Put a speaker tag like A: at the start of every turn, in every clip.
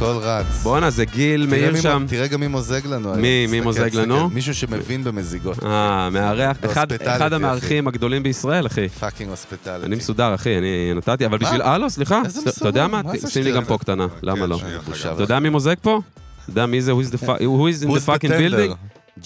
A: רץ.
B: בואנה, זה גיל
A: תראה
B: מאיר
A: מי-
B: שם.
A: תראה גם מי מוזג לנו היום.
B: מי- מי
A: תסתכל,
B: מוזג
A: תסתכל.
B: לנו?
A: מישהו שמבין במזיגות.
B: אה, מארח, אחד-
A: בהוספיטליטי,
B: אחד
A: אחי.
B: המארחים הגדולים בישראל, אחי.
A: פאקינג הוספיטליטי.
B: אני מסודר, אחי, אני נתתי, אבל בשביל... אה, לא, סליחה.
A: איזה
B: אתה יודע
A: מסודר,
B: מה?
A: מה זה כן,
B: שים לי
A: השטויות
B: גם פה קטנה, למה לא?
C: שנייה.
A: בושה
B: אתה יודע מי מוזג פה? אתה יודע מי זה? Who is the fu- who is in
A: Who's
B: the
A: the
B: fucking
A: tender?
B: building?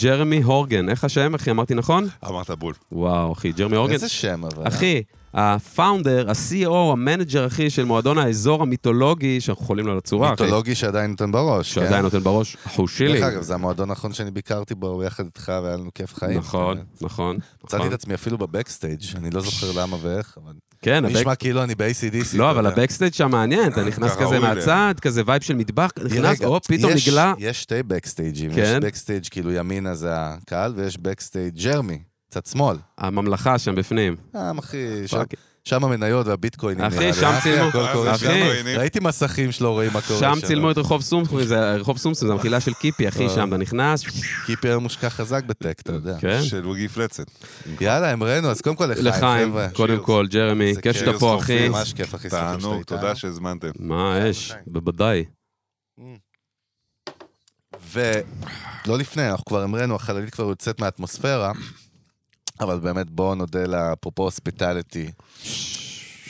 B: ג'רמי הורגן. איך השם, אחי? אמרתי נכון?
C: אמרת בול.
B: וואו, אחי, ג'רמי הורגן.
A: איזה שם אבל.
B: אוקיי.
A: אה?
B: אחי, הפאונדר, ה-CO, המנג'ר, אחי, של מועדון האזור המיתולוגי, שאנחנו חולים לו לצורה, אחי.
A: מיתולוגי שעדיין נותן בראש. כן?
B: שעדיין נותן בראש, חושילי.
A: דרך אגב, זה המועדון האחרון שאני ביקרתי בו יחד איתך, והיה לנו כיף חיים. כן.
B: נכון, נכון.
A: מצאתי
B: נכון.
A: את עצמי אפילו בבקסטייג', אני לא זוכר למה ואיך, אבל...
B: כן, הבק-
A: נשמע כאילו אני ב-ACDC.
B: לא, אבל הבקסטייג' שם מעניין,
A: אה,
B: אתה נכנס
C: ככה
B: כזה
C: ראוי להם.
B: מהצד, כזה וייב של מטבח, נכנס, או, פתאום נגלה...
A: יש שתי בקסטייג'ים, יש
B: כן.
A: בקסטייג' כאילו ימינה זה הקהל, ויש בקסטייג' ג'רמי, צד שמאל.
B: הממלכה שם בפנים.
A: אה, אחי, שם-
B: פאק.
A: שם המניות והביטקוינים.
B: אחי,
A: נראה לי.
B: שם צילמו.
A: הכל
C: אה,
A: קורה
C: זה
A: שם.
B: אחי.
C: ג'רמי,
A: ראיתי מסכים שלא רואים מה קורה
B: שם צילמו את רחוב סומסום, זה רחוב סומסום, זה המחילה של קיפי,
A: אה,
B: אחי, שם אתה נכנס,
A: קיפי היה מושקע חזק בטק, אתה יודע.
B: כן. נכון.
C: של בוגי פלצת.
A: יאללה, אמרנו, אז קודם כל לחיים,
B: לחיים,
A: חבר'ה.
B: קודם
C: שירס.
B: כל, ג'רמי,
A: זה
B: כיף
A: כיף,
B: שאתה פה,
C: חופים,
B: אחי.
A: ממש כיף, אחי. שמחים שאתה
C: תענוג,
A: איתנו.
C: תודה שהזמנתם.
A: אה,
B: מה, יש,
A: לחיים.
B: בוודאי.
A: ולא לפני, אנחנו כבר אמרנו, החללית כבר יוצאת מהאטמוספירה, אבל באמת בואו נודה לה, אפרופו הוספיטליטי.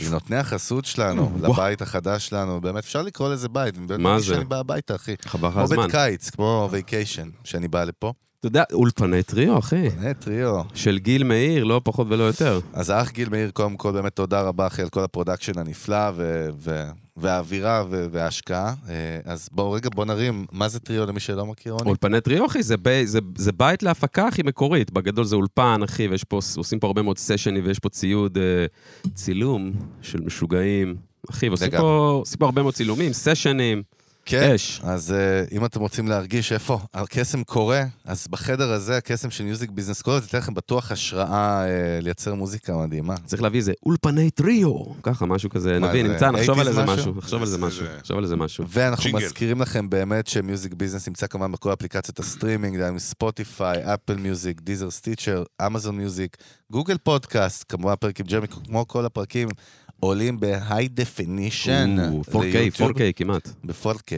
A: לנותני החסות שלנו, לבית החדש שלנו, באמת אפשר לקרוא לזה בית, אני באמת
B: מה
A: מרגיש
B: זה?
A: שאני בא הביתה, אחי.
B: חבל לך
A: כמו
B: הזמן.
A: בית קיץ, כמו וייקיישן, שאני בא לפה.
B: אתה יודע, אולפני טריו, אחי.
A: אה, טריו.
B: של גיל מאיר, לא פחות ולא יותר.
A: אז האח גיל מאיר, קודם כל, באמת תודה רבה, אחי, על כל הפרודקשן הנפלא ו- ו- והאווירה ו- וההשקעה. אה, אז בואו רגע, בואו נרים, מה זה טריו למי שלא מכיר, רוני?
B: אולפני טריו, אחי, זה, ב, זה, זה בית להפקה הכי מקורית. בגדול זה אולפן, אחי, ויש פה, עושים פה הרבה מאוד סשנים, ויש פה ציוד אה, צילום של משוגעים. אחי, ועושים
A: לגמרי.
B: פה, עושים פה הרבה מאוד צילומים, סשנים,
A: כן.
B: אש.
A: אז אה, אם אתם רוצים להרגיש איפה הקסם קורה, אז בחדר הזה, הקסם של מיוזיק ביזנס קורה, זה ייתן לכם בטוח השראה אה, לייצר מוזיקה מדהימה.
B: צריך להביא איזה אולפני טריו, ככה, משהו כזה,
A: מה
B: נביא,
A: זה,
B: נמצא, נחשוב
A: 80s
B: על איזה
A: משהו?
B: משהו, נחשוב על איזה
C: זה-
B: משהו,
C: זה-
B: נחשוב על איזה משהו.
A: ואנחנו
C: ג'ינגל.
A: מזכירים לכם באמת שמיוזיק ביזנס נמצא כמובן בכל אפליקציות הסטרימינג, דהיינו ספוטיפיי, אפל מיוזיק, דיזר סטיצ'ר, אמזון מיוזיק, גוגל פודקאסט, כמובן פרקים ג'רמי, כמו כל הפרקים, עולים בהיי דפינישן.
B: או, 4K, 4K כמעט.
A: ב-4K.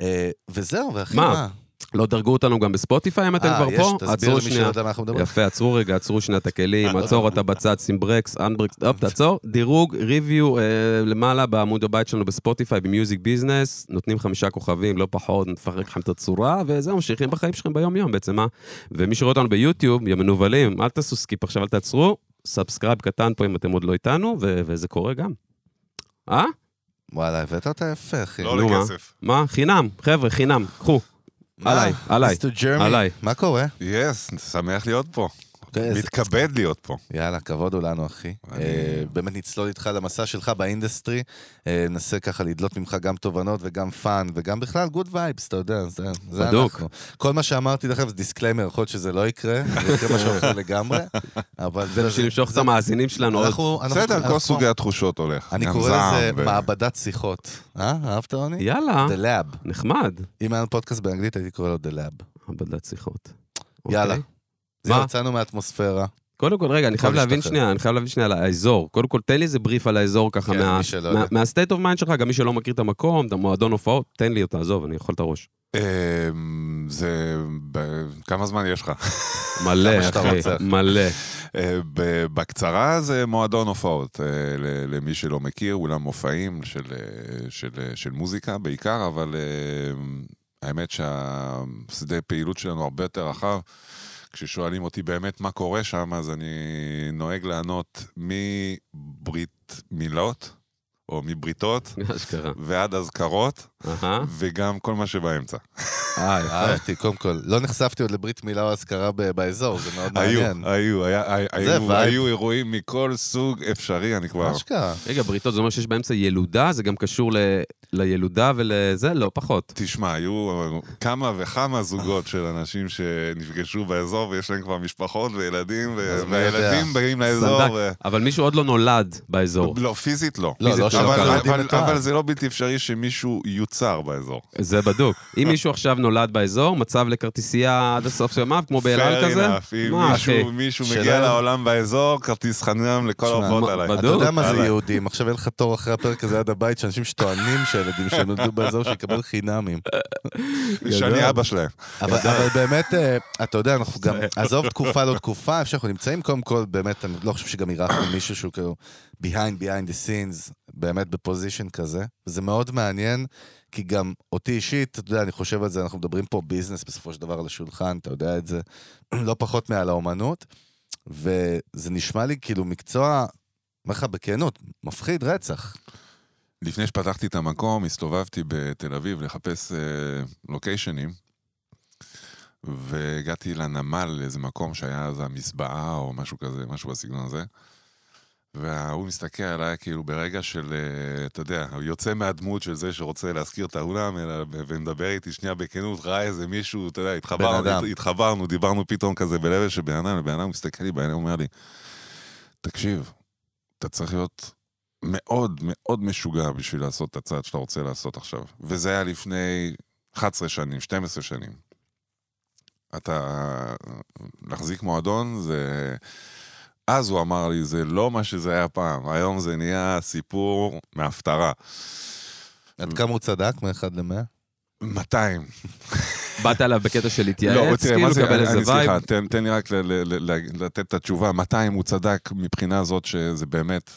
A: אה, וזהו, ואחי
B: מה?
A: מה?
B: לא דרגו אותנו גם בספוטיפיי אם אתם
A: אה,
B: כבר
A: יש,
B: פה,
A: תסביר
B: עצרו
A: למי שלא
B: שנייה.
A: יודע מה אנחנו מדברים.
B: יפה, עצרו רגע, עצרו שנייה את הכלים,
A: אה,
B: עצור אותה בצד, שים ברקס, אנברקס, הופ, תעצור. דירוג, ריוויו, אה, למעלה בעמוד הבית שלנו בספוטיפיי, במיוזיק ביזנס, נותנים חמישה כוכבים, לא פחות, נפרק לכם את הצורה, וזהו, ממשיכים בחיים שלכם ביום-יום בעצם, מה? ומי שרואה אותנו ביוטיוב, יא מנוולים, אל תעשו סקיפ עכשיו, אל תעצרו, סאבסקרייב קטן פה אם אתם עוד לא איתנו, ו- וזה קורה גם. אה?
A: וואלה, הבאת אותה יפה, אחי.
C: לא
B: נו, מה?
C: לכסף.
B: מה? חינם, חבר'ה, חינם, קחו,
A: מה?
B: עליי, עליי.
A: Mr. Jeremy,
B: עליי.
A: אה, מה אוקיי, קורה?
C: יס, שמח להיות פה.
A: איזה-
C: מתכבד להיות פה.
A: יאללה, כבוד הוא לנו, אחי.
C: אני-
A: אה, באמת נצלול איתך למסע שלך באינדסטרי. אה, ננסה ככה לדלות ממך גם תובנות וגם פאן, וגם בכלל גוד וייבס, אתה יודע, זה זה
B: בדוק.
A: אנחנו. כל מה שאמרתי לכם זה דיסקליימר, יכול להיות שזה לא יקרה, זה יקרה משהו אחר לגמרי, אבל...
B: זה בשביל למשוך את המאזינים שלנו עוד.
A: אנחנו... אנחנו-
C: בסדר,
A: אנחנו-
C: כל סוגי התחושות הולך.
A: אני
C: גם
A: קורא
C: זעם
A: לזה
C: ו-
A: מעבדת שיחות. אה? אהבת, רוני?
B: יאללה,
A: The Lab.
B: נחמד.
A: אם היה לנו פודקאסט באנגלית, הייתי קורא לו The Lab.
B: מעבדת שיחות.
A: יאללה.
B: אוקיי.
A: זהו,
B: מה?
A: יצאנו מהאטמוספירה.
B: קודם כל, רגע, אני חייב
A: הכל
B: להבין
A: השתחרר.
B: שנייה, אני חייב להבין שנייה על האזור. קודם כל, תן לי איזה בריף על האזור ככה,
A: כן,
B: מה-
A: מי שלא
B: מה-
A: יודע.
B: מהסטייט אוף מיינד שלך, גם מי שלא מכיר את המקום, את המועדון הופעות, תן לי אותה, עזוב, אני אוכל את הראש.
C: אמ, זה... ב- כמה זמן יש לך?
B: מלא,
A: כמה שאתה רוצה.
B: אחי, מלא.
C: אה, ב- בקצרה זה מועדון הופעות, אה, ל- למי שלא מכיר, אולם מופעים של, אה, של, אה, של מוזיקה בעיקר, אבל אה, האמת שהשדה פעילות שלנו הרבה יותר רחב. כששואלים אותי באמת מה קורה שם, אז אני נוהג לענות מברית מילות, או מבריתות,
B: אשכרה.
C: ועד אזכרות,
B: אהה.
C: וגם כל מה שבאמצע.
B: אה, יפה.
A: אהבתי, קודם כל. לא נחשפתי עוד לברית מילה או אזכרה ב- באזור, זה מאוד מעניין.
C: היו, היו, היה- היה-
A: זה
C: היו
A: וייב.
C: היו אירועים מכל סוג אפשרי, אני כבר...
A: מה שקרה?
B: רגע, בריתות, זה אומר שיש באמצע ילודה, זה גם קשור ל- לילודה ולזה? לא, פחות.
C: תשמע, היו כמה וכמה זוגות של אנשים שנפגשו באזור ויש להם כבר משפחות וילדים, ו-
A: אז מי
C: והילדים
A: יודע?
C: באים לאזור. ו-
B: סנדק. אבל מישהו עוד לא נולד באזור.
C: לא, פיזית לא.
A: לא,
C: פיזית
A: לא
C: אבל-
A: שלא
C: אבל-
A: יודעים
C: אבל-
A: מתואר.
C: אבל זה לא בלתי אפשרי שמישהו יוצר באזור.
B: זה בדוק. אם מישהו עכשיו נולד באזור, מצב לכרטיסייה עד הסוף של ימיו, כמו באלעל
C: Fair
B: כזה?
C: enough, אם
B: מה, אחי?
C: מישהו- מישהו
A: שלא-
C: מגיע לעולם באזור, כרטיס חנם לכל
A: תשמע,
C: ההופעות
B: מה-
C: עליי.
B: בדוק.
A: אתה יודע מה זה
C: יאללה.
A: יהודים, עכשיו אין לך תור אחרי הפרק הזה עד הבית, שאנשים שטוענים שהם הילדים שהם ילדו באזור שיקבל חינמים.
C: שאני אבא שלהם.
A: אבל, אבל באמת, אה, אתה יודע, אנחנו גם, עזוב תקופה לא תקופה, איפה שאנחנו נמצאים, קודם כל, באמת, אני לא חושב שגם אירחנו מישהו שהוא כאילו behind, behind the scenes, באמת בפוזיישן כזה. זה מאוד מעניין, כי גם אותי אישית, אתה יודע, אני חושב על זה, אנחנו מדברים פה ביזנס בסופו של דבר על השולחן, אתה יודע את זה, לא פחות מעל האומנות, וזה נשמע לי כאילו מקצוע, אומר לך בכנות, מפחיד רצח.
C: לפני שפתחתי את המקום, הסתובבתי בתל אביב לחפש אה, לוקיישנים, והגעתי לנמל, לאיזה מקום שהיה אז המזבעה או משהו כזה, משהו בסגנון הזה. וההוא מסתכל עליי כאילו ברגע של, אה, אתה יודע, הוא יוצא מהדמות של זה שרוצה להשכיר את האולם, אלא, ו- ומדבר איתי שנייה בכנות, ראה איזה מישהו, אתה יודע,
A: בן אדם.
C: התחברנו, התחברנו, דיברנו פתאום כזה בלבל של בן אדם, לבן אדם הוא מסתכל לי בעיניים, הוא אומר לי, תקשיב, אתה צריך להיות מאוד מאוד משוגע בשביל לעשות את הצעד שאתה רוצה לעשות עכשיו. וזה היה לפני 11 שנים, 12 שנים. אתה... להחזיק מועדון זה... אז הוא אמר לי, זה לא מה שזה היה פעם, היום זה נהיה סיפור מההפטרה.
A: עד כמה הוא צדק, מ-1 ל-100?
C: 200.
B: באת אליו בקטע של
C: לא,
B: להתייעץ,
C: תראה, מה
B: כאילו,
C: זה-
B: לקבל
C: אני-
B: איזה
C: אני-
B: וייב.
C: סליחה, תן- תן לי רק ל- ל- ל- ל- לתת את התשובה. 200 הוא צדק מבחינה זאת שזה באמת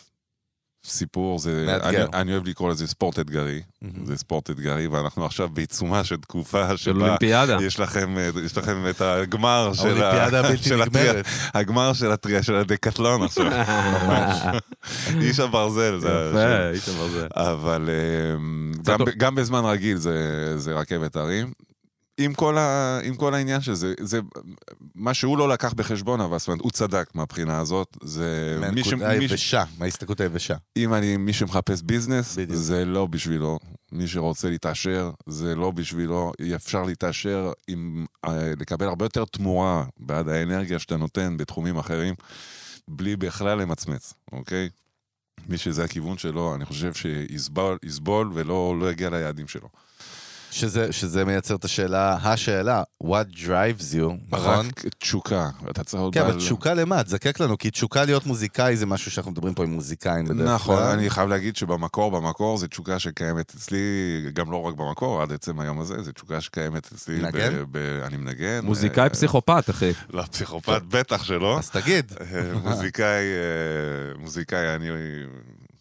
C: סיפור, זה...
A: מאתגר.
C: אני- אני אוהב לקרוא לזה ספורט אתגרי. זה ספורט אתגרי, ואנחנו עכשיו בעיצומה של תקופה
B: של
C: שבה
B: אולימפיאדה.
C: יש לכם, אה, יש לכם את הגמר של,
A: האולימפיאדה
C: ה-
A: הבלתי
C: של הטרי-
A: נגמרת.
C: הגמר של, הטרי- של הדקטלון עכשיו, איש הברזל. זה אה, השם.
B: יפה, איש אמר זה.
C: אבל אמ, גם,
B: טוב.
C: ב- גם בזמן רגיל זה, זה רכבת הרים. עם כל, ה, עם כל העניין של זה, זה מה שהוא לא לקח בחשבון, אבל זאת אומרת, הוא צדק מהבחינה הזאת. זה מי, ש,
A: מהנקודה
C: מי, ש,
A: היבשה, מההסתכלות היבשה.
C: אם אני, מי שמחפש ביזנס,
A: בדיוק.
C: זה לא בשבילו. מי שרוצה להתעשר, זה לא בשבילו. אפשר להתעשר עם, אה, לקבל הרבה יותר תמורה בעד האנרגיה שאתה נותן בתחומים אחרים, בלי בכלל למצמץ, אוקיי? מי שזה הכיוון שלו, אני חושב שיסבול יסבול ולא לא יגיע ליעדים שלו.
A: שזה, שזה מייצר את השאלה, השאלה, what drives you, נכון?
C: רק תשוקה, אתה צריך עוד...
A: כן, אבל
C: בעל-
A: תשוקה למה? תזקק לנו, כי תשוקה להיות מוזיקאי זה משהו שאנחנו מדברים פה עם מוזיקאים בדרך כלל.
C: נכון, אני חייב להגיד שבמקור, במקור זו תשוקה שקיימת אצלי, גם לא רק במקור, עד עצם היום הזה, זו תשוקה שקיימת אצלי. ב-
A: מנגן?
C: ב- אני מנגן.
B: מוזיקאי
C: אה,
B: פסיכופת, אחי.
C: לא, פסיכופת בטח שלא.
A: אז תגיד,
C: אה, מוזיקאי, אה, מוזיקאי, אני,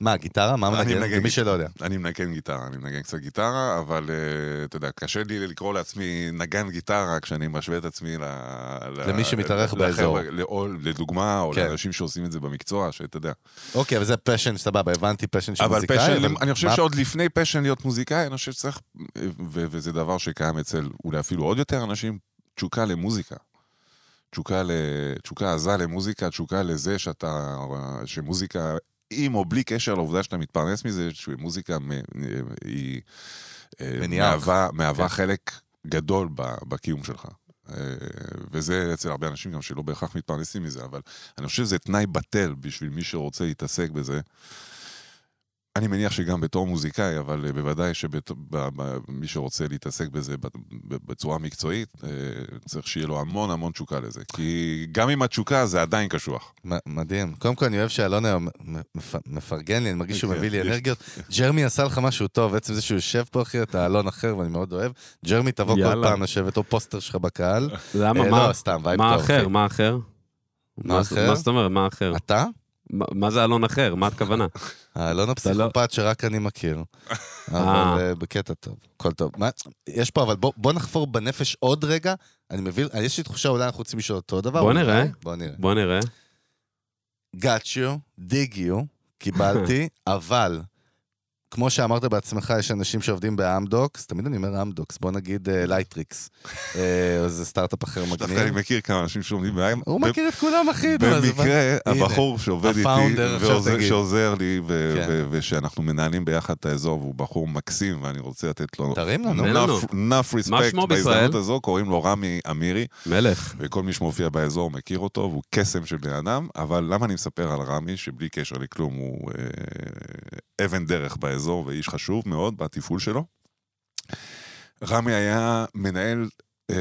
A: מה, גיטרה? מה
C: אני
A: מנגן?
C: מנגן
A: למי שלא יודע.
C: אני מנגן גיטרה, אני מנגן קצת גיטרה, אבל אה, אתה יודע, קשה לי לקרוא לעצמי נגן גיטרה כשאני משווה את עצמי ל... ל-
A: למי שמתארח
C: לחבר'ה,
A: באזור.
C: לא- או לדוגמה, או
A: כן.
C: לאנשים שעושים את זה במקצוע, שאתה יודע.
A: אוקיי, אבל זה פשן, סבבה, הבנתי פשן של
C: אבל
A: מוזיקאי.
C: פשן, אני חושב
A: מה-
C: שעוד לפני פשן להיות מוזיקאי, אני חושב שצריך, ו- וזה דבר שקיים אצל אולי אפילו עוד יותר אנשים, תשוקה למוזיקה. תשוקה, ל... תשוקה עזה למוזיקה, תשוקה לזה שאתה, שמוזיקה, עם או בלי קשר לעובדה שאתה מתפרנס מזה, שמוזיקה מ... היא אה,
A: מניעה אותך.
C: מהווה, מהווה
A: כן.
C: חלק גדול ב... בקיום שלך. אה, וזה אצל הרבה אנשים גם שלא בהכרח מתפרנסים מזה, אבל אני חושב שזה תנאי בטל בשביל מי שרוצה להתעסק בזה. אני מניח שגם בתור מוזיקאי, אבל אה, בוודאי שמי שרוצה להתעסק בזה ב- ב- בצורה מקצועית, אה, צריך שיהיה לו המון המון תשוקה לזה. כי גם עם התשוקה זה עדיין קשוח.
A: מ- מדהים. קודם כל, אני אוהב שאלון היום מפ- מפרגן לי, אני מרגיש שהוא
C: כן,
A: מביא לי
C: יש-
A: אנרגיות. ג'רמי עשה לך משהו טוב, עצם זה שהוא יושב פה, אחי, אתה אלון אחר, ואני מאוד אוהב. ג'רמי, תבוא כל
B: יאללה.
A: פעם לשבת, או פוסטר שלך בקהל.
B: למה,
A: אה,
B: מה?
A: לא, סתם, וייב
B: מה
A: טוב, אחי.
B: אחר? מה אחר?
A: מה
B: מה זאת-
A: אחר?
B: מה זאת אומרת, מה אחר?
A: אתה? אה,
B: מה מה זה אלון אחר? מה הכוונה?
A: האלון הפסיכופת שרק אני מכיר. אבל
B: לא- אה.
A: אה, בקטע טוב, הכל טוב. מה- יש פה, אבל בוא- בוא נחפור בנפש עוד רגע. אני מבין, אה, יש לי תחושה אולי אנחנו רוצים לשאול אותו דבר.
B: בוא
A: אולי.
B: נראה.
A: בוא נראה.
B: בוא נראה.
A: got you, dig you, קיבלתי, אבל כמו שאמרת בעצמך, יש אנשים שעובדים באמדוקס, תמיד אני אומר אמדוקס, בוא נגיד אה, לייטריקס, אה, או איזה סטארט-אפ אחר
C: דווקא אני
A: מגניב.
C: מכיר כמה אנשים שעומדים בהם.
A: הוא מכיר את כולם, אחי. נו, אז הבנתי.
C: במקרה,
A: הנה,
C: הבחור שעובד איתי,
A: הפאונדר, עכשיו
C: ועוזר-
A: תגיד.
C: שעוזר לי, ו-
A: כן.
C: ו- ושאנחנו מנהלים ביחד את האזור, והוא בחור מקסים, ואני רוצה לתת לו
A: תרים לנו.
B: נו. לנו.
C: enough
B: שמו
C: respect בהזדמנות
B: בישראל?
C: הזו, קוראים לו רמי אמירי.
B: מלך.
C: וכל מי שמופיע באזור מכיר אותו, והוא קסם של בן אדם, אבל למה אני מספר על רמי, שבלי קשר לכלום הוא אה, אבן דרך באזור ואיש חשוב מאוד בתפעול שלו? רמי היה מנהל, אה,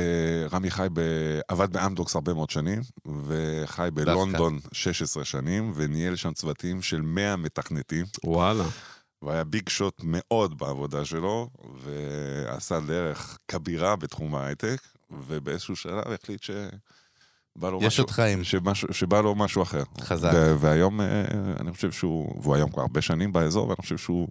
C: רמי חי, ב, עבד באמדוקס הרבה מאוד שנים, וחי בלונדון 16 שנים, וניהל שם צוותים של 100 מתכנתים.
B: וואלה.
C: והיה ביג שוט מאוד בעבודה שלו, ועשה דרך כבירה בתחום ההייטק, ובאיזשהו שלב החליט שבא לו
A: יש
C: משהו...
A: עוד חיים.
C: שמשהו, שבא לו משהו אחר.
A: חזק.
C: ו- והיום, אה, אני חושב שהוא, והוא היום כבר הרבה שנים באזור, ואני חושב שהוא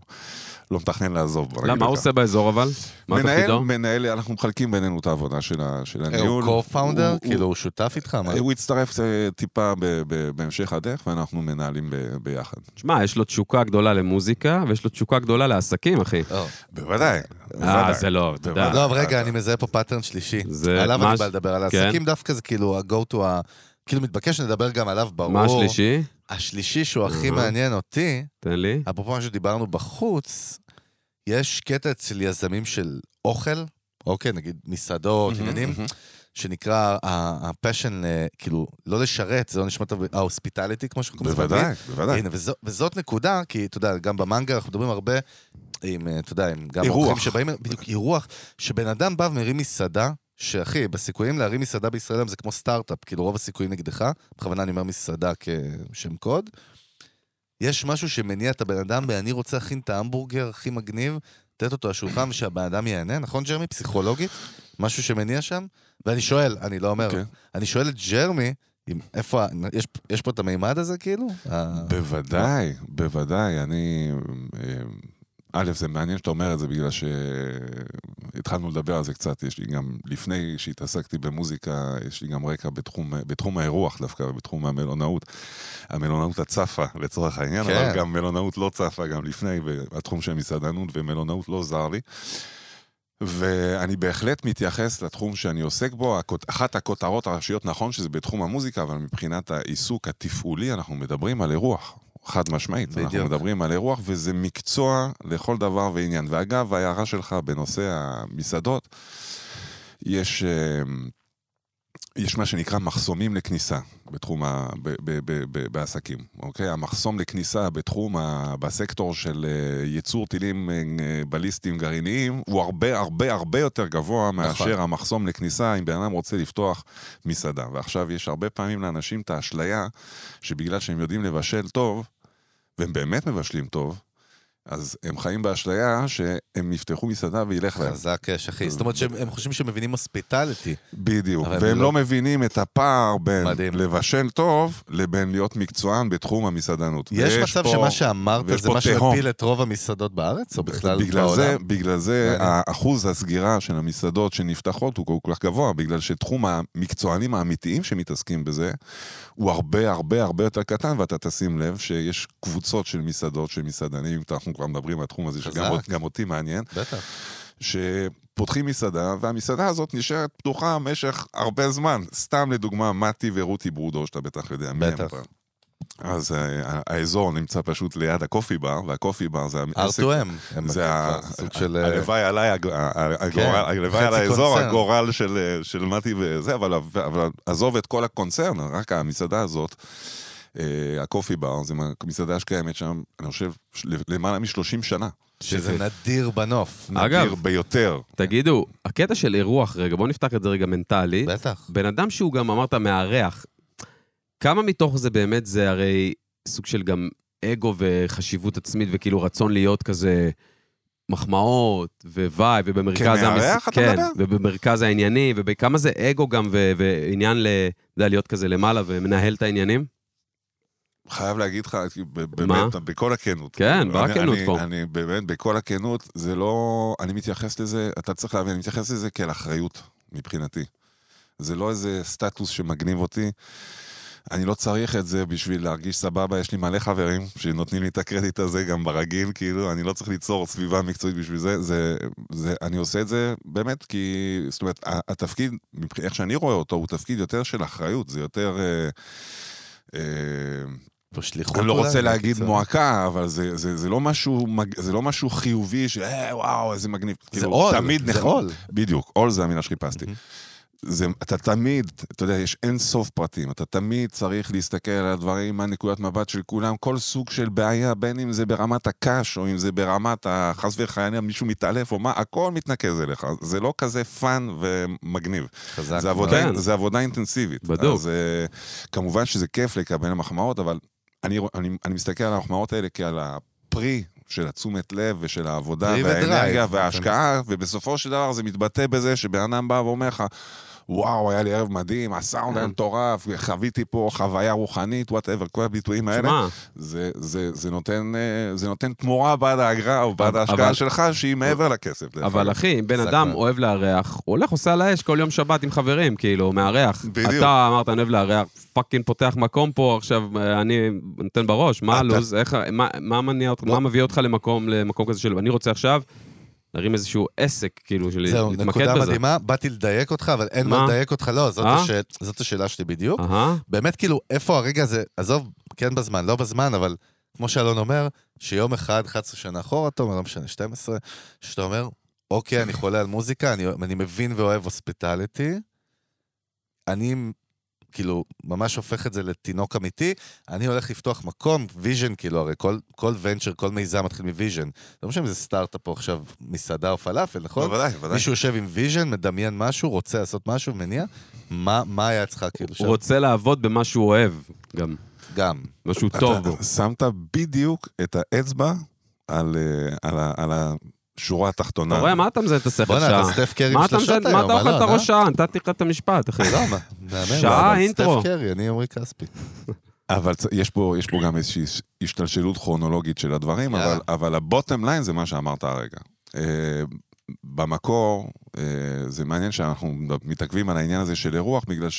C: לא מתכנן לעזוב. בוא נגיד
B: למה, מה הוא
C: ככה.
B: עושה באזור אבל? מה
C: מנהל,
B: תפקידו?
C: מנהל, אנחנו מחלקים בינינו את העבודה של, ה- של
A: אה,
C: הניהול.
A: הוא
C: הוא-
A: co-founder? כאילו,
C: הוא-
A: הוא שותף איתך? מה?
C: הוא הצטרף אה, טיפה ב- ב- בהמשך הדרך, ואנחנו מנהלים ב- ביחד.
B: שמע, יש לו תשוקה גדולה למוזיקה, ויש לו תשוקה גדולה לעסקים, אחי.
A: לא.
C: בוודאי.
B: אה,
C: בוודאי.
B: זה לא, אתה יודע.
C: בוודאי.
A: לא, אבל רגע, אני מזהה פה פאטרן שלישי.
B: זה
A: עליו אני
B: מה-
A: בא לדבר, על
B: כן.
A: העסקים דווקא זה כאילו ה-go to ה... כאילו מתבקש שנדבר גם עליו, ברור.
B: מה השלישי?
A: השלישי שהוא הכי
B: אהה.
A: מעניין אותי,
B: תן לי.
A: אפרופו מה שדיברנו בחוץ, יש קטע אצל יזמים של אוכל, אוקיי, נגיד
B: לא
A: מסעדות, עניינים, שנקרא הפשן, כאילו, לא לשרת, זה לא נשמע טוב, ההוספיטליטי, כמו שקוראים לזה.
C: בוודאי, בוודאי.
A: הנה, וזו, וזאת נקודה, כי אתה יודע, גם במנגה אנחנו מדברים הרבה עם, אה, אתה יודע, עם גם
C: אירוח.
A: אורחים שבאים, בדיוק, אירוח, שבן אדם בא ומרים מסעדה, שאחי, בסיכויים להרים מסעדה בישראל היום זה כמו סטארט-אפ, כאילו רוב הסיכויים נגדך, בכוונה אני אומר מסעדה כשם קוד. יש משהו שמניע את הבן אדם, ואני רוצה להכין את ההמבורגר הכי מגניב, לתת אותו לשולחן ושהבן אדם ייהנה, נכון ג'רמי? פסיכולוגית? משהו שמניע שם? ואני שואל, אני לא אומר,
C: אוקיי.
A: אני שואל את ג'רמי, אם, איפה, ה- יש, יש פה את המימד הזה כאילו? ה-
C: בוודאי, בוודאי. אני... אה, א', זה מעניין שאתה אומר את זה, בגלל שהתחלנו לדבר על זה קצת. יש לי גם, לפני שהתעסקתי במוזיקה, יש לי גם רקע בתחום, בתחום האירוח דווקא, בתחום המלונאות. המלונאות הצפה, לצורך העניין,
A: כן.
C: כן. אבל גם מלונאות לא צפה גם לפני, והתחום של מסעדנות ומלונאות לא זר לי. ואני בהחלט מתייחס לתחום שאני עוסק בו. הכות- אחת הכותרות הראשיות, נכון שזה בתחום המוזיקה, אבל מבחינת העיסוק התפעולי, אנחנו מדברים על אירוח. חד משמעית, בדיוק. אנחנו
A: בדיוק.
C: מדברים על אירוח, וזה מקצוע לכל דבר ועניין. ואגב, ההערה שלך בנושא המסעדות, יש, אה, יש מה שנקרא מחסומים לכניסה בתחום, ה, ב, ב, ב, ב, בעסקים, אוקיי? המחסום לכניסה בתחום, ה, בסקטור של אה, ייצור טילים אה, בליסטיים גרעיניים, הוא הרבה הרבה הרבה יותר גבוה מאשר
A: נכון.
C: המחסום לכניסה אם בן אדם רוצה לפתוח מסעדה. ועכשיו יש הרבה פעמים לאנשים את האשליה שבגלל שהם יודעים לבשל טוב, והם באמת מבשלים טוב, אז הם חיים באשליה שהם יפתחו מסעדה וילך להם.
A: חזק יש, אחי. זאת אומרת שהם הם חושבים שהם מבינים הוספיטליטי.
C: בדיוק,
A: אבל הם
C: והם
A: לא-
C: לא... לא מבינים את הפער בין
A: מדהים.
C: לבשל טוב לבין להיות מקצוען בתחום המסעדנות.
A: יש
C: ויש
A: מצב
C: פה-
A: שמה שאמרת
C: ויש
A: זה
C: פה
A: מה
C: תהום.
A: שמפיל את רוב המסעדות בארץ, או בכלל
C: בגלל זה,
A: בעולם?
C: בגלל זה
A: מעניין.
C: האחוז הסגירה של המסעדות שנפתחות הוא כל כך גבוה, בגלל שתחום המקצוענים האמיתיים שמתעסקים בזה הוא הרבה הרבה הרבה יותר קטן, ואתה תשים לב שיש קבוצות של מסעדות, של מסעדנים, אנחנו כבר מדברים על התחום הזה, שגם
A: חזק.
C: אות- גם אותי מעניין,
A: בטח.
C: שפותחים מסעדה, והמסעדה הזאת נשארת פתוחה במשך הרבה זמן. סתם לדוגמה, מתי ורותי ברודו, שאתה בטח יודע מי הם.
A: בטח.
C: כבר. אז אה, האזור נמצא פשוט ליד הקופי בר, והקופי בר זה... העסק-
A: R2M. הם
C: זה ה-
A: סוג של... אה, כן,
C: הלוואי עליי, הג- ה- ה- הגורל- הלוואי על
A: חצי
C: האזור,
A: קונצרן.
C: הגורל של, אה, של מתי וזה, אבל, אבל עזוב את כל הקונצרן, רק המסעדה הזאת, אה, הקופי בר, זו מסעדה שקיימת שם, אני חושב, של- למעלה מ-30 שנה.
A: שזה נדיר בנוף.
B: אגב.
C: נדיר ביותר.
B: תגידו, הקטע של אירוח, רגע, בואו נפתח את זה רגע מנטלית.
A: בטח.
B: בן אדם שהוא גם אמרת מארח, כמה מתוך זה באמת זה הרי סוג של גם אגו וחשיבות עצמית וכאילו רצון להיות כזה מחמאות ווואי ובמרכז...
C: כמארח אתה
B: כן,
C: מדבר?
B: ובמרכז העניינים, ובכמה זה אגו גם ו- ועניין ל... אתה יודע, להיות כזה למעלה ומנהל את העניינים?
C: חייב להגיד לך, כי ב-
B: מה?
C: באמת, בכל הכנות.
B: כן,
C: אני-
B: בכנות
C: אני-
B: פה.
C: אני באמת, בכל הכנות, זה לא... אני מתייחס לזה, אתה צריך להבין, אני מתייחס לזה כאל אחריות, מבחינתי. זה לא איזה סטטוס שמגניב אותי. אני לא צריך את זה בשביל להרגיש סבבה, יש לי מלא חברים שנותנים לי את הקרדיט הזה גם ברגיל, כאילו, אני לא צריך ליצור סביבה מקצועית בשביל זה, זה, זה אני עושה את זה באמת כי, זאת אומרת, ה- התפקיד, מבח- איך שאני רואה אותו, הוא תפקיד יותר של אחריות, זה יותר... אה, אה,
A: פה שליחות
C: אני לא
A: אולי,
C: רוצה להגיד
A: בקיצור.
C: מועקה, אבל זה, זה, זה, לא משהו, מג- זה לא משהו חיובי, ש... אה, וואו, איזה מגניב. כאילו,
A: זה עול,
C: תמיד נכון.
A: זה
C: נחמד-
A: עול.
C: בדיוק, עול זה המילה שחיפשתי. זה, אתה תמיד, אתה יודע, יש אין סוף פרטים, אתה תמיד צריך להסתכל על הדברים מהנקודת מבט של כולם, כל סוג של בעיה, בין אם זה ברמת הקש, או אם זה ברמת ה- חס וחלילה, מישהו מתעלף או מה, הכל מתנקז אליך. זה לא כזה פאן ומגניב.
A: חזק.
C: זה עבודה,
B: כן.
C: זה עבודה אינטנסיבית.
B: בדוק.
C: אז אה, כמובן שזה כיף לקבל מחמאות, אבל אני, רוא- אני, אני מסתכל על המחמאות האלה כעל הפרי של התשומת לב ושל העבודה
A: Drive and
C: והאנרגיה
A: drive.
C: וההשקעה, ובסופו של דבר זה מתבטא בזה שבן אדם בא ואומר לך, וואו, היה לי ערב מדהים, הסאונד
B: כן.
C: היה מטורף, חוויתי פה חוויה רוחנית, וואטאבר, כל הביטויים האלה.
B: שמע,
C: זה, זה, זה, נותן, אה, זה נותן תמורה בעד האגרה או בעד
B: אבל-
C: ההשקעה
B: אבל-
C: שלך, שהיא מעבר לכסף. דרך
B: אבל
C: אגב.
B: אחי, בן
A: זה
B: אדם
A: הכל.
B: אוהב לארח, הוא הולך, עושה על האש כל יום שבת עם חברים, כאילו, הוא מארח.
A: בדיוק.
B: אתה אמרת, אני אוהב לארח, פאקינג פותח מקום פה, עכשיו אה, אני נותן בראש, מה
A: אתה-
B: הלו"ז, איך ה- מה- מה מניע אותך, מה מביא אותך למקום למקום כזה של, אני רוצה עכשיו להרים איזשהו עסק, כאילו, של
A: זהו,
B: להתמקד
A: נקודה
B: בזה.
A: מדהימה, באתי לדייק אותך, אבל אין
B: מה?
A: מה לדייק אותך, לא, זאת
B: אה?
A: השאל- זאת השאלה שלי בדיוק.
B: אהה,
A: באמת, כאילו, איפה הרגע הזה, עזוב, כן בזמן, לא בזמן, אבל כמו שאלון אומר, שיום אחד, 11 שנה אחורה, תומר, לא משנה, 12, שאתה אומר, אוקיי, אני חולה על מוזיקה, אני, אני מבין ואוהב הוספיטליטי, אני כאילו ממש הופך את זה לתינוק אמיתי, אני הולך לפתוח מקום, ויז'ן, כאילו, הרי כל, כל ונצ'ר, כל מיזם מתחיל מוויז'ן. לא משנה אם זה סטארט-אפ או עכשיו מסעדה או פלאפל, נכון?
C: בוודאי, בוודאי.
A: מישהו יושב עם ויז'ן, מדמיין משהו, רוצה לעשות משהו, מניע, מה, מה היה אצלך כאילו שם?
B: הוא רוצה לעבוד במה שהוא אוהב, גם,
A: גם.
B: מה שהוא
C: אתה
B: טוב בו.
C: שמת בדיוק את האצבע על, אה, על, ה- על השורה התחתונה.
B: אתה רואה, מה אתה מזיין את השכל
A: בואנה,
B: שעה?
A: אתה סטף קרי
B: מה
A: עם
B: אתה
A: שלושות
B: מזיין-
A: היום, לא,
B: מה אתה אוכל את
A: אלון,
B: הראש שעה? נתתי לך את המשפט, אחי.
A: אה? לא, מה, מהמם.
B: שעה,
A: אבל
B: אינטרו.
A: סטף קרי, אני עמרי כספי.
C: אבל צ- יש פה, יש פה גם איזושהי ש- השתלשלות כרונולוגית של הדברים,
A: יאללה.
C: אבל, אבל הבוטם ליין זה מה שאמרת הרגע. אה, במקור, אה, זה מעניין שאנחנו מתעכבים על העניין הזה של אירוח, בגלל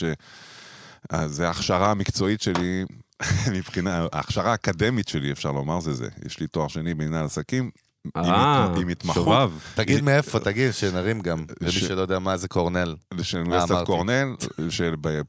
C: שזה ההכשרה המקצועית שלי, מבחינה, ההכשרה האקדמית שלי, אפשר לומר, זה זה. יש לי תואר שני במנהל עסקים, עם,
B: אה,
C: הת- עם התמחות
B: שובב.
A: תגיד מאיפה, תגיד, שנרים גם, למי
C: ש-
A: שלא יודע מה זה קורנל.
C: של אוניברסיטת
A: אה, אמרתי.
C: קורנל, של... ב- ב-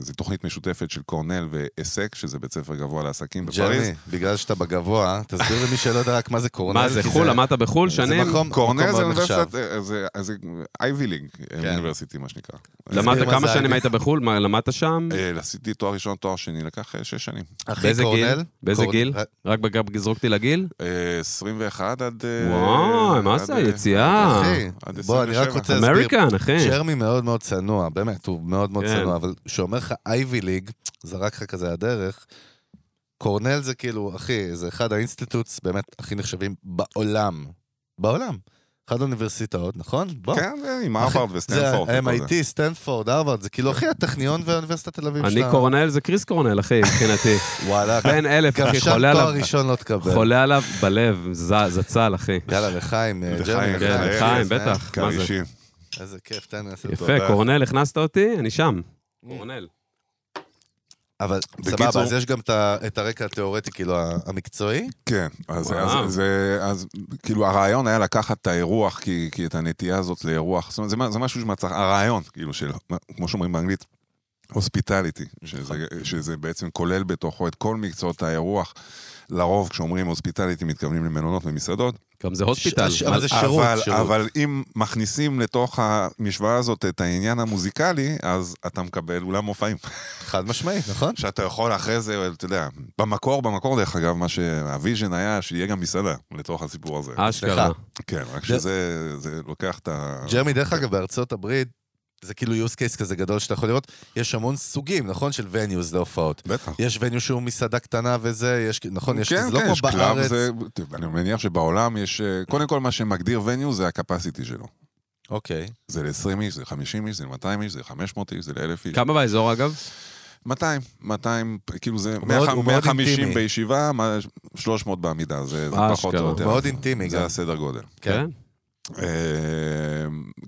C: זו תוכנית משותפת של קורנל ועסק, שזה בית ספר גבוה לעסקים בפריז.
A: ג'רמי, בגלל שאתה בגבוה, תסביר למי שלא יודע רק מה זה קורנל.
B: מה זה,
A: כי
B: חו"ל? למדת בחו"ל
A: זה
B: שנים?
A: מקום-
C: קורנל
A: מקום
C: זה
A: מאוד נחשב. כן.
C: אוניברסיטת, אה, זה- זה אייבי לינג, אוניברסיטי, מה שנקרא.
A: תסביר
B: למדת
A: מה
B: כמה
A: זה
B: שנים
A: הייטק.
B: היית בחו"ל? מה, למדת שם?
C: אה, עשיתי תואר ראשון, תואר שני, לקח אה, שש שנים.
A: אחי,
B: באיזה גיל?
A: קורנל- אה,
B: באיזה
A: קור-
B: גיל? רק בגב זרוקתי לגיל?
C: אה, 21 עד... אה,
B: וואי, מה
C: עד,
B: זה
C: אה,
B: היציאה?
A: אחי,
C: עד
A: בוא, אני רק
C: 27.
A: רוצה להסביר.
B: אמריקן, אחי.
A: ג'רמי מאוד מאוד צנוע, באמת, הוא מאוד מאוד
B: אה. כן.
A: צנוע, אבל כשאומר לך אייבי ליג, זרק לך כזה הדרך, קורנל זה כאילו, אחי, זה אחד האינסטיטוטס באמת הכי נחשבים בעולם. בעולם. אחת האוניברסיטאות, נכון? בוא.
C: כן, אה, עם
A: אחי,
C: הרווארד וסטנפורד.
A: זה
C: וכל זה.
A: MIT, סטנפורד, הרווארד, זה כאילו, אחי, הטכניון ואוניברסיטת תל אביב
B: אני קורנל זה קריס קורנל, אחי, מבחינתי.
A: וואלה,
B: בן אלף,
A: גם
B: אחי,
A: שם
B: חולה
A: תואר
B: עליו.
A: ראשון לא תקבל.
B: חולה עליו בלב, ז- זצ"ל, אחי.
A: יאללה, לחיים, אה, ג'רמי.
C: לחיים,
B: כן,
C: לחיים,
B: חיים,
A: אז, אה,
B: בטח. מה זה?
C: כרישים.
A: איזה כיף, תן לי לעשות
B: יפה,
A: תודה.
B: קורנל, הכנסת אותי, אני שם. קורנל.
A: אבל
C: בקיצור-
A: סבבה, אז יש גם את ה- את הרקע התיאורטי, כאילו, ה- המקצועי.
C: כן, אז,
B: וואו.
C: אז, זה, אז כאילו הרעיון היה לקחת את האירוח, כי, כי את הנטייה הזאת לאירוח, זאת אומרת, זה, מה- זה משהו שמצא, הרעיון, כאילו, של, כמו שאומרים באנגלית, הוספיטליטי, שזה, שזה בעצם כולל בתוכו את כל מקצועות האירוח. לרוב כשאומרים הוספיטליטי מתכוונים למלונות ומסעדות,
B: גם זה הוספיטל. אה,
A: ש-
B: מה-
A: אבל זה שירות,
C: אבל,
A: שירות.
C: אבל אם מכניסים לתוך המשוואה הזאת את העניין המוזיקלי, אז אתה מקבל אולם מופעים.
A: חד משמעי, נכון?
C: שאתה יכול אחרי זה, אתה יודע, במקור, במקור דרך אגב, מה שהוויז'ן היה, שיהיה גם מסעדה לתוך הסיפור
A: אה,
C: הזה.
B: אה, אשכרה.
C: כן, רק שזה זה לוקח את ה...
A: ג'רמי, דרך אגב, בארצות הברית, זה כאילו use case כזה גדול שאתה יכול לראות, יש המון סוגים, נכון? של venues להופעות.
C: בטח.
A: יש venue שהוא מסעדה קטנה וזה, יש, נכון? יש,
C: כן,
A: זה לא
C: כן,
A: כמו
C: יש קלאב,
A: בארץ.
C: זה... טוב, אני מניח שבעולם יש... אה, קודם כל, מה שמגדיר וניו זה הקפסיטי שלו.
A: אוקיי.
C: זה ל-20 איש, זה 50 איש, זה 200 איש, זה 500 איש, זה ל-1000 איש.
B: כמה באזור, אגב?
C: 200, 200, כאילו זה
A: מאוד-
C: 100,
A: הוא מאוד
C: 150
A: אינטימי.
C: בישיבה, מה- 300 בעמידה, זה זה
B: אשכרה.
C: פחות או יותר.
A: מאוד אינטימי
C: זה
A: גם.
C: הסדר גודל.
A: כן.
B: כן.
C: אה,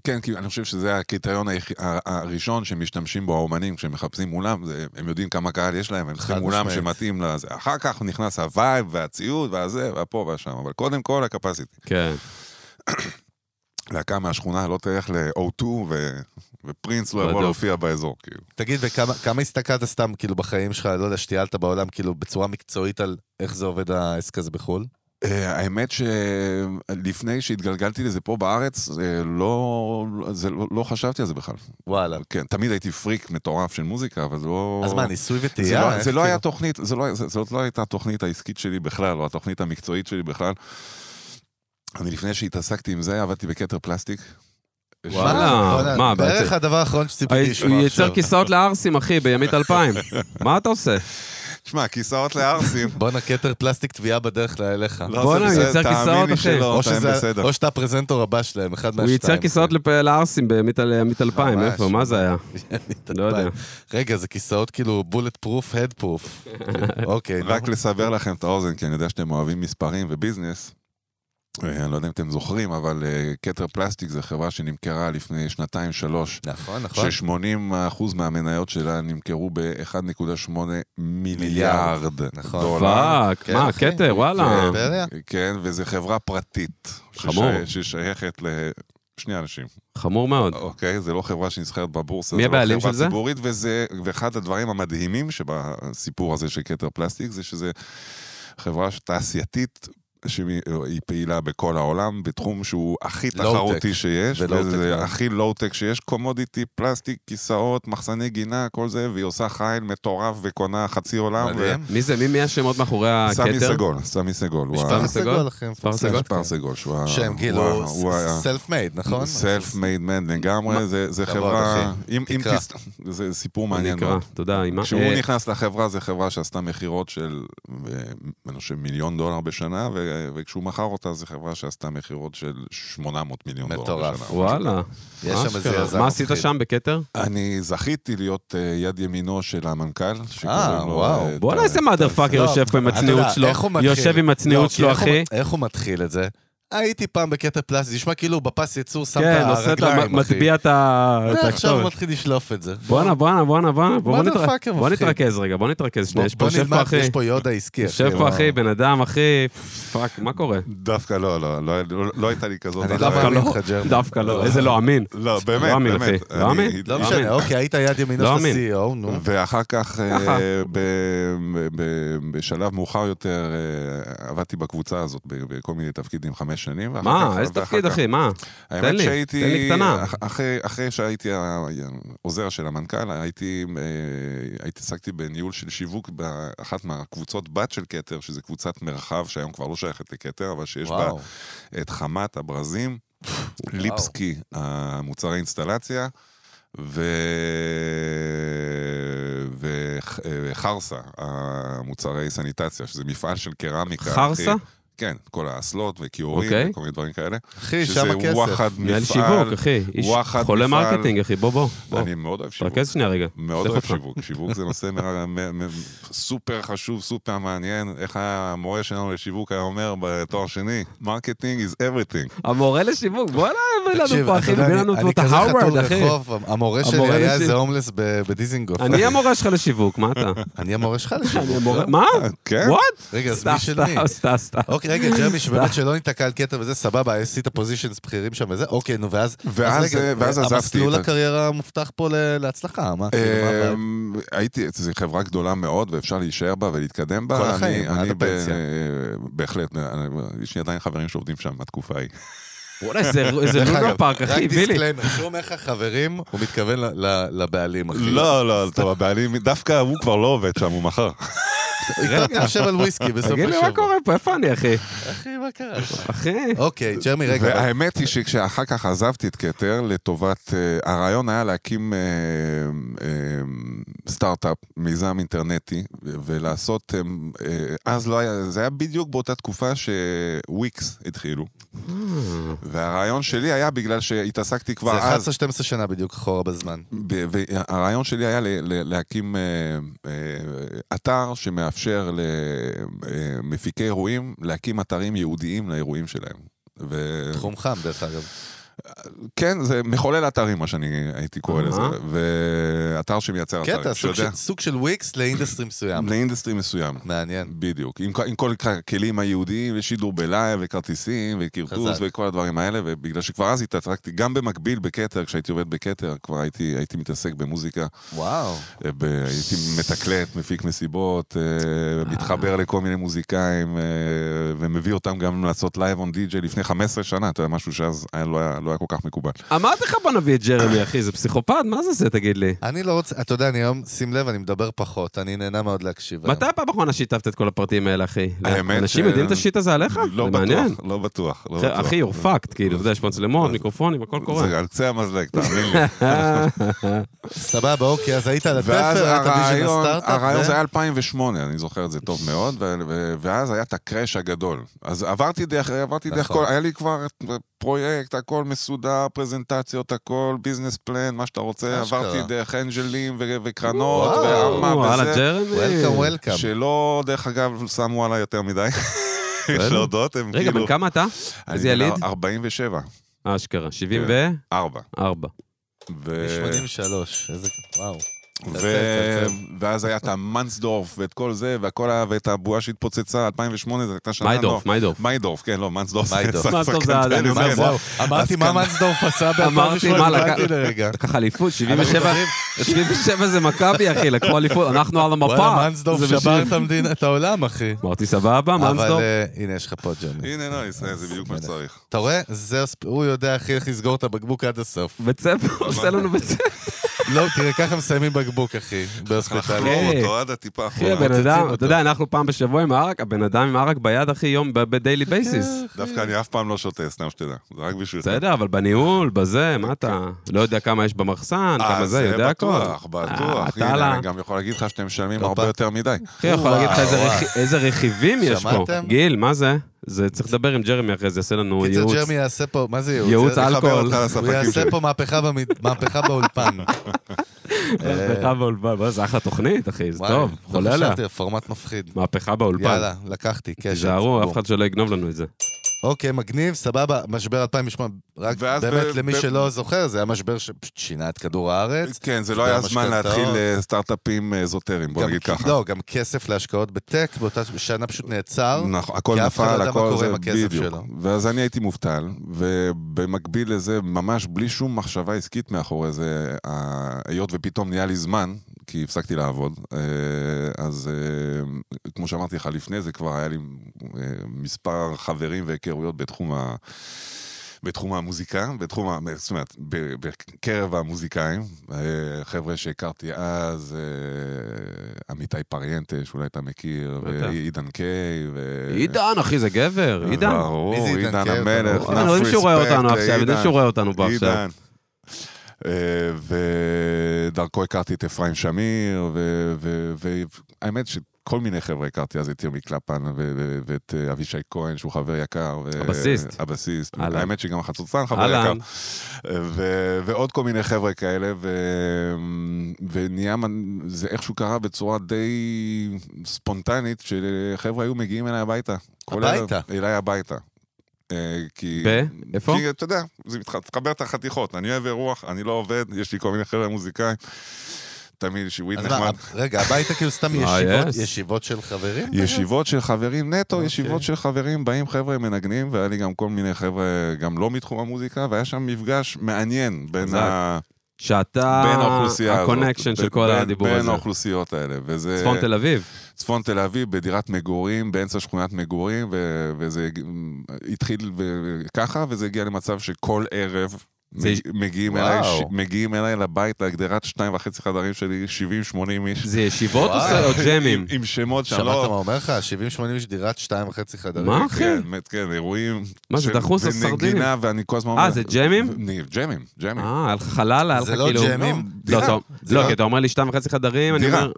C: כן, כי אני חושב שזה הקריטריון היח- ה- הראשון שמשתמשים בו האומנים כשמחפשים אולם, זה- הם יודעים כמה קהל יש להם, הם צריכים
A: חד
C: אולם
A: משמעית.
C: שמתאים לזה. אחר כך נכנס הווייב והציוד והזה והפה והשם, אבל קודם כל הקפסיטי.
B: כן.
C: להקה מהשכונה לא תלך ל-O2 ו- ופרינס לא יבוא
B: בדיוק.
C: להופיע באזור, כאילו.
A: תגיד, וכמה כמה הסתכלת סתם, כאילו, בחיים שלך, לא יודע, שטיילת בעולם, כאילו, בצורה מקצועית על איך זה עובד העסק הזה בחו"ל?
C: אה, האמת שלפני שהתגלגלתי לזה פה בארץ, אה, לא, זה, לא, לא חשבתי על זה בכלל.
A: וואלה.
C: כן, תמיד הייתי פריק מטורף של מוזיקה, אבל לא...
A: אז מה, ניסוי
C: זה לא,
A: וטעייה?
C: זה
A: איך
C: לא היה
A: כאילו?
C: תוכנית, זה לא, זה, זאת לא הייתה התוכנית העסקית שלי בכלל, או התוכנית המקצועית שלי בכלל. אני לפני שהתעסקתי עם זה, עבדתי בכתר פלסטיק.
B: וואלה.
A: בוא'נה,
B: מה,
A: בערך
B: בעצם?
A: הדבר האחרון שציפיתי לשמוע
B: אה, הוא
A: עכשיו.
B: ייצר כיסאות לערסים, אחי, בימית 2000. מה אתה עושה?
C: שמע, כיסאות לערסים.
A: בואנה, כתר פלסטיק תביעה בדרך אליך.
C: לא,
B: בואנה,
C: זה
B: הוא
C: בסדר,
B: יוצר
C: תאמין
B: כיסאות,
C: לי
B: אחי.
C: שלא,
A: או
C: תאמין
A: שזה-
C: בסדר.
A: או שאתה הפרזנטור הבא שלהם, אחד מהשתיים.
B: הוא ייצר כיסאות לפ- לערסים בעמית 2000,
A: כן. ממש.
B: איפה? מה זה היה? לא יודע.
A: רגע, זה כיסאות כאילו בולט פרוף, הד פרוף. אוקיי.
C: רק
A: נו.
C: לסבר לכם את האוזן, כי אני יודע שאתם אוהבים מספרים וביזנס. אה, אני לא יודע אם אתם זוכרים, אבל אה, כתר פלסטיק זו חברה שנמכרה לפני שנתיים-שלוש,
A: נכון, נכון.
C: ש-80% מהמניות שלה נמכרו ב-1.8 מיליארד
A: נכון.
C: דולר.
B: פאק,
A: כן,
B: מה,
A: אחי.
B: כתר, וואלה.
A: כן, בטח.
C: כן, וזו חברה פרטית.
B: חמור.
C: ששי- ששייכת לשני אנשים.
B: חמור מאוד.
C: אוקיי, זה לא חברה שנסחרת בבורסה,
B: מי
C: זה
B: הבעלים
C: לא חברה
B: של זה?
C: ציבורית, וזה, ואחד הדברים המדהימים שבסיפור הזה של כתר פלסטיק, זה שזה חברה תעשייתית. שהיא פעילה בכל העולם, בתחום שהוא הכי
A: לואו-טק.
C: תחרותי שיש,
A: ולואו-טק מאוד.
B: כן.
C: וזה הכי לואו-טק שיש, קומודיטי, פלסטיק, כיסאות, מחסני גינה, כל זה, והיא עושה חיל מטורף וקונה חצי עולם. ו-
A: מדהים.
B: מי זה, מי- מי השמות מאחורי
C: סמי
B: הכתר?
C: סגול, סמי סגול. הוא ה-
A: משפחת
B: סגול?
A: סגול, אחי.
B: משפחת אה, סגול?
C: משפחת סגול, שהוא ה-
A: שהם
C: הוא
A: כאילו
C: ה- הוא ה-
A: סלף מייד, נכון?
C: סלף מייד מן לגמרי, זה זה
A: כבוד,
C: חברה...
A: אחי.
C: אם- אם
A: תקרא.
C: תס- זה סיפור מעניין
B: נקרא,
C: מאוד.
B: תודה, אימא.
C: כשהוא
B: אה,
C: נכנס לחברה, זו חברה שעשתה מכירות של, אה, אני חושב, מיליון דולר בשנה, ו- וכשהוא מכר אותה, זו חברה שעשתה מכירות של 800 מיליון דולר
A: מטורף.
C: בשנה.
B: וואלה.
A: יש שם איזה
B: אשכרה.
A: יזם
B: מה עשית
A: מפחיד.
B: שם בכתר?
C: אני זכיתי להיות אה, יד ימינו של המנכ"ל, שקוראים לו...
A: וואו.
C: אה,
B: בואנה,
C: ט-
B: איזה מאדר פאקר
A: לא,
B: יושב פה עם
A: אתה
B: הצניעות
A: יודע,
B: שלו.
A: איך הוא מתחיל?
B: יושב עם
A: לא,
B: הצניעות
A: כי
B: שלו,
A: איך הוא-
B: אחי.
A: איך הוא מתחיל את זה? הייתי פעם בקטע פלסטי, זה נשמע כאילו בפס ייצור שם את
B: כן, עושה את
A: הרגליים,
B: ה...
A: אחי.
B: מטביע את ה- את
A: לא, עכשיו הוא
B: הכתובת.
A: מתחיל לשלוף את זה.
B: בואנה, בואנה, בואנה, בואנה. בוא
A: Motherfucker
B: נתר-
A: מפחיד.
B: בוא נתרכז רגע, בוא נתרכז
A: בוא
B: שנייה. יש פה-
A: בוא
B: יושב פה,
A: נלמד,
B: אחי.
A: יש פה כאילו. יודה עסקי.
B: יושב פה,
A: וואו.
B: אחי, בן אדם, אחי. פאק, מה קורה?
C: דווקא לא, לא, לא- לא- לא הייתה לי כזאת...
A: אני
C: אחריות.
A: דווקא
B: לא.
A: לא.
B: דווקא לא, איזה לא אמין.
C: לא, באמת,
B: לא אמין,
C: באמת.
B: אחי. לא
C: אני-
B: אמין.
A: לא
B: לא אמין.
A: משנה, אוקיי, היית יד
B: לא
A: ימינו של
B: אמין.
A: ה-CEO, נו.
C: ואחר כך, אה,
B: ככה.
C: ב, ב, בשלב מאוחר יותר, אה, עבדתי בקבוצה הזאת ב- בכל מיני תפקידים חמש שנים. ואחר כך-
B: מה, איזה
C: ואחר
B: תפקיד,
C: כך-
B: אחי, מה?
C: האמת
B: תן לי,
C: שהייתי,
B: תן לי קטנה.
C: אח- אחרי, אחרי שהייתי ה- העוזר של המנכ"ל, הייתי, אה, הייתי עסקתי בניהול של שיווק באחת מהקבוצות בת של כתר, שזו קבוצת מרחב שהיום כבר לא שייכת לכתר, אבל שיש בה
A: וואו.
C: את חמת הברזים, ליפסקי, המוצרי אינסטלציה, ו... ו- וחרסה, המוצרי סניטציה, שזה מפעל של קרמיקה. אחי.
B: חרסה?
C: כן, כל האסלות וכיורים
B: אוקיי.
C: וכל מיני דברים כאלה.
A: אחי, שם
C: שזה
A: הכסף.
C: וואחד
B: מנהל
C: מפעל.
B: שיווק, אחי. איש
C: וואחד
B: חולה
C: מפעל.
B: מרקטינג, אחי, בוא, בוא. בוא.
C: אני מאוד אוהב שיווק.
B: תרכז כן, שנייה רגע.
C: מאוד
B: שלח
C: אוהב
B: אותך.
C: שיווק, שיווק זה נושא מר- מ- מ- סופר חשוב, סופר מעניין, איך המורה שלנו לשיווק היה אומר בתואר שני, marketing is everything.
B: המורה לשיווק, בוא'נה, הביא לנו
A: תקשיב,
B: פה,
A: אתה
B: אחי,
A: יודע,
B: הביא
A: אני-
B: לנו פה
A: אני
B: את
A: כזה חתול
B: ההרווארד, אחי.
A: רחוב, המורה שלי
B: המורה
A: היה
B: שלי-
A: איזה הומלס ב- בדיזינגוף.
B: אני המורה שלך לשיווק, מה אתה?
A: אני המורה שלך
B: אני
A: לשיווק.
B: המורה, מה?
C: כן?
B: וואט?
A: רגע, אז
B: סתם,
A: מי של מי?
B: סתם, סתם, סתם.
A: אוקיי, רגע, ג'רמי, שבאמת שלא ניתקע על קטע וזה, סבבה, עשית פוזיישנס בכירים שם וזה, אוקיי, נו, ואז...
C: ואז,
A: אז רגע,
C: אה, ואז עזבתי
A: המסלול
C: את ה- אה,
A: לקריירה המובטח פה ל- להצלחה, מה? כאילו, מה הבעיה?
C: אמ, הייתי, זו חברה גדולה מאוד ואפשר להישאר בה ולהתקדם בה.
A: כל
C: אני-
A: החיים, עד
C: אני ב- אה,
A: הפנסיה.
C: בהחלט, אני- יש לי עדיין חברים שעובדים שם מהתקופה ההיא.
B: וואלה, איזה איזה
A: דרך
B: לונה
A: אגב,
B: פארק, אחי,
A: רק
B: הביא לי.
A: דיסקליימר, כשהוא אומר לך חברים, הוא מתכוון ל- ל- לבעלים, אחי.
C: לא, לא, טוב, הבעלים, דווקא הוא כבר לא עובד שם, הוא מכר.
A: רגע, אתה יושב על וויסקי בסוף
B: תגיד לי,
A: השבוע.
B: מה קורה פה? איפה אני, אחי?
A: אחי, מה קרה?
B: אחי.
A: אוקיי, ג'רמי, רגע, אבל-
C: והאמת היא שכשאחר כך עזבתי את כתר לטובת, אה, הרעיון היה להקים אה, אה, סטארט-אפ, מיזם אינטרנטי, ו- ולעשות, אה, אה, אז לא היה, זה היה בדיוק באותה תקופה שוויקס התחילו.
A: אה.
C: והרעיון שלי היה בגלל שהתעסקתי כבר
A: זה
C: אז,
A: 11-12 שנה בדיוק אחורה בזמן.
C: ב- והרעיון שלי היה ל- ל- להקים אה, אה, אתר שמאפשר למפיקי אירועים להקים אתרים ייעודיים לאירועים שלהם. ו-
A: תחום חם, דרך אגב.
C: כן, זה מחולל אתרים, מה שאני הייתי קורא לזה,
B: אהה.
C: ואתר שמייצר אתרים.
A: קטע, סוג
C: שיודע-
A: של- סוג של וויקס לאינדסטרי מסוים.
C: לאינדסטרי מסוים.
A: מעניין.
C: בדיוק, עם, כל- עם כל הכלים היהודיים ושידור בלייב וכרטיסים וכרטוס
A: חזק.
C: וכל הדברים האלה ובגלל שכבר אז התעסקתי, גם במקביל בכתר, כשהייתי עובד בכתר, כבר הייתי, הייתי מתעסק במוזיקה,
A: וואו.
C: אה, ב, הייתי מתקלט, מפיק מסיבות, אה, מתחבר לכל מיני מוזיקאים אה, ומביא אותם גם לעשות לייב און די.ג'יי לפני 15 שנה, אתה יודע, משהו שאז היה, לא, היה, לא היה כל כך מקובל.
B: אמרתי לך בוא נביא את ג'רמי, אחי, זה פסיכופת, מה זה זה, תגיד לי?
A: אני לא רוצה, אתה יודע, אני היום, שים לב, אני מדבר פחות, אני נהנה מאוד להקשיב. היום.
B: מתי הפעם האחרונה שיתפת את כל הפרטים האלה, אחי?
C: האמת
B: אנשים
C: ש-
B: יודעים את השיט הזה עליך?
C: לא
B: זה מעניין.
C: בטוח, לא בטוח, לא בטוח.
B: אחי, you're fucked, כאילו, אתה יודע,
A: לא
B: יש מצלמות, מיקרופונים, הכל קורה.
C: זה על קצה המזלג, תאמין לי.
A: סבבה, אוקיי, אז היית על
C: ואז
A: התפר, היה את הוויז'ן
C: הרעיון, הרעיון
A: הסטארט-אפ,
C: זה
A: ו-
C: היה 2008, אני זוכר את זה טוב מאוד, ו- ו- ואז היה את הקראש הגדול. אז עברתי דרך, עברתי דרך
A: נכון.
C: כל, היה לי כבר פרויקט, הכל מסודר, פרזנטציות, הכל, ביזנס פלן, מה שאתה רוצה,
A: אשכרה.
C: עברתי דרך אנג'לים ו- וקרנות,
A: וואו,
C: ואמה
B: וואלה,
C: וזה.
A: וולקאם,
B: ג'רמי.
A: וולקאם.
C: שלא, דרך אגב, שמו עליי יותר מדי, יש להודות, הם
B: רגע,
C: כאילו...
B: בן כמה אתה?
C: אני
B: איזה
C: בן
B: יליד?
C: 47,
B: אשכרה, 74.
C: 4.
A: אני 83, איזה... וואו.
C: ו... ואז היה את המנסדורף ואת כל זה, והכל היה, ואת הבועה שהתפוצצה, 2008, זו הייתה שנה
B: מיידוף, מיידוף.
C: מיידוף, כן, לא, מנסדורף.
A: מיידוף.
B: מנסדורף זה
C: סקנדל,
B: זה-
C: אני אומר,
B: זה-
C: וואו.
A: אמרתי, מה מנסדורף עשה
B: אמרתי,
A: ב-2008?
B: מה,
A: הבנתי
B: לקח-
A: לרגע.
B: לקח אליפות, 77 77 זה מכבי, אחי, לקחו אליפות, אנחנו על המפה.
A: וואלה, מנסדורף
B: זה
A: שבר
B: בשביל-
A: את המדינה, את העולם, אחי.
B: אמרתי, סבבה,
A: אבל
B: מנסדורף.
A: אה, הנה, יש לך פה ג'רמי.
C: הנה, לא, ישראל, זה בדיוק מה שצריך.
A: אתה רואה? זה, הספ- הוא יודע, אחי, איך לסגור את הבקבוק עד הסוף.
B: בית ספר, עושה לנו בית ספר.
A: לא, תראה, ככה מסיימים בקבוק, אחי, בהוספיטליה.
C: חלום אותו עד הטיפה
B: אחי,
C: האחרונה.
B: הבן אדם,
A: אותו.
B: אתה יודע, אנחנו פעם בשבוע עם ערק, הבן אדם עם ערק ביד, אחי, יום ב- בדיילי בייסיס.
C: דווקא אני אף פעם לא שותה, סתם שתדע. זה רק בשבילך.
B: בסדר, אבל בניהול, בזה, מה אתה? לא יודע כמה יש במחסן, כמה
C: אה,
B: זה, יודע הכל.
C: בטוח, בטוח.
B: אה,
C: הנה,
B: טאללה.
C: אני גם יכול להגיד לך שאתם משלמים
A: לא
C: הרבה
A: פעם.
C: יותר מדי.
B: אחי, אני יכול
A: וואו,
B: להגיד לך איזה
A: וואו.
B: רכי- איזה רכיבים יש פה.
A: שמעתם?
B: גיל, מה זה? זה צריך לדבר עם ג'רמי אחרי זה, יעשה לנו
A: קיצר,
B: ייעוץ.
A: ג'רמי יעשה פה, מה זה ייעוץ?
B: ייעוץ
A: זה-
B: על-
C: לחבר
B: אלכוהול.
C: אותך
A: הוא
C: לספקים
A: יעשה
C: שלי.
A: פה מהפכה במד- מהפכה באולפן.
C: אה,
B: מהפכה באולפן, מה, זה אחלה תוכנית, אחי, זה
A: וואי,
B: טוב,
A: לא
B: חולה עליה.
A: חשבתי, פורמט מפחיד.
B: מהפכה באולפן.
A: יאללה, לקחתי, קשת.
B: תיזהרו,
A: בום.
B: אף אחד שלא יגנוב לנו את זה.
C: אה,
A: אוקיי, מגניב, סבבה, משבר 2008. רק
C: ואז
A: באמת,
C: ב-
A: למי
C: ב-
A: שלא זוכר, זה היה משבר שפשוט שינה את כדור הארץ.
C: כן, זה לא היה זמן
A: והמשכנתאות.
C: להתחיל אה, סטארט-אפים אה, אזוטריים, בוא
A: גם-
C: נגיד ככה.
A: לא, גם כסף להשקעות בטק, באותה שנה פשוט נעצר.
C: נכון, הכל
A: כי אף אחד לא
C: נפל,
A: ידע מה
C: הכל
A: קורה
C: זה,
A: עם הכסף
C: בדיוק.
A: שלו.
C: ואז אני הייתי מובטל, ובמקביל לזה, ממש בלי שום מחשבה עסקית מאחורי זה, ה- היות ופתאום נהיה לי זמן, כי הפסקתי לעבוד, אה, אז אה, כמו שאמרתי לך לפני, זה כבר היה לי אה, מספר חברים והיכרויות בתחום ה... בתחום המוזיקה, בתחום, ה- זאת אומרת, ב- בקרב המוזיקאים, אה, חבר'ה שהכרתי אז, אה, עמיתי פריאנטה, שאולי אתה מכיר,
B: בטח.
C: ועידן קיי, ו...
B: עידן, אחי, זה גבר, עידן.
C: ברור,
A: מי זה עידן
C: עידן
A: קיי?
C: המלך,
A: ברור.
B: אנחנו
C: enough
B: יודעים שהוא רואה
C: אה, respect
B: אותנו עכשיו, יודעים
C: לעידן.
B: שהוא רואה אותנו פה עכשיו.
C: עידן. אה, ודרכו הכרתי את אפרים שמיר, והאמת שכל מיני חבר'ה הכרתי אז את ירמי קלפן ו- ו- ואת אה, אבישי כהן, שהוא חבר יקר. ו-
B: הבסיסט.
C: הבסיסט.
B: אהלן.
C: האמת שגם החצוצרן חבר יקר.
B: אהלן,
C: ו- ועוד כל מיני חבר'ה כאלה, ו... ונהיה, מנ- זה איכשהו קרה בצורה די ספונטנית, שחבר'ה היו מגיעים אליי הביתה. כל ערב,
A: הביתה?
C: אליי הביתה. אה, כי...
B: ב? איפה?
C: כי אתה יודע, זה מתח- מתחבר את החתיכות. אני אוהב אירוח, אני לא עובד, יש לי כל מיני חבר'ה מוזיקאים. תמיד שיווית
A: אז
C: נחמד.
A: מה, רגע, הביתה כאילו סתם
B: אה,
A: ישיבות-
B: yes.
A: ישיבות של חברים?
C: ישיבות של חברים נטו,
A: אוקיי.
C: ישיבות של חברים, באים חבר'ה מנגנים, והיה לי גם כל מיני חבר'ה, גם לא מתחום המוזיקה, והיה שם מפגש מעניין בין
B: חזק.
C: ה...
B: שאתה...
C: בין האוכלוסייה הזאת.
B: הקונקשן של
C: בין-
B: כל
C: בין-
B: הדיבור
C: בין
B: הזה.
C: האוכלוסיות האלה. וזה...
B: צפון תל אביב.
C: צפון תל אביב, בדירת מגורים, באמצע שכונת מגורים, ו- וזה הג- התחיל ו- ככה, וזה הגיע למצב שכל ערב...
B: זה-
C: מג- מגיעים
A: וואו.
C: אליי, ש- מגיעים אליי לבית, לגדרת שתיים וחצי חדרים שלי, 70-80 איש.
B: זה ישיבות או
A: וואי.
B: ס- או ג'מים?
C: עם- עם שמות שאני
A: שמעת
C: לא...
A: מה הוא אומר לך? 70-80 איש דירת שתיים וחצי חדרים.
B: מה? אחי?
C: כן, באמת, כן, אירועים.
B: מה, זה
C: של-
B: דחוס הסרדינים?
C: ונגינה, ואני כל הזמן...
B: אה, זה ג'מים?
C: ו- ג'מים, ג'מים.
B: אה, היה לך חלל, היה לך
A: זה לא
B: כאילו...
A: ג'מים?
B: לא,
C: דירה.
B: אתה- לא,
C: דירה.
B: כי אתה אומר לי שתיים וחצי חדרים, אני
C: דירה.
B: אומר...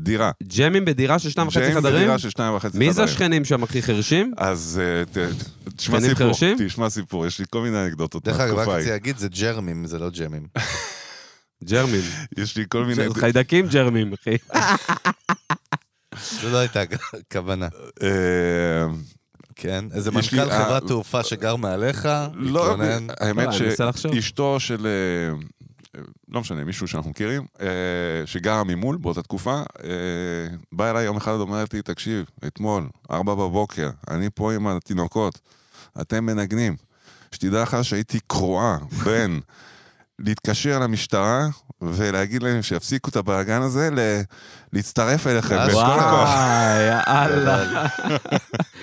C: דירה.
B: ג'מים בדירה של שתיים וחצי
C: ג'מים
B: חדרים?
C: בדירה של שתיים וחצי חדרים.
B: מי זה השכנים שם, אחי חרשים?
C: אז אה, ת- תשמע
B: שכנים
C: סיפור,
B: חרשים?
C: תשמע סיפור, יש לי כל מיני אנקדוטות
A: דרך אגב, רק
C: מהתקופה
A: רציתי
C: ההיא.
A: להגיד, זה ג'רמים, זה לא ג'מים.
B: ג'רמים.
C: יש לי כל מיני...
B: חיידקים ג'רמים, אחי.
A: זו לא הייתה הכוונה.
C: אה,
A: כן? איזה
C: יש לי-
A: מנכ"ל
C: אה,
A: חברת תעופה שגר מעליך,
C: לא,
A: התלונן.
C: האמת
B: לא, אני מנסה לחשוב.
C: שאשתו של... אה, לא משנה, מישהו שאנחנו מכירים, אה, שגרה ממול באותה תקופה, אה, בא אליי יום אחד ואומרת לי, תקשיב, אתמול, ארבע בבוקר, אני פה עם התינוקות, אתם מנגנים. שתדע לך שהייתי קרועה בין להתקשר למשטרה ולהגיד להם שיפסיקו את הבלאגן הזה, ל- להצטרף אליכם.
A: אה,
C: בכל
A: וואו.
C: הכוח.
B: וואי, יאללה.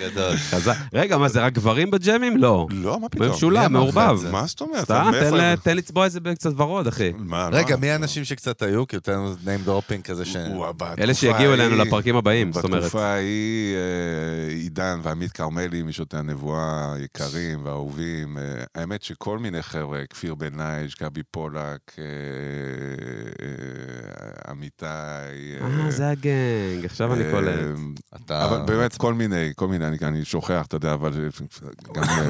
A: גדול.
B: חזק. רגע, מה זה, רק גברים בג'אמים? לא.
C: לא, מה פתאום?
A: מי
B: במשולב,
A: אמר לך את
B: מעורבב.
A: זה?
C: מה זאת אומרת?
B: סתם,
C: מאיפה
B: תן
C: הם-
B: ל- תן לצבוע את זה בקצת ורוד, אחי.
C: מה, לא,
A: רגע,
C: לא.
A: מי האנשים שקצת היו? כי הוא נותן לנו name dropping כזה ש...
C: וואו, בתקופה
B: אלה שיגיעו אלינו
C: ההיא-
B: לפרקים הבאים, זאת אומרת.
C: בתקופה ההיא, אה, עידן ועמית כרמלי, משותי הנבואה, יקרים ואהובים. אה, האמת שכל מיני חבר'ה, כפיר בן לייג', גבי פולק, אה, אה, אמיתי. אה,
B: אה, זה הגנג, עכשיו אני
C: אה,
B: קולט.
A: אתה...
C: אבל באמת כל מיני, כל מיני, אני- אני שוכח, אתה יודע, אבל גם אה,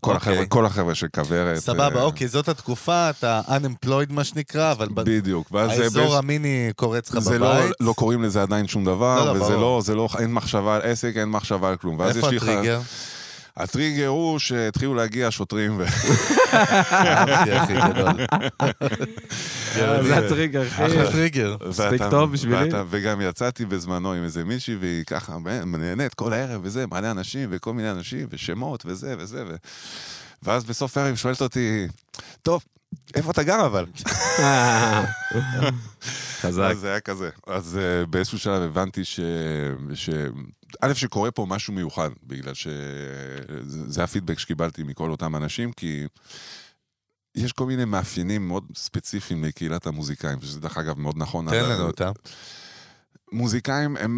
C: כל
A: אוקיי.
C: החבר'ה- כל החבר'ה של כוורת.
A: סבבה,
C: אה,
A: אוקיי, זאת התקופה, אתה unemployed מה שנקרא, אבל ב-
C: בדיוק. ואז זה
A: האזור
C: באיז-
A: המיני קורץ לך
C: אה, זה לא,
A: בבית.
C: לא קוראים לזה עדיין שום דבר,
A: לא, לא,
C: וזה
A: ברור.
C: לא, זה לא, אין מחשבה על עסק, אין מחשבה על כלום. ואז
A: איפה
C: יש לי ח-
A: הטריגר?
C: הטריגר הוא שהתחילו להגיע שוטרים, ו-
A: אהבתי, אוקיי, אחי, גדול.
C: אה,
B: זה הטריגר, אחי.
A: אחלה טריגר.
B: מספיק
C: ואתה-
B: טוב בשבילי.
C: ואתה- וגם יצאתי בזמנו עם איזה מישהי, והיא ככה נהנית כל הערב וזה, מלא אנשים וכל מיני אנשים ושמות וזה וזה. ו... ואז בסוף הערב היא שואלת אותי, טוב, איפה אתה גר אבל?
B: אה. חזק.
C: אז זה היה כזה. אז אה, באיזשהו שלב הבנתי ש... ש... א', שקורה פה משהו מיוחד, בגלל ש... זה זה הפידבק שקיבלתי מכל אותם אנשים, כי יש כל מיני מאפיינים מאוד ספציפיים לקהילת המוזיקאים, שזה דרך אגב מאוד נכון.
A: תן
C: על-
A: לנו אותה.
C: מוזיקאים הם,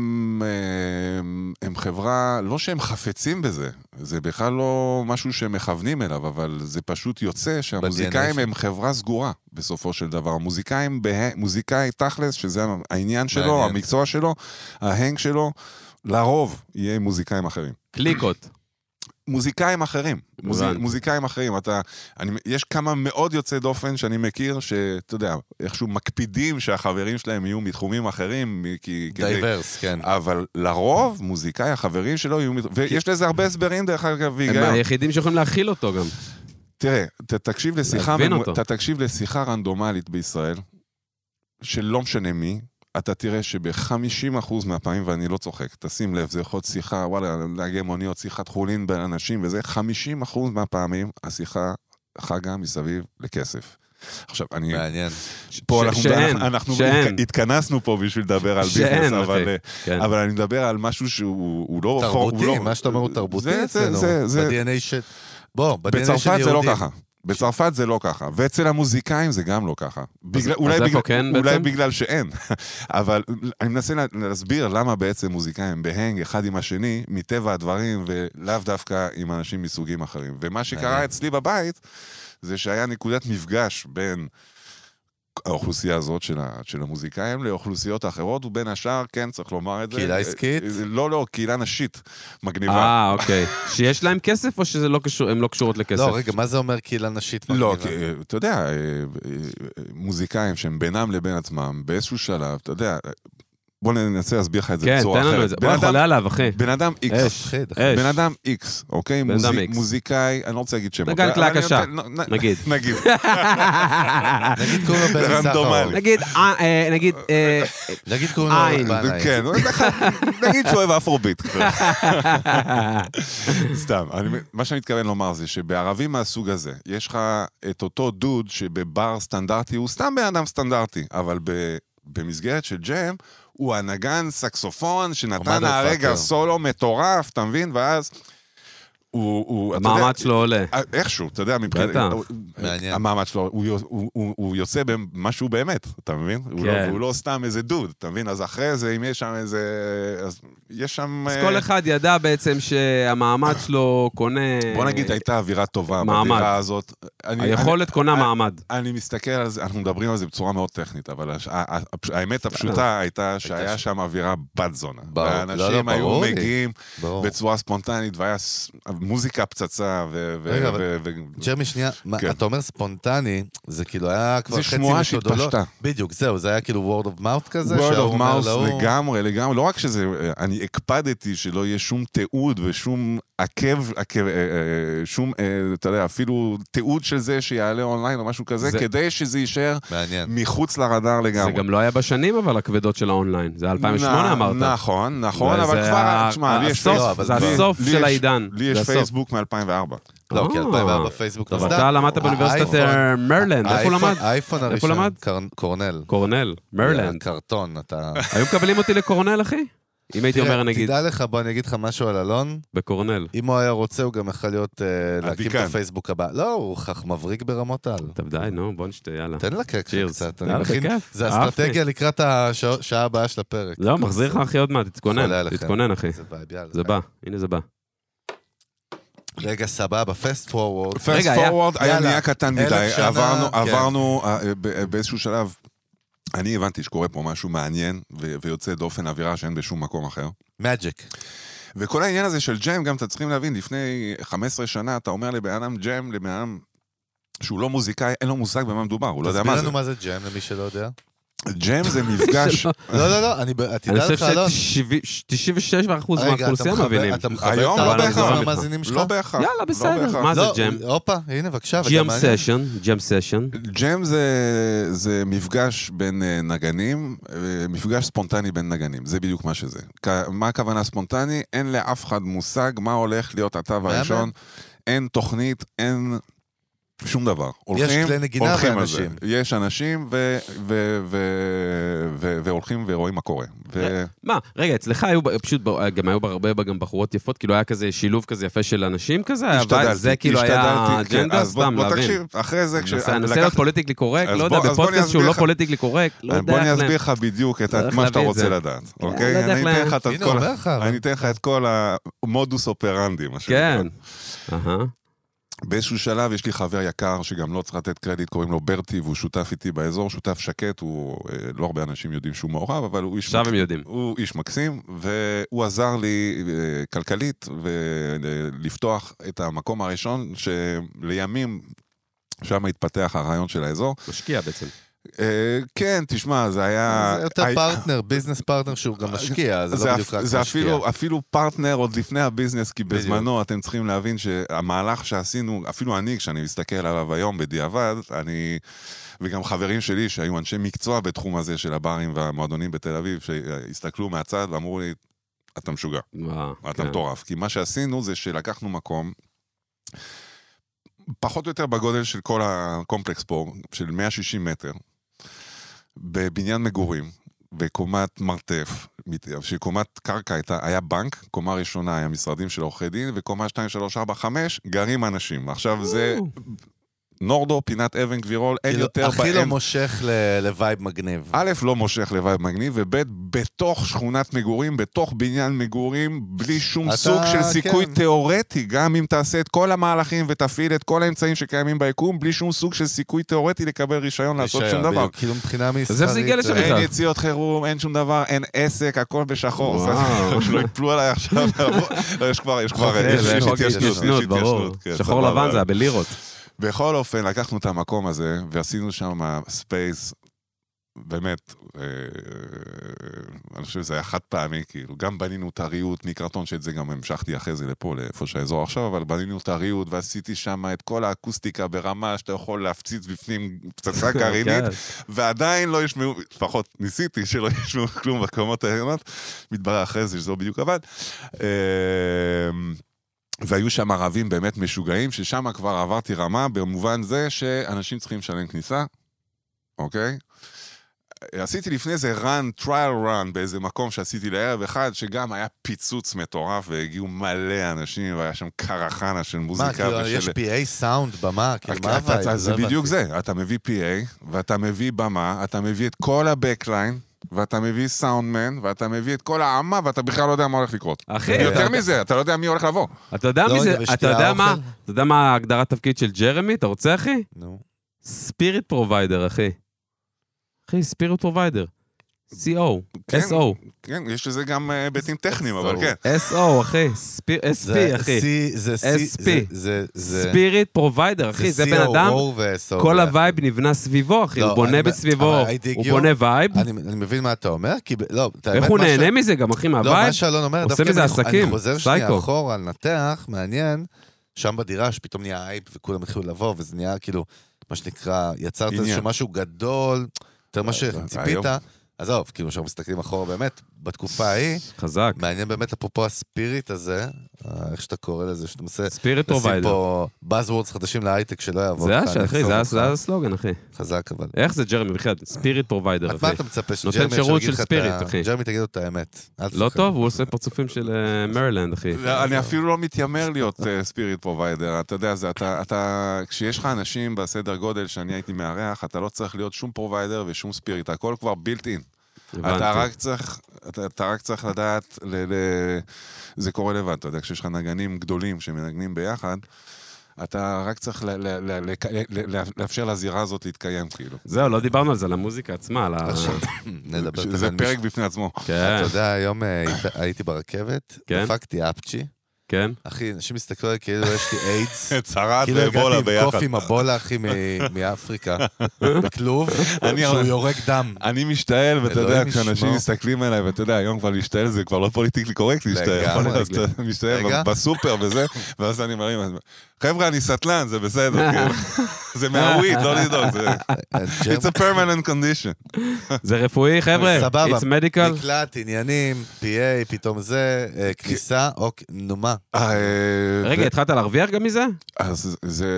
C: הם, הם חברה, לא שהם חפצים בזה, זה בכלל לא משהו שהם מכוונים אליו, אבל זה פשוט יוצא שהמוזיקאים
A: ב-DNA.
C: הם חברה סגורה בסופו של דבר. מוזיקאים, בה- מוזיקאי תכלס, שזה העניין שלו,
A: מעניין.
C: המקצוע שלו, ההנג שלו, לרוב יהיה עם מוזיקאים אחרים.
B: קליקות.
C: מוזיקאים אחרים, מוזיק,
B: הבנתי.
C: מוזיקאים אחרים, אתה, אני, יש כמה מאוד יוצאי דופן שאני מכיר, שאתה יודע, איכשהו מקפידים שהחברים שלהם יהיו מתחומים אחרים, כי... כדי-
A: דייברס, כן.
C: אבל לרוב, מוזיקאי, החברים שלו יהיו... מת- ויש לזה הרבה הסברים, דרך אגב,
B: הם
C: והיגיון.
B: היחידים שיכולים להכיל אותו גם.
C: תראה, ת- תקשיב לשיחה...
B: להבין
C: ממו-
B: אותו.
C: אתה תקשיב לשיחה רנדומלית בישראל, שלא משנה מי, אתה תראה שב-50% מהפעמים, ואני לא צוחק, תשים לב, זה יכול להיות שיחה, וואלה, נהגי מוניות, שיחת חולין בין אנשים וזה, 50% מהפעמים השיחה חגה מסביב לכסף. עכשיו, אני...
A: מעניין.
C: פה
B: אה, ש-
C: אנחנו,
B: שאין,
C: אנחנו
B: שאין.
C: התכנסנו פה בשביל לדבר על
B: שאין,
C: ביזנס,
B: אחי.
C: אבל... אה,
B: כן.
C: אבל אני מדבר על משהו שהוא הוא לא... הוא
A: תרבותי,
C: לא-
A: מה שאתה אומר הוא תרבותי
C: זה- זה-
A: אצלנו.
C: זה- זה-
A: ב-DNA של... בוא, ב-DNA של יהודים.
C: בצרפת זה לא ככה. בצרפת זה לא ככה, ואצל המוזיקאים זה גם לא ככה. בגלל, אולי,
B: איפה
C: בגלל,
B: כן
C: אולי
B: בעצם?
C: בגלל שאין. אבל אני מנסה לה- להסביר למה בעצם מוזיקאים בהנג אחד עם השני, מטבע הדברים, ולאו דווקא עם אנשים מסוגים אחרים. ומה שקרה
A: מעניין.
C: אצלי בבית, זה שהיה נקודת מפגש בין האוכלוסייה הזאת של, ה, של המוזיקאים לאוכלוסיות האחרות, ובין השאר, כן, צריך לומר את זה.
A: קהילה עסקית?
C: אה, לא, לא, קהילה נשית מגניבה.
B: אה, אוקיי. שיש להם כסף או שהן לא קשורות לכסף?
A: לא, רגע, מה זה אומר קהילה נשית
C: לא,
A: מגניבה?
C: כי, אה, אתה יודע, אה, אה, אה, מוזיקאים שהם בינם לבין עצמם, באיזשהו שלב, אתה יודע, אה, בוא ננסה להסביר לך את זה
B: כן,
C: בצורה
B: תן
C: אחרת.
B: לנו את זה.
C: בן
B: בוא,
C: אדם-
B: חולה עליו, אחי.
C: בן אדם איקס,
B: אש,
A: מפחיד, אחי.
B: אש.
C: בן אדם איקס, אוקיי?
B: בן אדם
C: מוזיק-
B: X.
C: מוזיקאי, אני לא רוצה להגיד שמות.
B: רגע,
C: אבל
B: להקלעה
C: אני
B: קשה.
C: נותן- נ- נ-
B: נגיד.
C: נגיד.
A: נגיד קוראים לו
C: זה
A: בני סחרוב.
C: רנדומלי.
B: נגיד, אה, אה, נגיד, אה,
A: נגיד קוראים לו
B: עין.
A: אורבנאי.
C: כן, נגיד שהוא אוהב אפרוביט. סתם, אני, מה שאני מתכוון לומר זה שבערבים מהסוג הזה, יש לך את אותו דוד שבבר סטנדרטי הוא סתם בן אדם סטנדרטי, אבל ב, במסגרת של ג'ם, הוא הנגן סקסופון שנתן
A: המאדר
C: הרגע
A: פאקר.
C: סולו מטורף, אתה מבין? ואז הוא, הוא, אתה יודע,
B: המעמד שלו עולה.
C: איכשהו, אתה יודע, מבחינת...
B: בטח.
C: הוא-
A: מעניין.
C: המעמד שלו, הוא, יו- הוא, הוא, הוא יוצא במה שהוא באמת, אתה מבין? הוא, לא,
B: כן.
C: הוא לא סתם איזה דוד, אתה מבין? אז אחרי זה, אם יש שם איזה... אז יש שם...
B: אז
C: אה,
B: כל אחד ידע בעצם שהמעמד שלו קונה...
C: בוא נגיד, הייתה אווירה טובה
B: מעמד.
C: בדירה הזאת. אני-
B: היכולת קונה
C: אני-
B: מעמד.
C: אני, אני מסתכל על זה, אנחנו מדברים על זה בצורה מאוד טכנית, אבל הש, ה, ה, הפש- האמת
B: אה.
C: הפשוטה הייתה שהיה
A: ש-
C: שם אווירה בת זונה.
A: ברור. לא, לא,
C: האנשים היו
A: ברור לי.
C: מגיעים
A: ברור.
C: בצורה ספונטנית, והיה ס- מוזיקה פצצה, ו... ו-
A: רגע,
C: ו-
A: אבל-
C: ו-
A: ג'רמי, שנייה, מה,
C: כן.
A: אתה אומר ספונטני, זה כאילו היה כבר
C: זה
A: חצי
C: שמועה
A: מתודולוג-
C: שהתפשטה.
A: בדיוק, זהו, זה היה כאילו word of mouth כזה,
C: word
A: שההוא
C: of
A: אומר
C: mouth
A: להוא,
C: לגמרי, לגמרי. לא רק שזה, אני הקפדתי שלא יהיה שום תיעוד ושום עקב, עקב אה, אה, שום, אה, אתה יודע, אפילו תיעוד של זה שיעלה אונליין או משהו כזה,
B: זה-
C: כדי שזה יישאר
A: מעניין.
C: מחוץ לרדאר
B: זה
C: לגמרי.
B: גם לא היה בשנים, אבל הכבדות של האונליין. זה 2008
C: נ-
B: אמרת.
C: נכון, נכון,
B: אולי
C: אבל
B: זה
C: כבר,
B: ה-
C: תשמע, לי יש
B: הסוף,
A: לא,
C: פייסבוק.
A: אבל
B: זה
A: לי-
B: הסוף
C: לי
B: של
C: יש-
B: העידן.
C: לי
B: זה
C: יש
B: הסוף.
C: פייסבוק מ-2004.
A: לא, כי
B: אה.
A: 2004 פייסבוק
B: טוב,
A: נוסדה.
B: אתה למדת באוניברסיטת
A: האייפון-
B: אה, מרלנד, איפה הוא למד?
A: האייפון- האייפון
B: איפה
A: הראשון,
B: למד?
A: קר- קורנל.
B: קורנל, מרלנד.
A: קרטון, אתה...
B: אה. היו מקבלים אותי לקורנל, אחי? אם הייתי אומר,
A: תראה,
B: נגיד,
A: תדע לך, בוא אני אגיד לך משהו על אלון.
B: בקורנל.
A: אם הוא היה רוצה, הוא גם יכול להיות... אה, להקים את
C: הדיקן.
A: הפייסבוק הבא. לא, הוא חך מבריק ברמות על.
B: טוב, די, נו, בוא נשתה, יאללה.
A: תן לה קק
B: Cheers.
A: קצת,
B: אה,
A: אני
B: זה
A: מכין.
B: כיף,
A: זה
B: אהבתי.
A: אסטרטגיה לקראת השעה שעה הבאה של הפרק.
B: לא, מחזיר לך אחי עוד מעט,
A: חולה
B: תתכונן,
A: עליכם.
B: תתכונן אחי.
A: זה וייב, יאללה.
B: זה בא, הנה זה בא.
A: רגע, סבבה, פסט פורוורד.
C: פרסט
B: רגע, היה-
C: פורוורד היה
A: יאללה,
C: נהיה קטן
A: אלף
C: מדי,
A: שנה,
C: עברנו,
A: כן.
C: עברנו אה, ב- באיזשהו שלב, אני הבנתי שקורה פה משהו מעניין ו- ויוצא דופן אווירה שאין בשום מקום אחר.
A: מג'יק.
C: וכל העניין הזה של ג'ם, גם אתם צריכים להבין, לפני 15 שנה אתה אומר לבן אדם ג'ם, לבן אדם שהוא לא מוזיקאי, אין לו מושג במה מדובר, הוא לא יודע
A: תסביר
C: מה זה.
A: לנו מה זה ג'ם, למי שלא יודע.
C: ג'ם זה מפגש,
B: שלא.
A: לא, לא, לא, אני ב-
B: אני
A: תדע
B: חושב
A: לך, אלון. רגע,
B: ש-97%
A: אתה
B: מהאוכלוסייה
A: מחבר-
B: מבינים.
A: אתה מחבר
C: היום
A: את
C: לא
A: העולם
C: בהכרח.
A: הזה למאזינים שלך?
C: לא בהכרח.
B: יאללה,
C: לא
B: בסדר,
C: בהכרח.
B: מה זה
A: לא,
B: ג'ם?
A: הופה, הנה, בבקשה. וגם
B: ג'ם
A: אני-
B: סשן, ג'ם סשן.
C: ג'ם זה, זה מפגש בין אה, נגנים, אה, מפגש ספונטני בין נגנים, זה בדיוק מה שזה. כ- מה הכוונה ספונטני? אין לאף אחד מושג מה הולך להיות התו הראשון, אין תוכנית, אין שום דבר. הולכים,
A: כלי נגינה
C: הולכים על
A: ואנשים.
C: זה. יש אנשים ו, ו, ו, ו, והולכים ורואים מה קורה. ו...
B: מה, רגע, אצלך היו ב- פשוט, ב- גם היו הרבה גם בחורות יפות, כאילו היה כזה שילוב כזה יפה של אנשים כזה, אבל זה כאילו היה
C: השתדלתי, כן,
B: האג'נדה,
C: אז בוא-
B: סתם
C: בוא
B: להבין.
C: תקשיב, אחרי זה, כש...
B: אני מנסה
C: לקחתי-
B: להיות פוליטיקלי קורקט,
C: אז
B: לא
C: בוא-
B: יודע,
C: אז בוא אני
B: בפודקאסט שהוא
C: אסביר
B: לא
C: לך.
B: פוליטיקלי קורקט, לא
C: אז
B: יודע
C: בוא אני
B: איך
C: אסביר
B: להם.
C: לך בדיוק את
B: לא איך
C: מה שאתה
B: להביא את זה.
C: רוצה לדעת,
B: לא
C: אוקיי?
B: יודע איך
C: אני אתן
B: לה-
C: לך את
A: הנה,
C: כל
A: הוא
C: ה-
A: אומר לך. אבל-
C: אני אתן לך את כל המודוס אופרנדי, מה שנקרא.
B: כן. אהה.
C: באיזשהו שלב יש לי חבר יקר, שגם לא צריך לתת קרדיט, קוראים לו ברטי, והוא שותף איתי באזור, שותף שקט, הוא, אה, לא הרבה אנשים יודעים שהוא מעורב, אבל הוא איש,
B: עכשיו הם יודעים.
C: הוא איש מקסים, והוא עזר לי אה, כלכלית ולפתוח את המקום הראשון, שלימים... שם התפתח הרעיון של האזור.
B: משקיע בעצם.
C: אה, כן, תשמע, זה היה...
A: זה יותר
C: הי-
A: פרטנר, ביזנס פרטנר שהוא גם משקיע, זה לא
C: אפ-
A: בדיוק רק
C: זה
A: משקיע.
C: אפילו, אפילו פרטנר עוד לפני הביזנס, כי בזמנו אתם צריכים להבין שהמהלך שעשינו, אפילו אני, כשאני מסתכל עליו היום בדיעבד, אני, וגם חברים שלי שהיו אנשי מקצוע בתחום הזה של הברים והמועדונים בתל אביב, שהסתכלו מהצד ואמרו לי, אתה משוגע.
B: וואו,
C: אתה
B: כן.
C: מטורף. כי מה שעשינו זה שלקחנו מקום, פחות או יותר בגודל של כל הקומפלקס פה, של 160 מטר, בבניין מגורים, בקומת מרתף, מת- שקומת קרקע הייתה, היה בנק, קומה ראשונה היה משרדים של עורכי דין, וקומה 2, 3, 4, 5, גרים אנשים. עכשיו זה נורדו, פינת אבן גבירול, אין
A: כאילו,
C: יותר
A: הכי לא
C: באמצע.
A: מושך ל- לווייב מגניב.
C: א', לא מושך לווייב מגניב, וב', בתוך שכונת מגורים, בתוך בניין מגורים, בלי שום
A: אתה-
C: סוג של סיכוי
A: כן.
C: תיאורטי, גם אם תעשה את כל המהלכים ותפעיל את כל האמצעים שקיימים ביקום, בלי שום סוג של סיכוי תיאורטי לקבל רישיון לא לעשות
A: רישיון,
C: שום דבר.
A: בדיוק, כאילו מבחינה מסחרית.
B: אז איך זה הגיע לשם
C: אין
B: בכלל.
C: יציאות חירום, אין שום דבר, אין עסק, הכל בשחור.
B: וואו.
C: שלא יפלו עליי עכשיו, לא, יש כבר, יש
B: כן,
C: כבר,
A: אוקיי,
C: יש
A: זה
C: יש
A: חוק
C: התיישנות, יש
B: התיישנות, ברור.
C: התיישנות. כן,
B: שחור
C: סבבה.
B: לבן זה היה בלירות.
C: בכל אופן, לקחנו את המקום הזה, ועשינו שם ספייס, באמת, אה, אני חושב שזה היה חד פעמי, כאילו, גם בנינו טריות מקרטון, שאת זה גם המשכתי אחרי זה לפה, לאיפה שהאזור עכשיו, אבל בנינו טריות, ועשיתי שם את כל האקוסטיקה ברמה שאתה יכול להפציץ בפנים פצצה גרעינית,
B: כן.
C: ועדיין לא ישמעו, לפחות ניסיתי שלא ישמעו כלום בקומות העליונות, מתברר אחרי זה שזה לא בדיוק עבד. אמ, והיו שם ערבים באמת משוגעים, ששם כבר עברתי רמה במובן זה שאנשים צריכים לשלם כניסה, אוקיי? עשיתי לפני זה run, trial run באיזה מקום שעשיתי לערב אחד, שגם היה פיצוץ מטורף, והגיעו מלא אנשים, והיה שם קרחנה של
A: מה,
C: מוזיקה
A: כאילו, יש
C: ושל
A: PA סאונד, במה, כאילו, מה
C: אתה-
A: הווייב?
C: אתה- זה
A: לא
C: בדיוק
A: הבנתי.
C: זה, אתה מביא PA, ואתה מביא במה, אתה מביא את כל ה-Backline, ואתה מביא סאונדמן, ואתה מביא את כל העמה, ואתה בכלל לא יודע מה הולך לקרות.
B: אחי,
A: כן.
C: יותר
B: אתה-
C: מזה, אתה לא יודע מי הולך לבוא.
B: אתה יודע
A: לא,
B: מי זה,
A: רגע, ושתייה,
B: אתה יודע מה,
A: אוכל?
B: אתה יודע מה ההגדרת תפקיד של ג'רמי? אתה רוצה, אחי?
A: נו.
B: ספיריט פרוביידר, אחי. אחי, ספיריט פרוביידר. CO,
C: כן.
B: SO,
C: כן, יש לזה גם אה, היבטים טכניים, אבל
A: ברור.
C: כן.
B: SO, אחי, ספיר-
A: זה
B: SP, אחי.
A: C- זה
B: SP.
A: C, זה- זה... זה-
B: ספיריט פרוביידר, אחי, זה בן אדם,
A: COO ו-SO.
B: כל הווייב נבנה סביבו, אחי,
A: לא,
B: הוא בונה
A: אני-
B: בסביבו,
A: אבל הייתי
B: הוא
A: הגיעו-
B: בונה וייב,
A: אני אני מבין מה אתה אומר, כי... ב- לא, את
B: איך
A: האמת,
B: הוא
A: מה ש-
B: נהנה מזה גם, אחי,
A: לא, מה
B: מהווייב?
A: שאלון אומר,
B: עושה
A: דווקא
B: מזה
A: אני חו-
B: עסקים,
A: אני חוזר שנייה
B: סייקו.
A: אחורה לנתח, מעניין, שם בדירה שפתאום נהיה אייפ וכולם התחילו לבוא, וזה נהיה כאילו, מה שנקרא, יצרת
C: עניין.
A: איזשהו משהו גדול, יותר מה
C: אה,
A: שציפית.
C: היום-
A: עזוב, כאילו, כשאנחנו מסתכלים אחורה באמת, בתקופה ההיא,
B: חזק.
A: מעניין באמת, אפרופו הספיריט הזה, אה, איך שאתה קורא לזה, שאתה מנסה
B: ספיריט
A: לשים
B: פרוביידר.
A: פה Buzzwords חדשים להייטק שלא יעבור
B: זה
A: לך,
B: השאלה,
A: אני
B: אחי,
A: אחזור
B: זה ה-
A: אותך.
B: זה הסלוגן, אחי.
A: חזק, אבל...
B: איך זה ג'רמי, בחייאת? ספיריט פרוביידר,
A: את מה
B: אחי.
A: אתה מצפה
B: נותן
A: שג'רמי עכשיו
B: שירות
A: יגיד
B: של
A: לך את
B: ספיריט,
A: ה-
B: אחי.
A: ג'רמי תגיד לו את האמת. אל
B: לא
A: תפחד.
B: טוב, הוא עושה פרצופים של אה, מרילנד, אחי.
C: לא, אני אפילו לא מתיימר להיות ספיריט פרוביידר, אתה יודע, זה אתה, אתה, כשיש לך אנשים בסדר גודל שאני הייתי מארח, אתה לא צריך להיות שום פרוביידר ושום ספיריט, הכל כבר built in. אתה
B: הבנתי.
C: רק צריך, אתה, אתה רק צריך לדעת, ל, ל, זה קורה לבד, אתה יודע, כשיש לך נגנים גדולים שמנגנים ביחד, אתה רק צריך ל, ל, ל, לק- ל, ל, לאפשר לזירה הזאת להתקיים, כאילו.
B: זהו, לא דיברנו על זה, על המוזיקה עצמה, על ה...
A: עכשיו, נדבר כזה
C: זה
A: על
C: פרק בפני עצמו.
B: כן,
A: אתה יודע, היום אה, היית- הייתי ברכבת,
B: כן.
A: דפקתי אפצ'י.
B: כן.
A: אחי, אנשים הסתכלו עליי כאילו יש לי איידס.
C: צרעת
A: כאילו הגעתי עם קוף עם אבולה, אחי, מ- מאפריקה, בכלוב,
C: אני-
A: שהוא יורק דם.
C: אני משתעל, ואתה יודע,
A: אלוהים
C: כשאנשים
A: ישמור.
C: מסתכלים עליי, ואתה יודע, היום כבר להשתעל זה כבר לא פוליטיקלי קורקט להשתעל.
A: לגמרי.
C: אז אתה משתעל
A: רגע.
C: בסופר וזה, ואז אני מרים, אז- חבר'ה, אני סטלן, זה בסדר, כאילו. זה מהוויד, לא לדאוג, זה...
A: כן.
C: It's a permanent condition.
B: זה רפואי, חבר'ה?
A: סבבה.
B: It's medical?
A: מקלט, עניינים, PA, פתאום זה, אה, כניסה, אוקיי, נו מה.
C: אה,
B: רגע,
C: ו-
B: התחלת להרוויח גם מזה?
C: אז זה...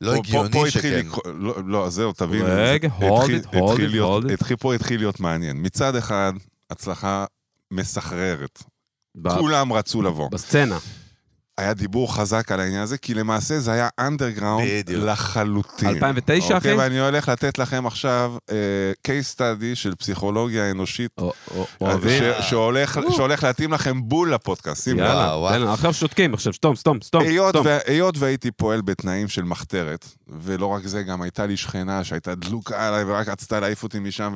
A: לא
C: פה-
A: הגיוני
C: פה- פה התחיל
A: שכן.
C: לקרות- לא, לא, זהו, תבין.
B: רגע, hold it, hold it, hold it.
C: פה התחיל להיות מעניין. מצד אחד, הצלחה מסחררת.
B: ב-
C: כולם רצו לבוא.
B: בסצנה.
C: היה דיבור חזק על העניין הזה, כי למעשה זה היה אנדרגראונד
A: בדיוק.
C: לחלוטין.
B: 2009, אחי?
C: אוקיי, ואני הולך לתת לכם עכשיו אה, case study של פסיכולוגיה אנושית,
B: או- או-
C: אה,
B: אוהבים.
C: ש- שהולך שהולך להתאים לכם בול לפודקאסט. שים לב.
B: יאללה,
A: וואו, וואו.
B: תן לנו. עכשיו שותקים, עכשיו סתום, סתום, סתום.
C: לא, היות,
B: סתום.
C: ו... היות והייתי פועל בתנאים של מחתרת, ולא רק זה, גם הייתה לי שכנה שהייתה דלוקה עליי ורק רצתה להעיף אותי משם,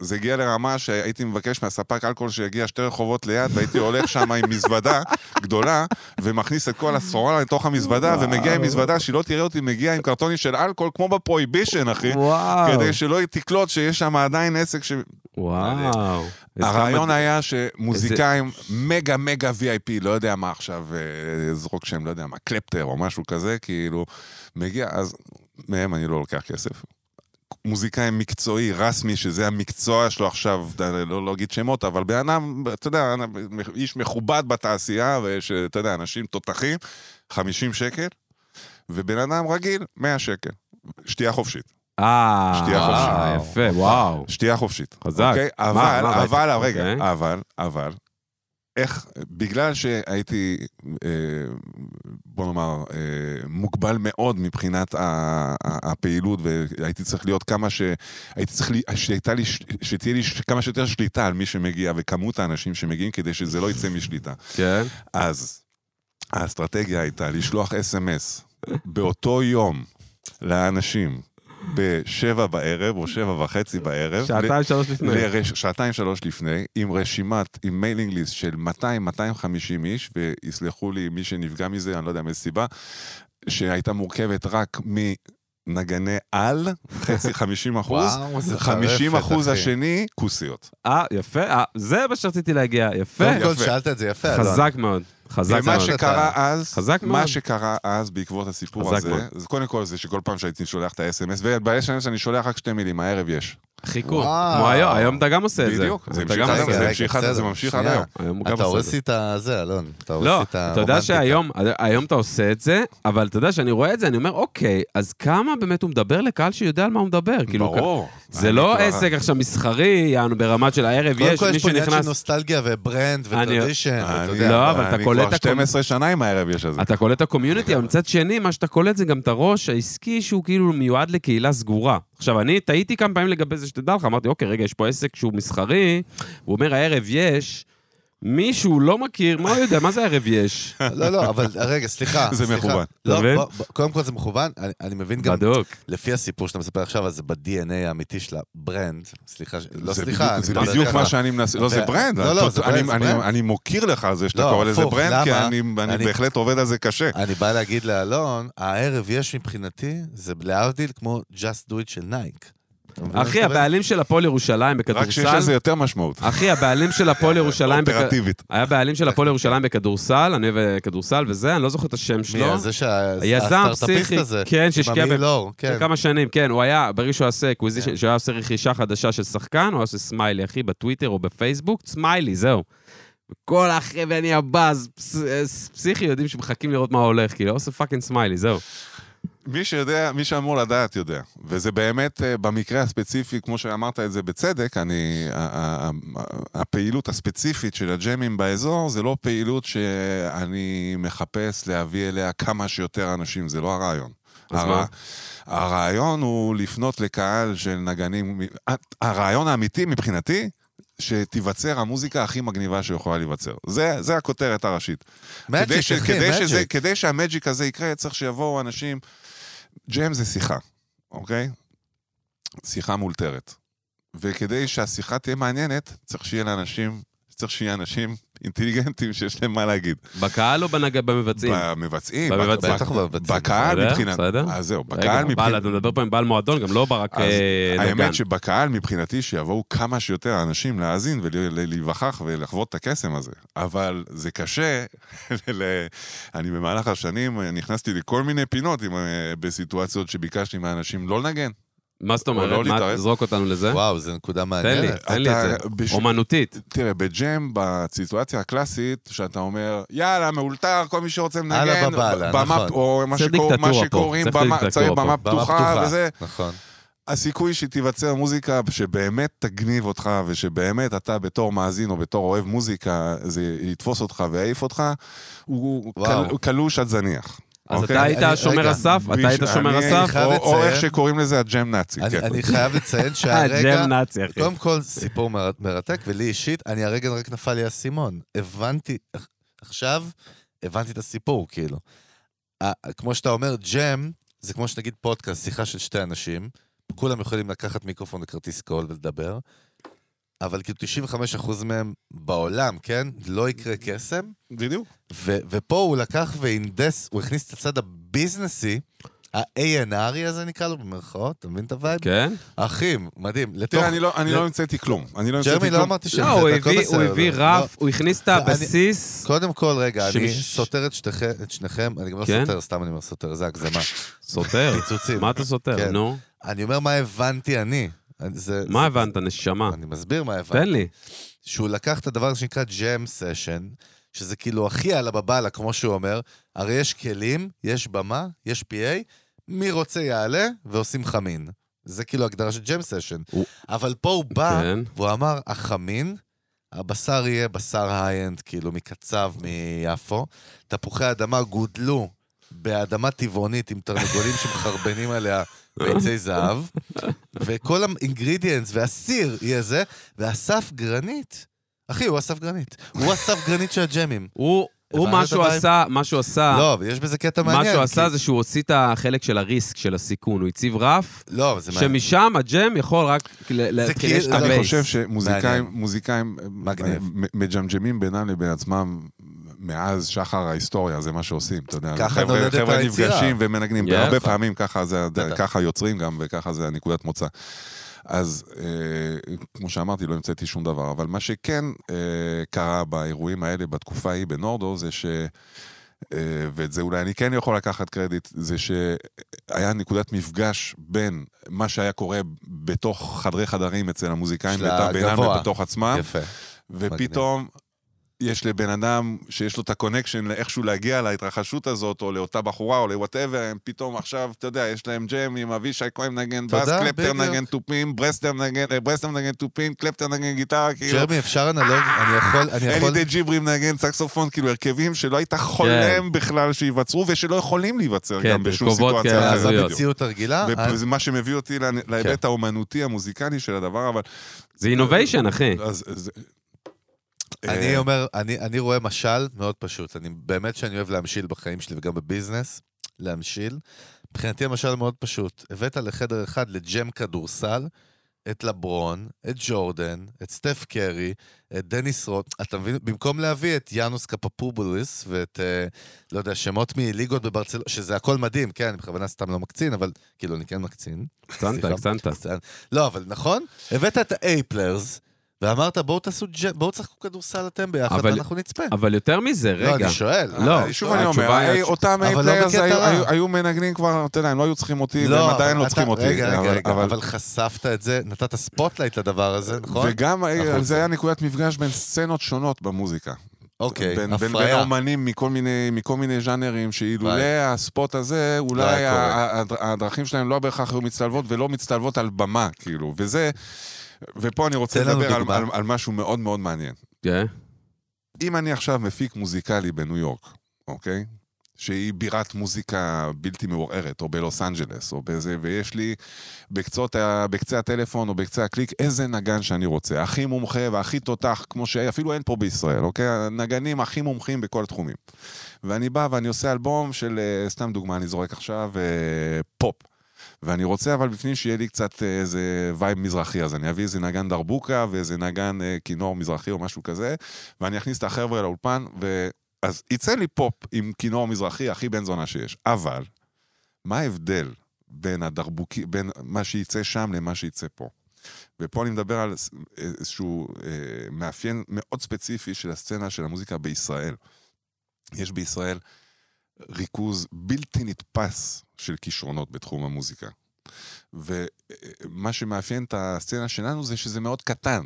C: וזה הגיע לרמה שהייתי מבקש מהספק אלכוהול שיגיע שתי רחובות ליד, והייתי הולך שם עם מזוודה גדולה, ומכניס את כל הסחורה לתוך המזוודה, ומגיע עם מזוודה שהיא לא תראה אותי מגיע עם קרטונים של אלכוהול, כמו בפרויבישן, אחי.
B: וואו.
C: כדי שלא היא תקלוט שיש שם עדיין עסק ש...
B: וואו. איזה
C: הרעיון
B: כמה-
C: היה שמוזיקאים מגה מגה VIP, לא יודע מה עכשיו, אה, זרוק שם, לא יודע מה, קלפטר או משהו כזה, כאילו, מגיע, אז מהם אני לא לוקח כסף. מוזיקאי מקצועי, רסמי, שזה המקצוע שלו עכשיו, אתה יודע, לא לא אגיד שמות, אבל בן אדם, אתה יודע, אנ- איש מכובד בתעשייה, ויש, אה, אתה יודע, אנשים תותחים, 50 שקל, ובן אדם רגיל, 100 שקל. שתייה חופשית.
B: אה,
C: שתייה
B: וואו,
A: חופשית.
B: יפה, וואו.
C: שתייה חופשית.
B: חזק.
C: אוקיי?
B: מה,
C: אבל,
B: מה,
C: אבל,
B: אוקיי.
C: רגע, אבל, אבל, איך, בגלל שהייתי, אה, בוא נאמר, אה, מוגבל מאוד מבחינת ה- ה- הפעילות, והייתי צריך להיות כמה ש... הייתי צריך, לי, שהייתה לי, ש- שתהיה לי ש- כמה שיותר שליטה על מי שמגיע וכמות האנשים שמגיעים כדי שזה לא יצא משליטה.
B: כן.
C: אה, אז האסטרטגיה הייתה לשלוח אס.אם.אס באותו יום לאנשים בשבע בערב או שבע וחצי בערב.
B: שעתיים, שלוש לפני.
C: לרש... שעתיים שלוש לפני, עם רשימת, עם מיילינג ליסט של 200-250 איש, ויסלחו לי מי שנפגע מזה, אני לא יודע מאיזה סיבה, שהייתה מורכבת רק מנגני על, חצי 50 אחוז,
A: וואו, זה
C: 50
A: טרפת,
C: אחוז
A: אחי.
C: השני, כוסיות.
B: אה, יפה, אה, זה מה שרציתי להגיע, יפה.
A: קודם כל
C: יפה.
A: שאלת את זה יפה, אלון.
B: חזק מאוד, חזק
C: ומה
B: מאוד.
C: שקרה אז,
B: חזק מאוד.
C: מה שקרה אז בעקבות הסיפור
B: חזק
C: הזה,
B: מאוד.
C: אז קודם כל זה שכל פעם שהייתי שולח את ה-SMS, וב-SMS אני שולח רק שתי מילים, הערב יש.
B: חיכו,
A: וואו.
B: כמו היום, היום אתה גם עושה את זה.
C: בדיוק, זה
B: אתה
C: המשיך
B: גם
C: עד
B: עושה
C: היום,
B: את
A: רגע,
C: זה
A: רגע,
C: המשיך עד- זה
A: בסדר,
C: ממשיך עד
A: שנייה.
C: היום.
B: היום הוא גם
A: אתה
B: עושה
A: הורס
B: את
A: לי
B: זה.
A: את הזה, אלון. אתה
B: לא,
A: הורס לי את
B: אתה יודע
A: הרומנטיקה.
B: שהיום, היום אתה עושה את זה, אבל אתה יודע שאני רואה את זה, אני אומר, אוקיי, אז כמה באמת הוא מדבר לקהל שיודע על מה הוא מדבר? כאילו,
C: ברור.
B: זה
C: אני
B: לא
C: כבר-
B: עסק עכשיו מסחרי, יענו ברמת של הערב,
A: קודם
B: יש
A: כל יש
B: מישהו
A: פה עניין של
B: נכנס...
A: נוסטלגיה וברנד
B: אני-
A: וטרדישן, אתה
C: אני-
A: יודע.
B: לא, אבל אתה קולט
C: אני
B: הכל.
C: כבר 12 שנה עם הערב יש הזה.
B: אתה קולט את הקומיוניטי, אבל מצד שני, מה שאתה קולט זה גם את הראש העסקי שהוא כאילו מיועד לקהילה סגורה. עכשיו, אני טעיתי כמה פעמים לגבי זה שתדע לך, אמרתי, אוקיי, רגע, יש פה עסק שהוא מסחרי, הוא אומר, הערב יש, מישהו לא מכיר, מה הוא יודע, מה זה הערב יש?
A: לא, לא, אבל רגע, סליחה.
C: זה
A: סליחה.
C: מכוון.
B: אתה
A: לא,
B: מבין?
A: בוא- בוא- קודם כל זה מכוון, אני- אני מבין גם,
B: בדוק.
A: לפי הסיפור שאתה מספר עכשיו, אז זה ב-DNA האמיתי של הברנד. סליחה, ש- לא
C: זה
A: סליחה,
C: בדיוק-
A: אני
C: זה
A: מדבר
C: בדיוק
A: ככה.
C: מה שאני מנסה, לא, זה
A: אתה-
C: ברנד.
A: לא, לא,
C: אתה-
A: זה
C: אני-
A: ברנד, זה
C: אני-
A: ברנד.
C: אני מוקיר לך על זה שאתה
A: לא,
C: קורא לזה
A: הפוך,
C: ברנד, כי
A: למה?
C: אני אני
A: אני-
C: בהחלט עובד על זה קשה.
A: אני בא להגיד לאלון, הערב יש מבחינתי, זה להבדיל כמו Just Do It של נייק. אתה מבין?
B: אחי, הבעלים של הפועל ירושלים
C: רק שיש אה, לזה
B: בכדורסל...
C: יותר משמעות.
B: אחי, הבעלים של הפועל ירושלים... בכ-
C: אופרטיבית.
B: היה בעלים של הפועל ירושלים בכדורסל, אני וכדורסל וזה, אני לא זוכר את השם
A: מי,
B: שלו.
A: זה שה-
B: היזם
A: הסטארט-אפיסט
B: פסיכי,
A: הזה.
B: כן, שהשקיע
A: עם
B: ב...
A: עמי לור, כן.
B: כן. כמה שנים, כן, הוא היה, ברגע שהוא עושה
A: כן.
B: אקוויזישן, שהוא היה עושה רכישה חדשה של שחקן, הוא היה עושה סמיילי, אחי, בטוויטר או בפייסבוק, סמיילי, זהו. כל האחי ואני הבאז, פס- אה, פסיכי יודעים שמחכים לראות מה הולך, כאילו, עושה פאקינג סמיילי, זהו.
C: מי שיודע, מי שאמור לדעת יודע. וזה באמת, אה, במקרה הספציפי, כמו שאמרת את זה בצדק, אני, ה- ה- ה- הפעילות הספציפית של הג'מים באזור, זה לא פעילות שאני מחפש להביא אליה כמה שיותר אנשים, זה לא הרעיון.
B: אז
C: הרע-
B: מה?
C: הרעיון הוא לפנות לקהל של נגנים, מ- הרעיון האמיתי מבחינתי, שתיווצר המוזיקה הכי מגניבה שיכולה להיווצר. זה, זה הכותרת הראשית. כדי, ש,
A: Magic, אחי,
C: כדי, שזה,
A: Magic.
C: כדי שהמג'יק הזה יקרה, צריך שיבואו אנשים... ג'ם זה שיחה, אוקיי? שיחה מאולתרת. וכדי שהשיחה תהיה מעניינת, צריך שיהיה לאנשים, צריך שיהיה אנשים אינטליגנטים שיש להם מה להגיד.
B: בקהל או בנג... במבצעים?
C: במבצעים.
B: במבצעים.
C: בק-
A: בטח בבצד.
C: בקהל
B: בסדר,
C: מבחינת...
B: בסדר.
C: אז זהו, בקהל
B: רגע,
C: מבחינת...
B: בעל, אתה מדבר פה עם בעל מועדון, גם לא ברק
C: אז
B: אה, נגן.
C: האמת שבקהל מבחינתי שיבואו כמה שיותר אנשים להאזין ולהיווכח ולחוות את הקסם הזה. אבל זה קשה, ל- אני במהלך השנים נכנסתי לכל מיני פינות עם, אה, בסיטואציות שביקשתי מהאנשים לא לנגן.
B: מה זאת
C: או לא
B: אומרת? מה,
C: להתערב.
B: תזרוק אותנו לזה?
A: וואו, זו נקודה
B: תן לי,
A: מעניינת.
B: אה, תן לי את
C: אתה-
B: זה.
C: בש-
B: אומנותית.
C: תראה, בג'ם, בסיטואציה הקלאסית, שאתה אומר, יאללה, מאולתר, כל מי שרוצה לנגן,
A: "אללה בבאללה",
C: במה-
A: נכון.
C: או מה
B: זה
C: שקור- מה
B: דיקטטורה פה,
C: שקוראים,
B: צריך
C: במה-
B: דיקטטורה
C: צריך
B: פה.
C: במה
A: במה
C: פתוחה וזה.
A: נכון.
C: הסיכוי שתיווצר מוזיקה שבאמת תגניב אותך ושבאמת אתה בתור מאזין או בתור אוהב מוזיקה, זה יתפוס אותך ויעיף אותך, הוא
A: וואו.
C: קל- הוא קלוש עד זניח.
B: אז
C: אוקיי?
B: אתה היית
A: אני-
B: שומר
A: רגע,
B: הסף? אתה היית
C: בש-
B: שומר
C: אני-
B: הסף?
A: חייב
C: או- או
A: לציין-
C: איך שקוראים לזה הג'ם נאצי.
A: אני-
C: כן.
A: אני חייב לציין שהרגע...
B: אה, ג'ם נאצי, אחי.
A: קודם כל, סיפור מר- מרתק, ולי אישית, אני הרגע רק נפל לי האסימון. הבנתי, עכשיו, הבנתי את הסיפור, כאילו. ה- כמו שאתה אומר, ג'ם, זה כמו שנגיד פודקאסט, שיחה של שתי אנשים, כולם יכולים לקחת מיקרופון וכרטיס קול ולדבר, אבל כאילו 95% מהם בעולם, כן? לא יקרה קסם.
C: בדיוק.
A: ו- ופה הוא לקח והנדס, הוא הכניס את הצד הביזנסי, ה-A&R הזה נקרא לו במרכאות, אתה מבין את הווייב?
B: כן?
A: אחים, מדהים. לתוך...
C: תראה, אני לא- אני
A: ל-
C: לא המצאתי כלום. אני לא המצאתי
A: ג'רמי לא
C: כלום.
A: אמרתי שזה,
B: לא, הוא
A: הכל
B: הביא-
A: בסדר.
B: הוא הביא
A: לא.
B: רף, הוא הכניס את
A: אני-
B: הבסיס.
A: קודם כל, רגע, אני
B: שמי-
A: סותר את שתיכם- את שניכם, אני גם לא
B: כן?
A: סותר, סתם אני אומר סותר, זה הגזמה.
B: סותר.
A: פיצוצים.
B: מה אתה סותר?
A: כן.
B: נו.
A: אני אומר מה הבנתי אני. אני- זה-
B: מה
A: זה-
B: הבנת, נשמה?
A: אני מסביר מה הבנתי.
B: תן לי.
A: שהוא לקח את הדבר הזה שנקרא ג'ם סשן, שזה כאילו הכי עלה בבאללה, כמו שהוא אומר, הרי יש כלים, יש במה, יש PA, מי רוצה יעלה, ועושים חמין. זה כאילו הגדרה של ג'ם סשן.
B: הוא-
A: אבל פה הוא בא,
B: כן.
A: והוא אמר, החמין, הבשר יהיה בשר היי-אנד, כאילו, מקצב, מיפו. תפוחי אדמה גודלו באדמה טבעונית עם תרנגולים שמחרבנים עליה ביצי זהב, וכל האינגרידיאנס והסיר יהיה זה, ואסף גרנית, אחי, הוא אסף גרנית. הוא אסף גרנית של הג'מים.
B: הוא, הוא
A: הבנת
B: מה שהוא
A: את הבעיה?
B: עשה, מה שהוא עשה,
A: לא, אבל יש בזה קטע
B: אה. מה
A: מעניין.
B: שהוא
A: כי-
B: עשה זה שהוא הוציא את החלק של הריסק, של הסיכון. הוא הציב רף,
A: לא, אבל זה מעניין.
B: שמשם הג'ם יכול רק ל- להתחיל
A: כאילו-
B: יש את
A: אני
C: אני
B: הבייס.
C: חושב שמוזיקאים
A: מעניין.
C: מוזיקאים, אה,
A: מגניב.
C: מ- מג'מג'מים בינם לבין עצמם מאז שחר ההיסטוריה, זה מה שעושים, אתה יודע.
A: ככה
C: חבר'ה-
A: נולדת
C: חבר'ה
A: היצירה.
C: נפגשים ומנגנים,
B: יפה.
C: הרבה פעמים ככה זה הד-
A: בטח.
C: ככה יוצרים גם, וככה זה הנקודת מוצא. אז אה, כמו שאמרתי, לא המצאתי שום דבר, אבל מה שכן אה, קרה באירועים האלה בתקופה ההיא בנורדו, זה ש... אה, ואת זה אולי אני כן יכול לקחת קרדיט, זה שהיה נקודת מפגש בין מה שהיה קורה בתוך חדרי חדרים אצל המוזיקאים,
A: של
C: ביתם- בינם
A: הגבוה.
C: ובתוך עצמם,
A: יפה.
C: ופתאום יש לבן אדם שיש לו את הקונקשן לאיכשהו להגיע להתרחשות הזאת, או לאותה בחורה, או לוואטאבר, הם פתאום עכשיו, אתה יודע, יש להם ג'ם עם אבישי כהן נגן
A: תודה,
C: בס, קלפטר
A: בדיוק.
C: נגן תופים, ברסלר נגן אה, ברסלר נגן תופים, קלפטר נגן גיטרה, כאילו...
A: ג'רמי, אפשר אנלוג? אני יכול... אני יכול...
C: אלי דה ג'יברי מנגן סקסופון, כאילו הרכבים שלא היית חולם בכלל שייווצרו ושלא יכולים להיווצר
B: כן,
C: גם בשום
B: תרכובות
C: סיטואציה
B: כאלה
A: אז
C: אחרת.
B: הזויות.
C: בדיוק.
A: המציאות הרגילה? אה, אז- כן.
C: וזה מה שמביא אותי לה- להיבט האומנותי המוזיקלי של הדבר, אבל... אה,
B: זה אה. אינוביישן, אחי.
C: אז- אז-
A: אני
C: אה,
A: אומר, אני, אני רואה משל מאוד פשוט. אני באמת שאני אוהב להמשיל בחיים שלי וגם בביזנס, להמשיל. מבחינתי המשל מאוד פשוט. הבאת לחדר אחד לג'ם כדורסל את לברון, את ג'ורדן, את סטף קרי, את דניס רוט, אתה מבין? במקום להביא את יאנוס קפפובוליס ואת, אה, לא יודע, שמות מליגות בברצלונה, שזה הכל מדהים, כן, אני בכוונה סתם לא מקצין, אבל כאילו, אני כן מקצין.
B: הקצנת,
A: סליחה.
B: הקצנת.
A: אז- לא, אבל נכון? הבאת את האייפלרס, ואמרת, בואו תעשו ג' בואו תשחקו כדורסל אתם ביחד,
B: אבל-
A: ואנחנו נצפה.
B: אבל יותר מזה,
A: לא,
B: רגע.
A: אני שואל.
B: לא,
C: אה, שוב אני אומר,
B: התשובה היא-
C: אה, אותם
A: אבל לא
C: A-players
A: בקטע
C: היו-
A: רע.
C: היו- היו מנגנים כבר, אתה יודע, הם לא היו צריכים אותי,
A: לא,
C: והם עדיין
A: אבל
C: לא צריכים
A: אתה-
C: אותי.
A: רגע, רגע,
C: אבל-
A: רגע, אבל חשפת את זה, נתת ספוטלייט לדבר הזה, נכון?
C: וגם אה,
A: החוצה.
C: זה היה נקודת מפגש בין סצנות שונות במוזיקה.
A: אוקיי,
C: בין, בין, בין
A: הפריה.
C: האומנים מכל מיני, מכל מיני ז'אנרים, שאילולא
A: וואי.
C: הספוט הזה,
A: לא
C: אולי
A: היה קורה.
C: ה- הד- הדרכים שלהם לא בהכרח היו מצטלבות, ולא מצטלבות על במה, כאילו. וזה, ופה אני רוצה
A: תן לנו
C: לדבר על,
A: דוגמה.
C: על, על משהו מאוד מאוד מעניין.
B: כן.
C: אם אני עכשיו מפיק מוזיקלי בניו יורק, אוקיי? שהיא בירת מוזיקה בלתי מעורערת, או בלוס אנג'לס, או בזה, ויש לי בקצות, ה- בקצה הטלפון או בקצה הקליק איזה נגן שאני רוצה. הכי מומחה והכי תותח, כמו שאפילו אין פה בישראל, אוקיי? הנגנים הכי מומחים בכל התחומים. ואני בא ואני עושה אלבום של, אה, סתם דוגמה, אני זורק עכשיו, אה, פופ. ואני רוצה אבל בפנים שיהיה לי קצת אה, איזה וייב מזרחי, אז אני אביא איזה נגן דרבוקה ואיזה נגן אה, כינור מזרחי או משהו כזה, ואני אכניס את החבר'ה לאולפן, ו... אז יצא לי פופ עם כינור מזרחי הכי בן זונה שיש. אבל, מה ההבדל בין הדרבוקי, בין מה שיצא שם למה שיצא פה? ופה אני מדבר על ס- איזשהו אה, מאפיין מאוד ספציפי של הסצנה של המוזיקה בישראל. יש בישראל ריכוז בלתי נתפס של כישרונות בתחום המוזיקה. ומה שמאפיין את הסצנה שלנו זה שזה מאוד קטן,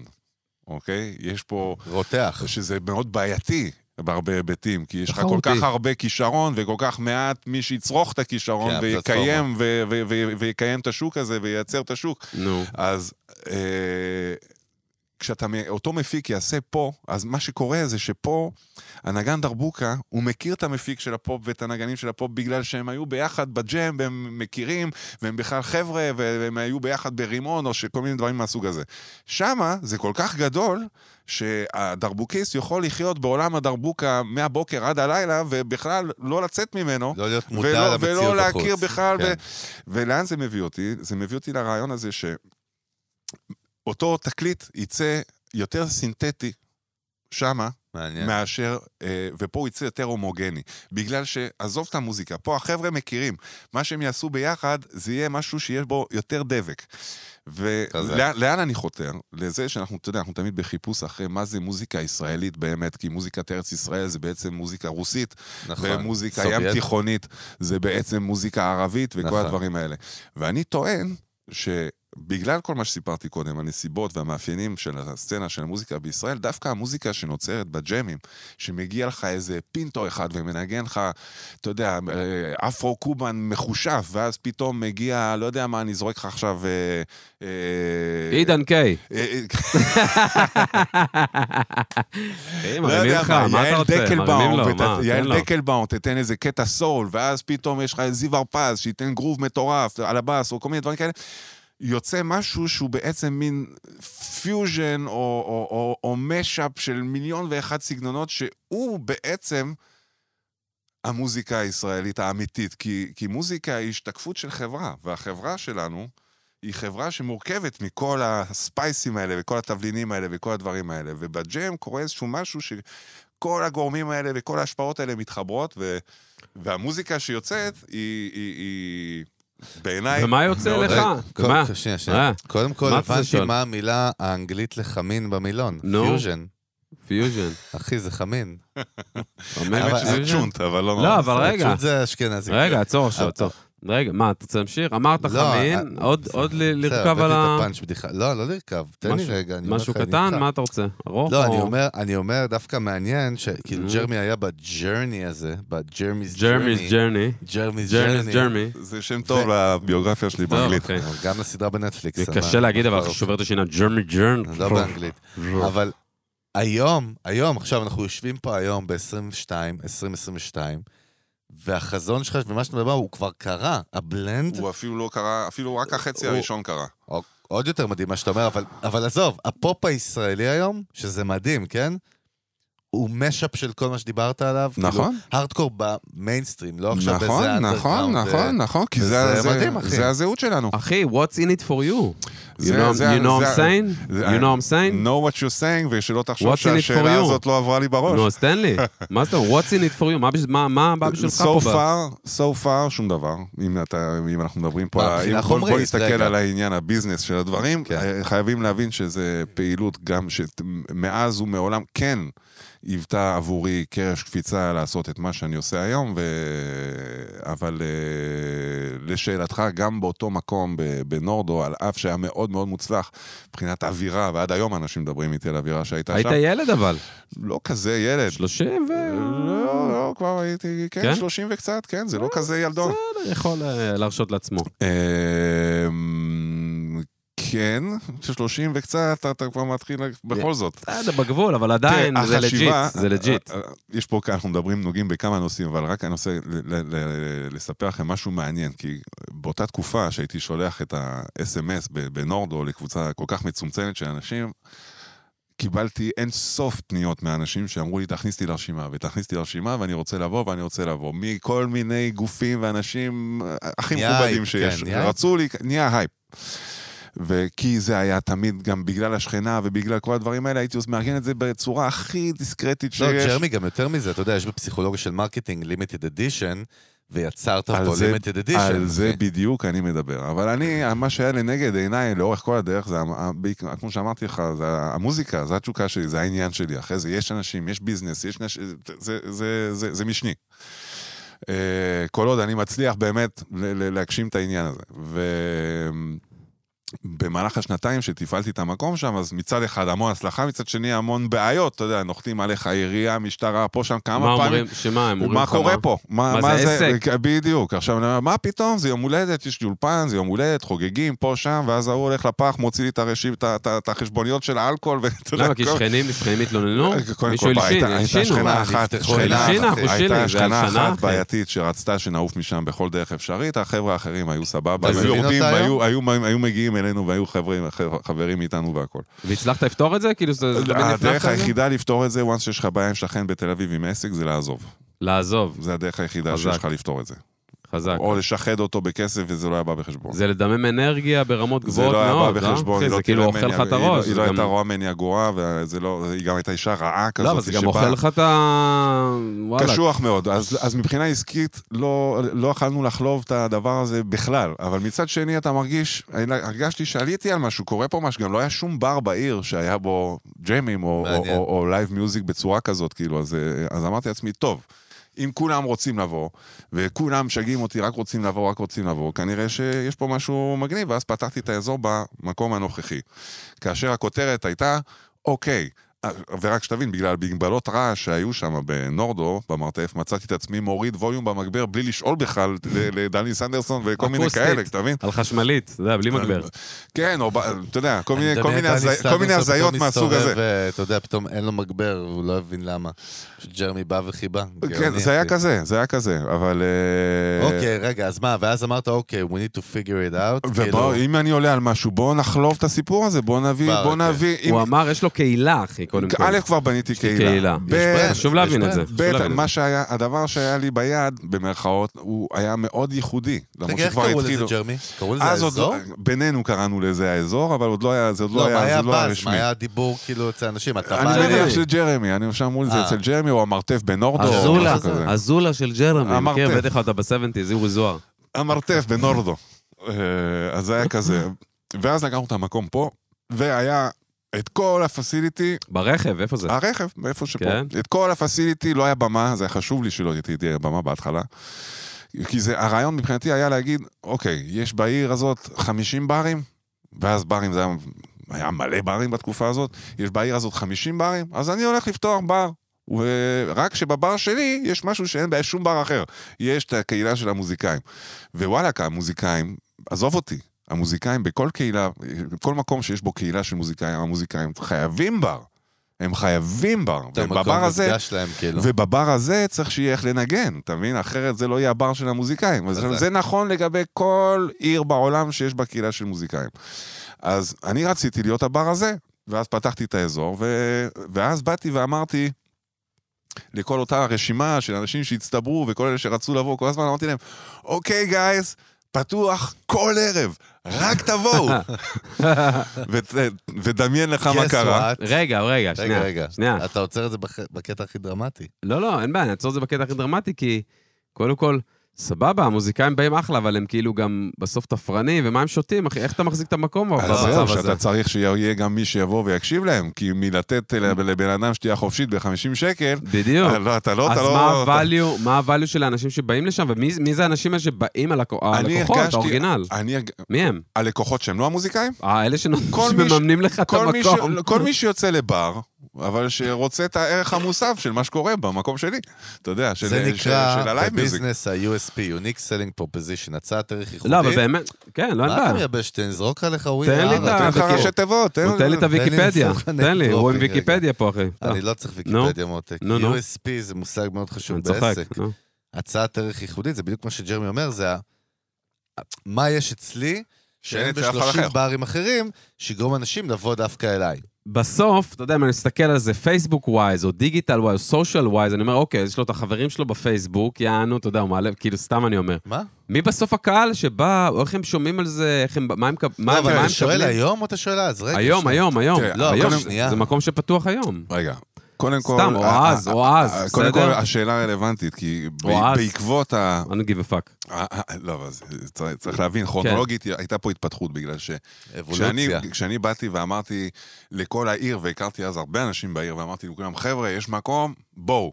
C: אוקיי? יש פה...
A: רותח.
C: שזה מאוד בעייתי בהרבה היבטים, כי יש לך כל
B: תחרותי.
C: כך הרבה כישרון וכל כך מעט מי שיצרוך את הכישרון
A: כן, הפלטפורמה.
C: ויקיים, ו- ו- ו- ויקיים את השוק הזה וייצר את השוק.
B: נו.
C: אז אה, כשאתה, מ- אותו מפיק יעשה פה, אז מה שקורה זה שפה הנגן דרבוקה, הוא מכיר את המפיק של הפופ ואת הנגנים של הפופ בגלל שהם היו ביחד בג'אם והם מכירים, והם בכלל חבר'ה, והם היו ביחד ברימון או שכל מיני דברים מהסוג הזה. שמה זה כל כך גדול, שהדרבוקיסט יכול לחיות בעולם הדרבוקה מהבוקר עד הלילה, ובכלל לא לצאת ממנו.
A: לא להיות מודע
C: ולא,
A: למציאות בחוץ.
C: ולא להכיר בכלל,
A: כן.
C: כן. ו... ולאן זה מביא אותי? זה מביא אותי לרעיון הזה שאותו תקליט יצא יותר סינתטי שמה,
A: מעניין.
C: מאשר, אה, ופה הוא יצא יותר הומוגני. בגלל שעזוב את המוזיקה, פה החבר'ה מכירים. מה שהם יעשו ביחד, זה יהיה משהו שיש בו יותר דבק.
A: כזה.
C: ולאן אני חותר? לזה שאנחנו, אתה יודע, אנחנו תמיד בחיפוש אחרי מה זה מוזיקה ישראלית באמת, כי מוזיקת ארץ ישראל זה בעצם מוזיקה רוסית,
A: נכון.
C: ומוזיקה
A: סובייט.
C: ים תיכונית, זה בעצם מוזיקה ערבית וכל
A: נכון.
C: הדברים האלה. ואני טוען שבגלל כל מה שסיפרתי קודם, הנסיבות והמאפיינים של הסצנה של המוזיקה בישראל, דווקא המוזיקה שנוצרת בג'אמים, שמגיע לך איזה פינטו אחד ומנגן לך, אתה יודע, אה, אפרו-קובן מחושף, ואז פתאום מגיע, לא יודע מה, אני זורק לך עכשיו... אה, אה,
B: עידן קיי.
C: אה, אה,
B: אה,
C: לא
B: מרימים
C: יודע
B: לך,
C: מה,
B: מה אתה
C: יעל
B: רוצה? מרימים
C: דקלבאום,
B: לו,
C: ות-
B: מה? תן לו.
C: יעל דקלבאום תיתן איזה קטע סול, ואז פתאום יש לך איזה זיו הרפז שייתן גרוב מטורף על הבאס, או כל מיני דברים כאלה. יוצא משהו שהוא בעצם מין פיוז'ן או, או, או, או משאפ של מיליון ואחד סגנונות, שהוא בעצם המוזיקה הישראלית האמיתית. כי, כי מוזיקה היא השתקפות של חברה, והחברה שלנו היא חברה שמורכבת מכל הספייסים האלה, וכל התבלינים האלה, וכל הדברים האלה. ובג'אם קורה איזשהו משהו ש... כל הגורמים האלה וכל ההשפעות האלה מתחברות, ו... והמוזיקה שיוצאת היא, היא, היא... בעיניי...
B: ומה יוצא
C: מאוד-
B: לך?
A: רגע,
B: מה?
A: קודם- שנייה, שנייה.
B: אה,
A: קודם כל
B: מה אתה רוצה
A: הבנתי
B: לשאול?
A: מה המילה האנגלית לחמין במילון.
B: נו.
A: פיוז'ן.
B: פיוז'ן.
A: אחי, זה חמין.
B: באמת
C: האמת
A: אבל-
C: שזה צ'ונט, אבל לא
B: לא, אבל רגע.
A: פשוט זה אשכנזי.
B: רגע, עצור עכשיו,
A: אבל-
B: עצור. רגע, מה, אתה רוצה להמשיך? אמרת
A: אה, לא,
B: חמין,
A: אה,
B: עוד- עוד ל-
A: בסדר,
B: לרכב
A: הבאתי את
B: על ה...
A: הפאנץ' בדיחה. לא, לא לרכב, תן לי
B: משהו-
A: רגע. אני אומר
B: משהו
A: לך, אני
B: קטן?
A: איתך.
B: מה אתה רוצה? ארוך?
A: לא, אני
B: או-
A: אומר, אני אומר דווקא מעניין, שכאילו
B: Mm.
A: ג'רמי היה בג'רני הזה, בג'רמי's
B: ג'רמי's
A: journey.
B: ג'רני.
A: ג'רמי's
B: ג'רמי's
A: journey.
B: ג'רמי.
C: זה שם טוב לביוגרפיה שלי
B: טוב,
C: באנגלית.
B: אוקיי.
A: גם לסדרה בנטפליקס.
B: זה
A: אבל-
B: קשה להגיד, אבל
A: אבל-
B: אתה שובר את השיניים. ג'רמי ג'רני.
A: נכון. לא באנגלית. אבל היום, היום, עכשיו, אנחנו יושבים פה היום ב-22, 2022, והחזון שלך ומה שאתה מדבר, הוא כבר קרה. הבלנד,
C: הוא אפילו לא קרה, אפילו רק החצי
A: הוא-
C: הראשון קרה.
A: עוד יותר מדהים מה שאתה אומר, אבל, אבל עזוב, הפופ הישראלי היום, שזה מדהים, כן? הוא משאפ של כל מה שדיברת עליו.
C: נכון.
A: כאילו, הארדקור במיינסטרים, לא עכשיו
C: נכון,
A: באיזה
C: נכון,
A: underground, אה,
C: נכון, נכון, כי
A: זה
C: זה- זה-
A: מדהים, אחי.
C: זה הזהות שלנו.
B: אחי, what's in it for you? You know
C: זה-
B: you know what I'm
C: זה-
B: saying?
C: זה-
B: You know what I'm saying?
C: know what you're saying, ושלא
B: What's in
C: תחשוב
B: it for
C: שהשאלה
B: you?
C: הזאת לא עברה לי בראש.
B: נו, אז תן לי. מה זאת אומרת? What's in it for you? מה בש- מה- מה הבעיה שלך פה?
C: So far, so far, שום דבר. אם, אתה, אם אנחנו מדברים פה,
A: מה,
C: על-
A: מבחינה
C: אם- בוא, בוא
A: חומרית,
C: נסתכל
A: רגע.
C: על העניין הביזנס של הדברים,
A: כן.
C: כן. חייבים להבין שזו פעילות גם שמאז ומעולם כן היוותה עבורי קרש קפיצה לעשות את מה שאני עושה היום, ו... אבל אה, לשאלתך, גם באותו מקום ב- בנורדו, על אף שהיה מאוד מאוד מוצלח מבחינת אווירה, ועד היום אנשים מדברים איתי על אווירה שהייתה
B: היית
C: שם,
B: ילד אבל.
C: לא כזה ילד.
B: 30 ו...
C: לא, לא, כבר הייתי,
B: כן?
C: כן, 30 וקצת, כן, זה לא כזה ילדון.
B: בסדר, יכול אה, להרשות לעצמו.
C: אמ, כן, 30 וקצת, אתה כבר מתחיל בכל זאת.
B: בסדר, בגבול, אבל עדיין,
C: תראה,
B: זה לג'יט,
C: החשיבה-
B: זה לג'יט.
C: אה, אה, יש פה, אנחנו מדברים, נוגעים בכמה נושאים, אבל רק אני רוצה ל- ל- ל- לספר לכם משהו מעניין, כי באותה תקופה שהייתי שולח את ה-SMS ב- בנורדו לקבוצה כל כך מצומצמת של אנשים, קיבלתי אין סוף פניות מאנשים שאמרו לי, תכניס אותי לרשימה, ותכניס אותי לרשימה, ואני רוצה לבוא, ואני רוצה לבוא. מכל מיני גופים ואנשים אה, הכי
A: נהיה
C: מכובדים
A: הייפ,
C: שיש.
A: כן, נהיה
C: רצו לי, נהיה הייפ. וכי זה היה תמיד גם בגלל השכנה ובגלל כל הדברים האלה, הייתי מארגן את זה בצורה הכי דיסקרטית
A: לא,
C: שיש.
A: ג'רמי, גם יותר מזה, אתה יודע, יש בפסיכולוגיה של מרקטינג לימיטד אדישן, ויצרת
C: על
A: פה
C: זה-
A: לימיטד אדישן.
C: על זה בדיוק אני מדבר. אבל אני, מה שהיה לנגד עיניי לאורך כל הדרך, זה, המ- ה- בעיק- כמו שאמרתי לך, זה ה- המוזיקה, זה התשוקה שלי, זה העניין שלי. אחרי זה יש אנשים, יש ביזנס, יש נש... זה, זה, זה, זה משני. אה, כל עוד אני מצליח באמת ל- ל- להגשים את העניין הזה. ובמהלך השנתיים שתפעלתי את המקום שם, אז מצד אחד המון הצלחה, מצד שני המון בעיות, אתה יודע, נוחתים עליך עירייה, משטרה, פה, שם, כמה
B: מה
C: פעמים.
B: אומרים? שמה, הם אומרים
C: מה
B: לך
C: קורה פה? מה,
B: מה
C: מה,
B: זה
C: זה, אה,
B: עסק?
C: בדיוק. עכשיו אני אומר, מה פתאום, זה יום הולדת, יש לי אולפן, זה יום הולדת, חוגגים פה, שם, ואז ההוא הולך לפח, מוציא לי את הרשיב, את ה- את ה- את החשבוניות של האלכוהול, ואתה יודע,
B: למה? לא, כי
C: כל- אה,
B: שכנים, שכנים התלוננו?
C: קודם
B: מישהו
C: כל,
B: הלשין,
C: הייתה- הייתה
B: הלשינו.
C: שכנה
A: אה,
C: אחת,
A: נפתחו
C: שכנה
A: עיניים.
C: אחת-
B: הלשינה, אחוז שלי,
C: הייתה
B: זה
C: שכנה
B: הלשנה,
C: אחת
B: אחי.
C: בעייתית שרצתה שנעוף משם בכל דרך אפשרית, החבר'ה האחרים היו סבבה,
A: אתה
C: היו
A: מבין
C: יורדים,
A: אותה
C: והיו- היו- היו מגיעים אלינו והיו חברים- חברים איתנו והכל.
B: והצלחת לפתור את זה? כאילו, זה זה באמת
C: הדרך
B: נפלט על זה?
C: היחידה לפתור את זה, once שיש לך בעיה עם שכן בתל אביב עם עסק, זה לעזוב.
B: לעזוב,
C: זה הדרך היחידה
B: חזק.
C: שיש לך לפתור את זה.
B: חזק.
C: או לשחד אותו בכסף וזה לא היה בא בחשבון.
B: זה לדמם אנרגיה ברמות
C: זה
B: גבוהות
C: לא היה בא
B: מאוד, לא?
C: בחשבון,
B: אחי,
C: היא לא
B: זה כאילו
C: קיבלה
B: אוכל
C: ממני-
B: לך את
C: היא לא-
B: הראש.
C: היא
B: זה
C: לא
B: גם-
C: הייתה רואה ממני אגורה, וזה לא- היא גם הייתה אישה רעה כזאת.
B: לא, אבל זה גם
C: שבאה-
B: אוכל לך את ה... וואלה.
C: קשוח מאוד. אז, אז מבחינה עסקית לא, לא יכלנו לחלוב את הדבר הזה בכלל. אבל מצד שני אתה מרגיש, אני הרגשתי שעליתי על משהו, קורה פה משהו, גם לא היה שום בר בעיר שהיה בו ג'יימים או, או,
A: מעניין.
C: או, או לייב מיוזיק בצורה כזאת, כאילו, אז, אה, אז אמרתי לעצמי, טוב. אם כולם רוצים לבוא, וכולם משגעים אותי, רק רוצים לבוא, רק רוצים לבוא, כנראה שיש פה משהו מגניב, ואז פתחתי את האזור במקום הנוכחי. כאשר הכותרת הייתה, אוקיי, אה, ורק שתבין, בגלל מגבלות רעש שהיו שם בנורדו, במרתף, מצאתי את עצמי מוריד ווליום במגבר בלי לשאול בכלל ל- לדני סנדרסון וכל מיני
B: אקוסטית.
C: כאלה, אתה מבין?
B: על חשמלית, אתה יודע, בלי מגבר.
C: כן, או ב- אתה יודע, כל מיני-
A: אני
C: כל
A: מדמיין את
C: מיני הזי-
A: דני
C: כל מיני
A: סנדרסון
C: הזיות
A: פתאום
C: מהסוג הזה.
A: מסתובב, ואתה יודע, פתאום אין לו מגבר, והוא לא הבין למה. ג'רמי בא וחיבה.
C: כן,
A: גאוני,
C: זה היה
A: אחי.
C: כזה, זה היה כזה, אבל... אה,
A: אוקיי, רגע, אז מה, ואז אמרת, אוקיי, we need to figure it out. כאילו,
C: ובוא, אם אני עולה על משהו, בואו נחלוב את הסיפור הזה, בואו נביא,
A: כבר,
C: בואו
A: אוקיי.
C: נביא... אם-
B: הוא אמר, יש לו קהילה, אחי, קודם כל.
C: א', כבר בניתי
B: יש לי קהילה.
C: קהילה.
B: יש
C: ב',
A: ברנד.
B: חשוב להבין
A: יש
B: את זה.
A: בעיה.
B: חשוב
C: בטח,
B: להבין את
C: מה שהיה, הדבר שהיה לי ביד, במרכאות, הוא היה מאוד ייחודי. למרות
A: רגע, איך
C: שכבר
A: קראו לזה,
C: התחילו-
A: ג'רמי? קראו לזה
C: אז עוד
A: אזור?
C: לא, בינינו קראנו לזה האזור, אבל עוד לא היה, זה עוד לא
A: לא, מה
C: היה,
A: היה
C: זה לא היה
A: באז?
C: רשמי.
A: מה היה הדיבור כאילו אצל אנשים? אתה
C: אני
A: בא
B: ג'רמי.
C: מניח
A: אליהם?
C: שזה ג'רמי, אני חושב אמרו לי זה
A: אה.
C: אצל ג'רמי, או המרתף בנורדו, או
B: הזולה,
C: משהו כזה.
B: הזולה של ג'רמי,
C: אמרתם.
B: מכיר? בטח אתה ב-70's, אורי זוהר.
C: המרתף בנורדו. אה, אז זה היה כזה. ואז לקחנו את המקום פה, והיה את כל הפסיליטי,
B: ברכב, איפה זה?
C: הרכב, מאיפה שפה.
B: כן.
C: את כל הפסיליטי, לא היה במה, זה היה חשוב לי שלא תהיה- תהיה במה בהתחלה. כי זה, הרעיון מבחינתי היה להגיד, אוקיי, יש בעיר הזאת 50 ברים, ואז ברים זה היה, היה מלא ברים בתקופה הזאת, יש בעיר הזאת 50 ברים, אז אני הולך לפתוח בר. ורק שבבר שלי יש משהו שאין בשום בר אחר. יש את הקהילה של המוזיקאים. ווואלאק, המוזיקאים, עזוב אותי, המוזיקאים בכל קהילה, בכל מקום שיש בו קהילה של מוזיקאים, המוזיקאים חייבים בר. הם חייבים בר.
A: את המקום
C: ובבר הזה,
A: מפגש להם, כאילו.
C: ובבר הזה צריך שיהיה איך לנגן, אתה מבין? אחרת זה לא יהיה הבר של המוזיקאים. אז
A: חזק.
C: זה נכון לגבי כל עיר בעולם שיש בה קהילה של מוזיקאים. אז אני רציתי להיות הבר הזה, ואז פתחתי את האזור, ו... ואז באתי ואמרתי לכל אותה רשימה של אנשים שהצטברו וכל אלה שרצו לבוא, כל הזמן אמרתי להם, אוקיי גייז, פתוח כל ערב, רק תבואו. ות- ודמיין לך מה
A: Guess
C: קרה.
A: what?
B: רגע, רגע,
A: רגע,
B: שנייה.
A: רגע.
B: שנייה.
A: אתה עוצר את זה בח- בקטע הכי דרמטי.
B: לא, לא, אין בעיה, נעצור את זה בקטע הכי דרמטי, כי קודם כל, סבבה, המוזיקאים באים אחלה, אבל הם כאילו גם בסוף תפרנים, ומה הם שותים, אחי? איך אתה מחזיק את המקום
C: אז זהו,
B: במצב הזה?
C: שאתה צריך שיהיה גם מי שיבוא ויקשיב להם, כי מלתת לב- לבן אדם שתייה חופשית ב-50 שקל,
B: Mm. בדיוק.
C: אה, לא, אתה לא,
B: אז
C: אתה לא...
B: מה
C: אתה-
B: ה-value, מה ה-value של האנשים שבאים לשם, ומי מי זה האנשים האלה שבאים, הלקו-
C: אני
B: הלקוחות,
C: הרגשתי-
B: האורגינל?
C: אני, הרג-
B: מי הם?
C: הלקוחות שהם לא המוזיקאים?
B: אה, אלה שנותנים-
C: כל מי ש-
B: שמממנים לך את
C: כל מי, ש,
B: המקום.
C: כל מי שיוצא לבר, אבל שרוצה את הערך המוסף של מה שקורה במקום שלי. אתה יודע, של,
A: זה
C: של, של
A: נקרא
C: הלייב מיוזיק.
A: בביזנס ה-USP, Unique Selling Proposition, הצעת ערך ייחודית.
B: לא, אבל באמת, כן, לא אין
A: מה
B: בעיה.
A: אתה מייבש? תזרוק עליך ווין.
B: תן לי את ה-
C: תן לך
B: תכיר.
C: ראשי תיבות,
B: הוא תן לי את
A: תן לי
B: הוויקיפדיה,
A: לנסות
B: תן לי, הוא עם
A: רגע.
B: ויקיפדיה פה, אחי. אה,
A: אני לא צריך ויקיפדיה מותק.
B: נו, נו.
A: USP זה מושג מאוד חשוב
B: אני צוחק,
A: בעסק.
B: נו.
A: הצעת ערך ייחודית, זה בדיוק מה שג'רמי אומר, זה ה- מה יש אצלי, שאין
C: שאין אצל אף אחד
A: ב-30
C: אחר.
A: ברים אחרים, שיגרום אנשים לבוא דווקא אליי.
B: בסוף, אתה יודע, אם אני מסתכל על זה פייסבוק ווייז, או דיגיטל ווייז, או סושיאל ווייז, אני אומר, אוקיי, יש לו את החברים שלו בפייסבוק, יענו, אתה יודע, הוא מעלה, כאילו, סתם אני אומר.
A: מה?
B: מי בסוף הקהל שבא, או איך הם שומעים על זה, איך הם, מה הם קב- מה
A: לא,
B: הם
A: אבל
B: מה הם
A: אני שואל
B: מקבלים?
A: היום או אתה שואל אז? רגע,
B: היום,
A: שנייה.
B: היום, היום.
C: תראה,
A: לא,
B: היום.
A: קודם- שנייה.
B: זה מקום שפתוח היום.
C: רגע, קודם כל...
B: סתם, או
C: ה-
B: אז,
C: ה-
B: או אז,
C: ה-
B: בסדר?
C: קודם כל, השאלה רלוונטית, כי ב-
B: או אז.
C: בעקבות ה...
B: I don't give a fuck.
C: ה- ה- לא, אבל זה- צריך- צריך להבין,
B: כן.
C: כרונולוגית הייתה פה התפתחות, בגלל ש... כשאני,
A: אבולוציה. לא,
C: כשאני באתי ואמרתי לכל העיר, והכרתי אז הרבה אנשים בעיר, ואמרתי לכולם, חבר'ה, יש מקום, בואו.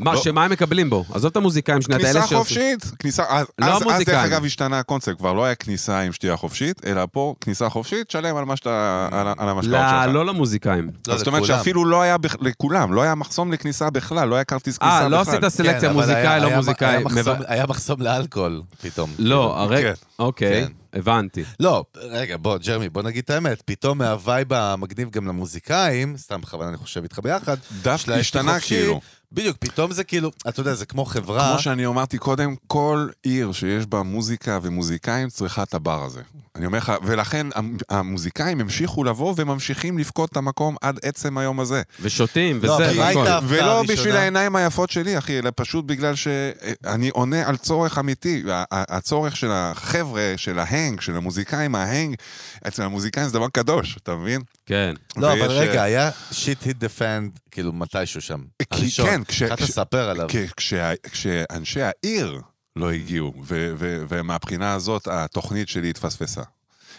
B: מה,
C: לא.
B: שמה הם מקבלים בו? עזוב את המוזיקאים שנייה, את
C: כניסה
B: אלה שעושים-
C: חופשית, כניסה, אז,
B: לא
C: אז, אז דרך
B: המוזיקאים.
C: אגב השתנה הקונספט, כבר לא היה כניסה עם שתייה חופשית, אלא פה כניסה חופשית, תשלם על, מה שאתה- על, ה- על המשקאות
B: לא,
C: שלך.
B: לא למוזיקאים.
A: לא,
C: זאת אומרת
A: לכולם.
C: שאפילו לא היה, בכ- לכולם, לא היה מחסום לכניסה בכלל, לא היה כרטיס כניסה בכלל.
B: אה, לא עשית סלקציה
A: כן, אבל היה-
B: מוזיקאי, לא
A: היה-
B: מוזיקאי.
A: היה מחסום-
B: מב-
A: היה מחסום לאלכוהול פתאום.
B: לא, הרגע,
C: כן.
B: אוקיי,
A: כן.
B: הבנתי.
A: לא, רגע, בוא, ג'רמי, בוא נגיד את האמת. פתאום מהווייב המגניב גם למוזיקאים, סתם בכוונה אני חושב איתך ביחד. של
C: דווקא
A: האש
C: השתנה
A: החופשי,
C: כאילו.
A: בדיוק, פתאום זה כאילו, אתה יודע, זה כמו חברה.
C: כמו שאני אמרתי קודם, כל עיר שיש בה מוזיקה ומוזיקאים צריכה את הבר הזה. אני אומר לך, ולכן המ- המוזיקאים המשיכו לבוא וממשיכים לבכות את המקום עד עצם היום הזה.
B: ושותים,
A: לא,
B: וזה,
A: אבל מה
B: והכל.
A: הייתה- ההפתעה
C: ולא
A: הראשונה?
C: בשביל העיניים היפות שלי, אחי, אלא פשוט בגלל שאני עונה על צורך אמיתי. ה- ה- הצורך של החבר'ה, של ההנג, של המוזיקאים, ההנג, אצל המוזיקאים זה דבר קדוש, אתה מבין?
B: כן.
A: לא, אבל
C: ויש,
A: רגע,
C: אה,
A: היה שיט היט דה פאנד, כאילו, מתישהו שם.
C: כי-
A: הראשון.
C: כן, כש-
A: התחלת
C: כש-
A: לספר עליו.
C: כ- כשה- כשאנשי העיר לא הגיעו, ו- ו- ומהבחינה הזאת התוכנית שלי התפספסה.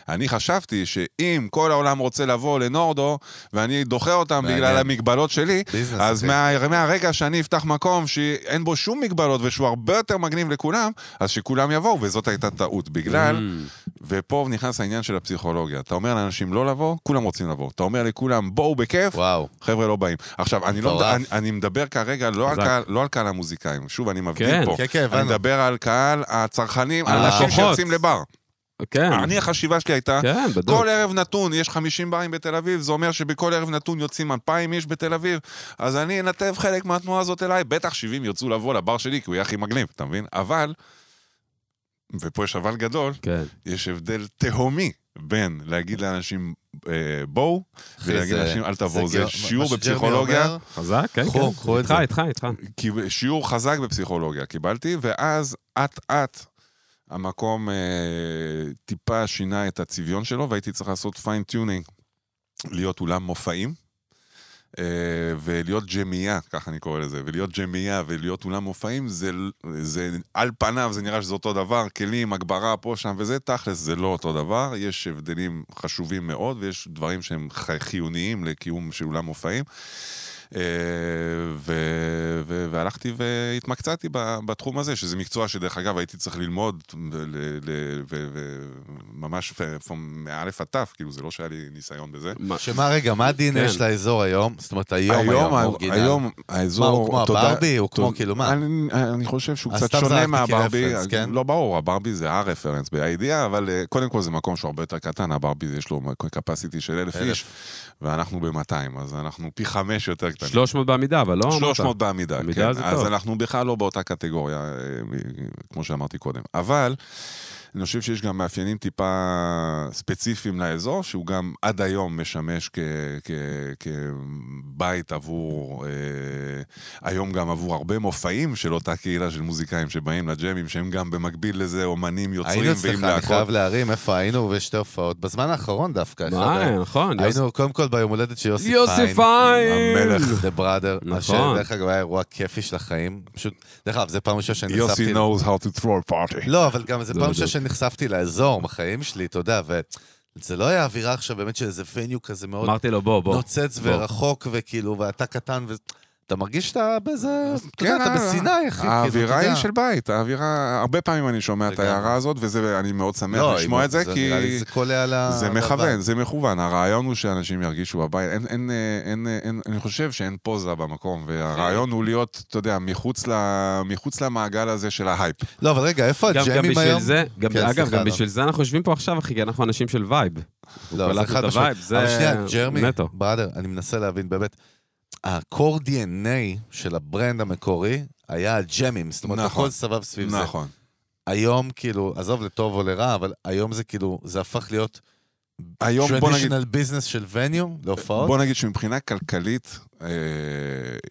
C: אני חשבתי שאם כל העולם רוצה לבוא לנורדו, ואני דוחה אותם
A: מעניין.
C: בגלל המגבלות שלי,
A: ביזנס,
C: אז
A: אוקיי.
C: מה, מהרגע שאני אפתח מקום שאין בו שום מגבלות ושהוא הרבה יותר מגניב לכולם, אז שכולם יבואו, וזאת הייתה טעות.
A: כן.
C: בגלל,
B: Mm.
C: ופה נכנס העניין של הפסיכולוגיה. אתה אומר לאנשים לא לבוא, כולם רוצים לבוא. אתה אומר לכולם, בואו בכיף,
A: וואו.
C: חבר'ה לא באים. עכשיו, אני, לא,
A: מטורף.
C: אני, אני מדבר כרגע לא על,
B: חזק.
C: קהל, לא על קהל המוזיקאים, שוב, אני מבדיל
B: כן,
C: פה.
A: כן, כן,
C: אני
A: הבנו.
C: מדבר על קהל הצרכנים, על אנשים
B: הלקוחות.
C: שיוצאים לבר.
B: כן,
C: אני, החשיבה שלי הייתה,
B: כן, בדיוק.
C: כל ערב נתון, יש 50 ברים בתל אביב, זה אומר שבכל ערב נתון יוצאים 2,000 איש בתל אביב, אז אני אנתב חלק מהתנועה הזאת אליי, בטח 70 ירצו לבוא לבר שלי, כי הוא יהיה הכי מגניב, אתה מבין? אבל, ופה יש אבל גדול,
B: כן.
C: יש הבדל תהומי בין להגיד לאנשים אה, בואו,
A: אחי,
C: ולהגיד
A: זה-
C: לאנשים אל תבואו,
A: כאילו-
C: זה
A: מה- מה
C: שיעור
A: שג'רמי
C: בפסיכולוגיה.
A: אומר,
B: חזק, כן,
A: קחו,
B: כן.
A: קחו את
B: איתך,
A: זה.
B: איתך, איתך.
C: כי שיעור חזק בפסיכולוגיה קיבלתי, ואז אט-אט המקום אה, טיפה שינה את הצביון שלו, והייתי צריך לעשות פיינטיונינג, להיות אולם מופעים. אה, ולהיות ג'מייה, ככה אני קורא לזה, ולהיות ג'מייה ולהיות אולם מופעים, זה, זה על פניו זה נראה שזה אותו דבר, כלים, הגברה פה, שם וזה, תכלס זה לא אותו דבר, יש הבדלים חשובים מאוד ויש דברים שהם חי- חיוניים לקיום של אולם מופעים. אה, ו- ו- והלכתי והתמקצעתי ב- בתחום הזה, שזה מקצוע שדרך אגב הייתי צריך ללמוד ממש מאלף עד תף, כאילו זה לא שהיה לי ניסיון בזה.
B: מה-
A: שמה, רגע, מה הדין
B: כן.
A: יש לאזור היום? זאת אומרת, היום, היום, האורגינל.
C: היום
A: מה,
C: האזור...
A: הוא כמו
C: תודה-
A: הברבי? הוא כמו,
C: תודה-
A: כאילו, מה?
C: אני, אני חושב שהוא
A: אז
C: קצת
A: סתם
C: שונה
A: זרקתי
C: מהברבי,
A: כרפרנס, כן?
C: לא ברור, הברבי זה הרפרנס בידיעה, אבל אה, קודם כל זה מקום שהוא הרבה יותר קטן, הברבי יש לו capacity של אלף
A: אלף.
C: איש, ואנחנו ב-200, אז אנחנו פי חמש יותר קטנים.
B: 300 בעמידה, אבל לא אמרת.
C: 300 בעמידה,
B: עמידה
C: כן.
B: זה
C: אז
B: טוב.
C: אנחנו בכלל לא באותה קטגוריה, אה, מ- כמו שאמרתי קודם. אבל אני חושב שיש גם מאפיינים טיפה ספציפיים לאזור, שהוא גם עד היום משמש כ, כ, כבית עבור, אה, היום גם עבור הרבה מופעים של אותה קהילה של מוזיקאים שבאים לג'אמים, שהם גם במקביל לזה אומנים, יוצרים
A: היינו
C: ועם
A: אצלך, אני
C: להקות.
A: חייב להרים איפה היינו בשתי הופעות. בזמן האחרון דווקא. אחד ה-
B: מה, נכון. יוס-
A: כן. היינו קודם כל ביום הולדת של יוסי פיין.
B: יוסי פיין!
A: המלך, דה בראדר.
B: נכון.
A: נכון. דרך אגב, היה אירוע כיפי של החיים. פשוט, דרך אגב, זו פעם ראשונה שנחשפתי...
C: יוסי knows how to throw a party.
A: לא, אבל גם זו
B: לא
A: פעם
B: בדיוק.
A: ראשונה שנחשפתי לאזור בחיים שלי, אתה יודע, וזה לא היה אווירה עכשיו באמת של איזה וניו כזה מאוד לא,
B: אמרתי לו, בוא, בוא.
A: נוצץ
B: בוא.
A: ורחוק, וכאילו, ואתה קטן, ו... אתה מרגיש שאתה באיזה... אתה
C: כן,
A: יודע, אתה
C: אה,
A: בסיני, אחי. כאילו, אתה
C: האווירה היא
A: יודע.
C: של בית, האווירה, הרבה פעמים אני שומע את
A: לגמרי.
C: ההערה הזאת, ואני מאוד שמח
A: לא,
C: לשמוע
A: אם-
C: את זה, כי...
A: נראה לי זה קולע ל...
C: זה
A: ל-
C: מכוון, זה מכוון. הרעיון הוא שאנשים ירגישו בבית. אין, אין, אה, אין, אה, אין, אני חושב שאין פוזה במקום, והרעיון הוא להיות, אתה יודע, מחוץ, ל, מחוץ למעגל הזה של ההייפ.
A: לא, אבל רגע,
C: אה,
A: איפה
B: גם, גם
A: הג'אמים
B: בשביל
A: היום?
B: זה, גם,
A: כן,
B: אגב,
A: סליחה,
B: גם
A: לא.
B: בשביל זה אנחנו יושבים פה עכשיו, אחי, כי אנחנו אנשים של וייב.
A: לא, זה
B: קלטנו
A: חד משמעית.
B: את הווייב, זה
A: אבל שנייה, ג'רמי,
B: נטו.
A: בראדר, אני מנסה להבין, באמת, הקור DNA של הברנד המקורי היה הג'מים, זאת אומרת,
C: נכון.
A: הכל סבב סביב זה.
C: נכון.
A: היום, כאילו, עזוב לטוב או לרע, אבל היום זה כאילו, זה הפך להיות
C: היום, בוא נגיד,
A: traditional business של וניו להופעות.
C: בוא נגיד שמבחינה כלכלית, אה,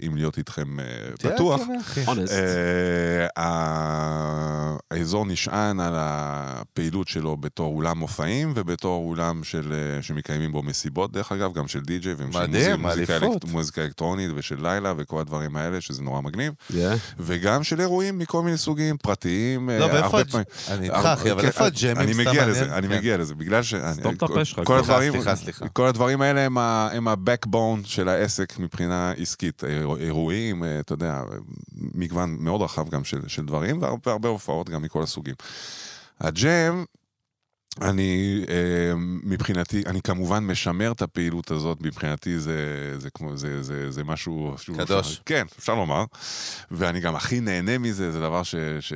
C: אם להיות איתכם אה,
A: תהיה
C: פתוח,
A: כן, אחי.
B: אונסט.
C: אה, ה- אה, האזור נשען על הפעילות שלו בתור אולם מופעים ובתור אולם של, אה, שמקיימים בו מסיבות, דרך אגב, גם של די-ג'יי ושל
A: מדהים,
C: מוזיקה,
A: אליפות.
C: אלק- מוזיקה אלקטרונית ושל לילה וכל הדברים האלה, שזה נורא מגניב,
B: Yeah.
C: וגם של אירועים מכל מיני סוגים, פרטיים,
A: לא,
C: אה,
A: ואיפה
C: הרבה
A: הג'-
C: פעמים.
A: אני איתך,
C: אה,
A: אחי, אבל
C: כן,
A: איפה
C: אה,
A: הג'אמים?
C: אני
A: סתם
C: מגיע
A: מעניין.
C: לזה, אני
A: כן.
C: מגיע לזה, בגלל ש... אני-
B: סתום את הפה
C: כל-
B: שלך,
C: כל
A: סליחה,
C: הדברים-
A: סליחה, סליחה.
C: כל הדברים האלה הם ה- הם ה-backbone של העסק מבחינה עסקית. אירוע- אירועים, אה, אתה יודע, מגוון מאוד רחב גם של, של דברים, והרבה הרבה הופעות גם מכל הסוגים. הג'ם, אני אה, מבחינתי, אני כמובן משמר את הפעילות הזאת, מבחינתי זה, זה, כמו, זה, זה, זה משהו... שהוא-
A: קדוש.
C: כן, אפשר לומר. ואני גם הכי נהנה מזה, זה דבר שאני ש...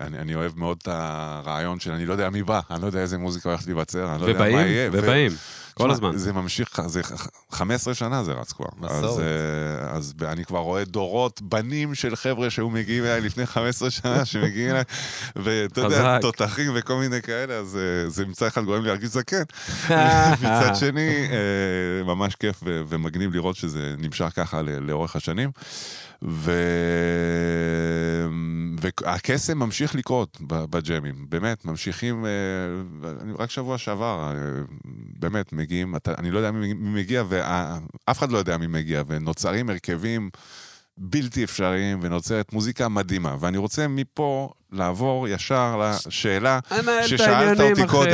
C: אני, אני אוהב מאוד את הרעיון של אני לא יודע מי בא, אני לא יודע איזה מוזיקה הולכת להיווצר, אני לא יודע מה
B: ובאים,
C: יהיה. ו-
B: ובאים, כל
C: תשמע,
B: הזמן.
C: זה ממשיך, זה ח- 15 שנה זה רץ כבר.
A: מסורת.
C: אז, אה, אז ב- אני כבר רואה דורות, בנים של חבר'ה שהיו מגיעים אליי לפני 15 שנה, שמגיעים אליי, ואתה יודע,
B: חזק.
C: תותחים וכל מיני כאלה, אז אה, זה מצד אחד גורם לי להרגיש זקן. מצד שני, אה, ממש כיף ו- ומגניב לראות שזה נמשך ככה ל- לאורך השנים. ו... והקסם ממשיך לקרות ב- בג'אמים, באמת, ממשיכים, אה, אני- רק שבוע שעבר, אה, באמת, מגיעים, אתה, אני לא יודע מי מי מגיע, ואף אחד לא יודע מי מגיע, ונוצרים הרכבים בלתי אפשריים, ונוצרת מוזיקה מדהימה. ואני רוצה מפה לעבור ישר לשאלה ששאלת אותי קודם.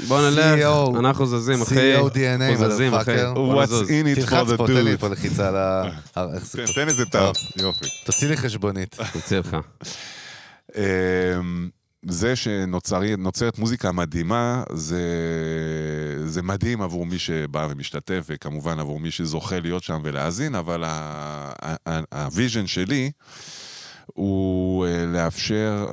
C: E
B: בוא נלך,
A: CEO.
B: אנחנו זזים, אחי.
A: CEO DNA,
B: זזים, אחי.
A: motherfucker.
B: בוא
C: What's
B: נזוז.
C: in it
A: תלחץ
C: for
A: פה,
C: the
A: תן לי
C: dude.
A: פה לחיצה על ה... איך זה-
C: כן, תן- תן איזה טעם, יופי.
A: תוציא לי חשבונית.
B: תוציא
C: E-
B: לך.
C: אמ, זה שנוצרת מוזיקה מדהימה, זה, זה מדהים עבור מי שבא ומשתתף, וכמובן עבור מי שזוכה להיות שם ולהאזין, אבל הוויז'ן שלי הוא אה, לאפשר,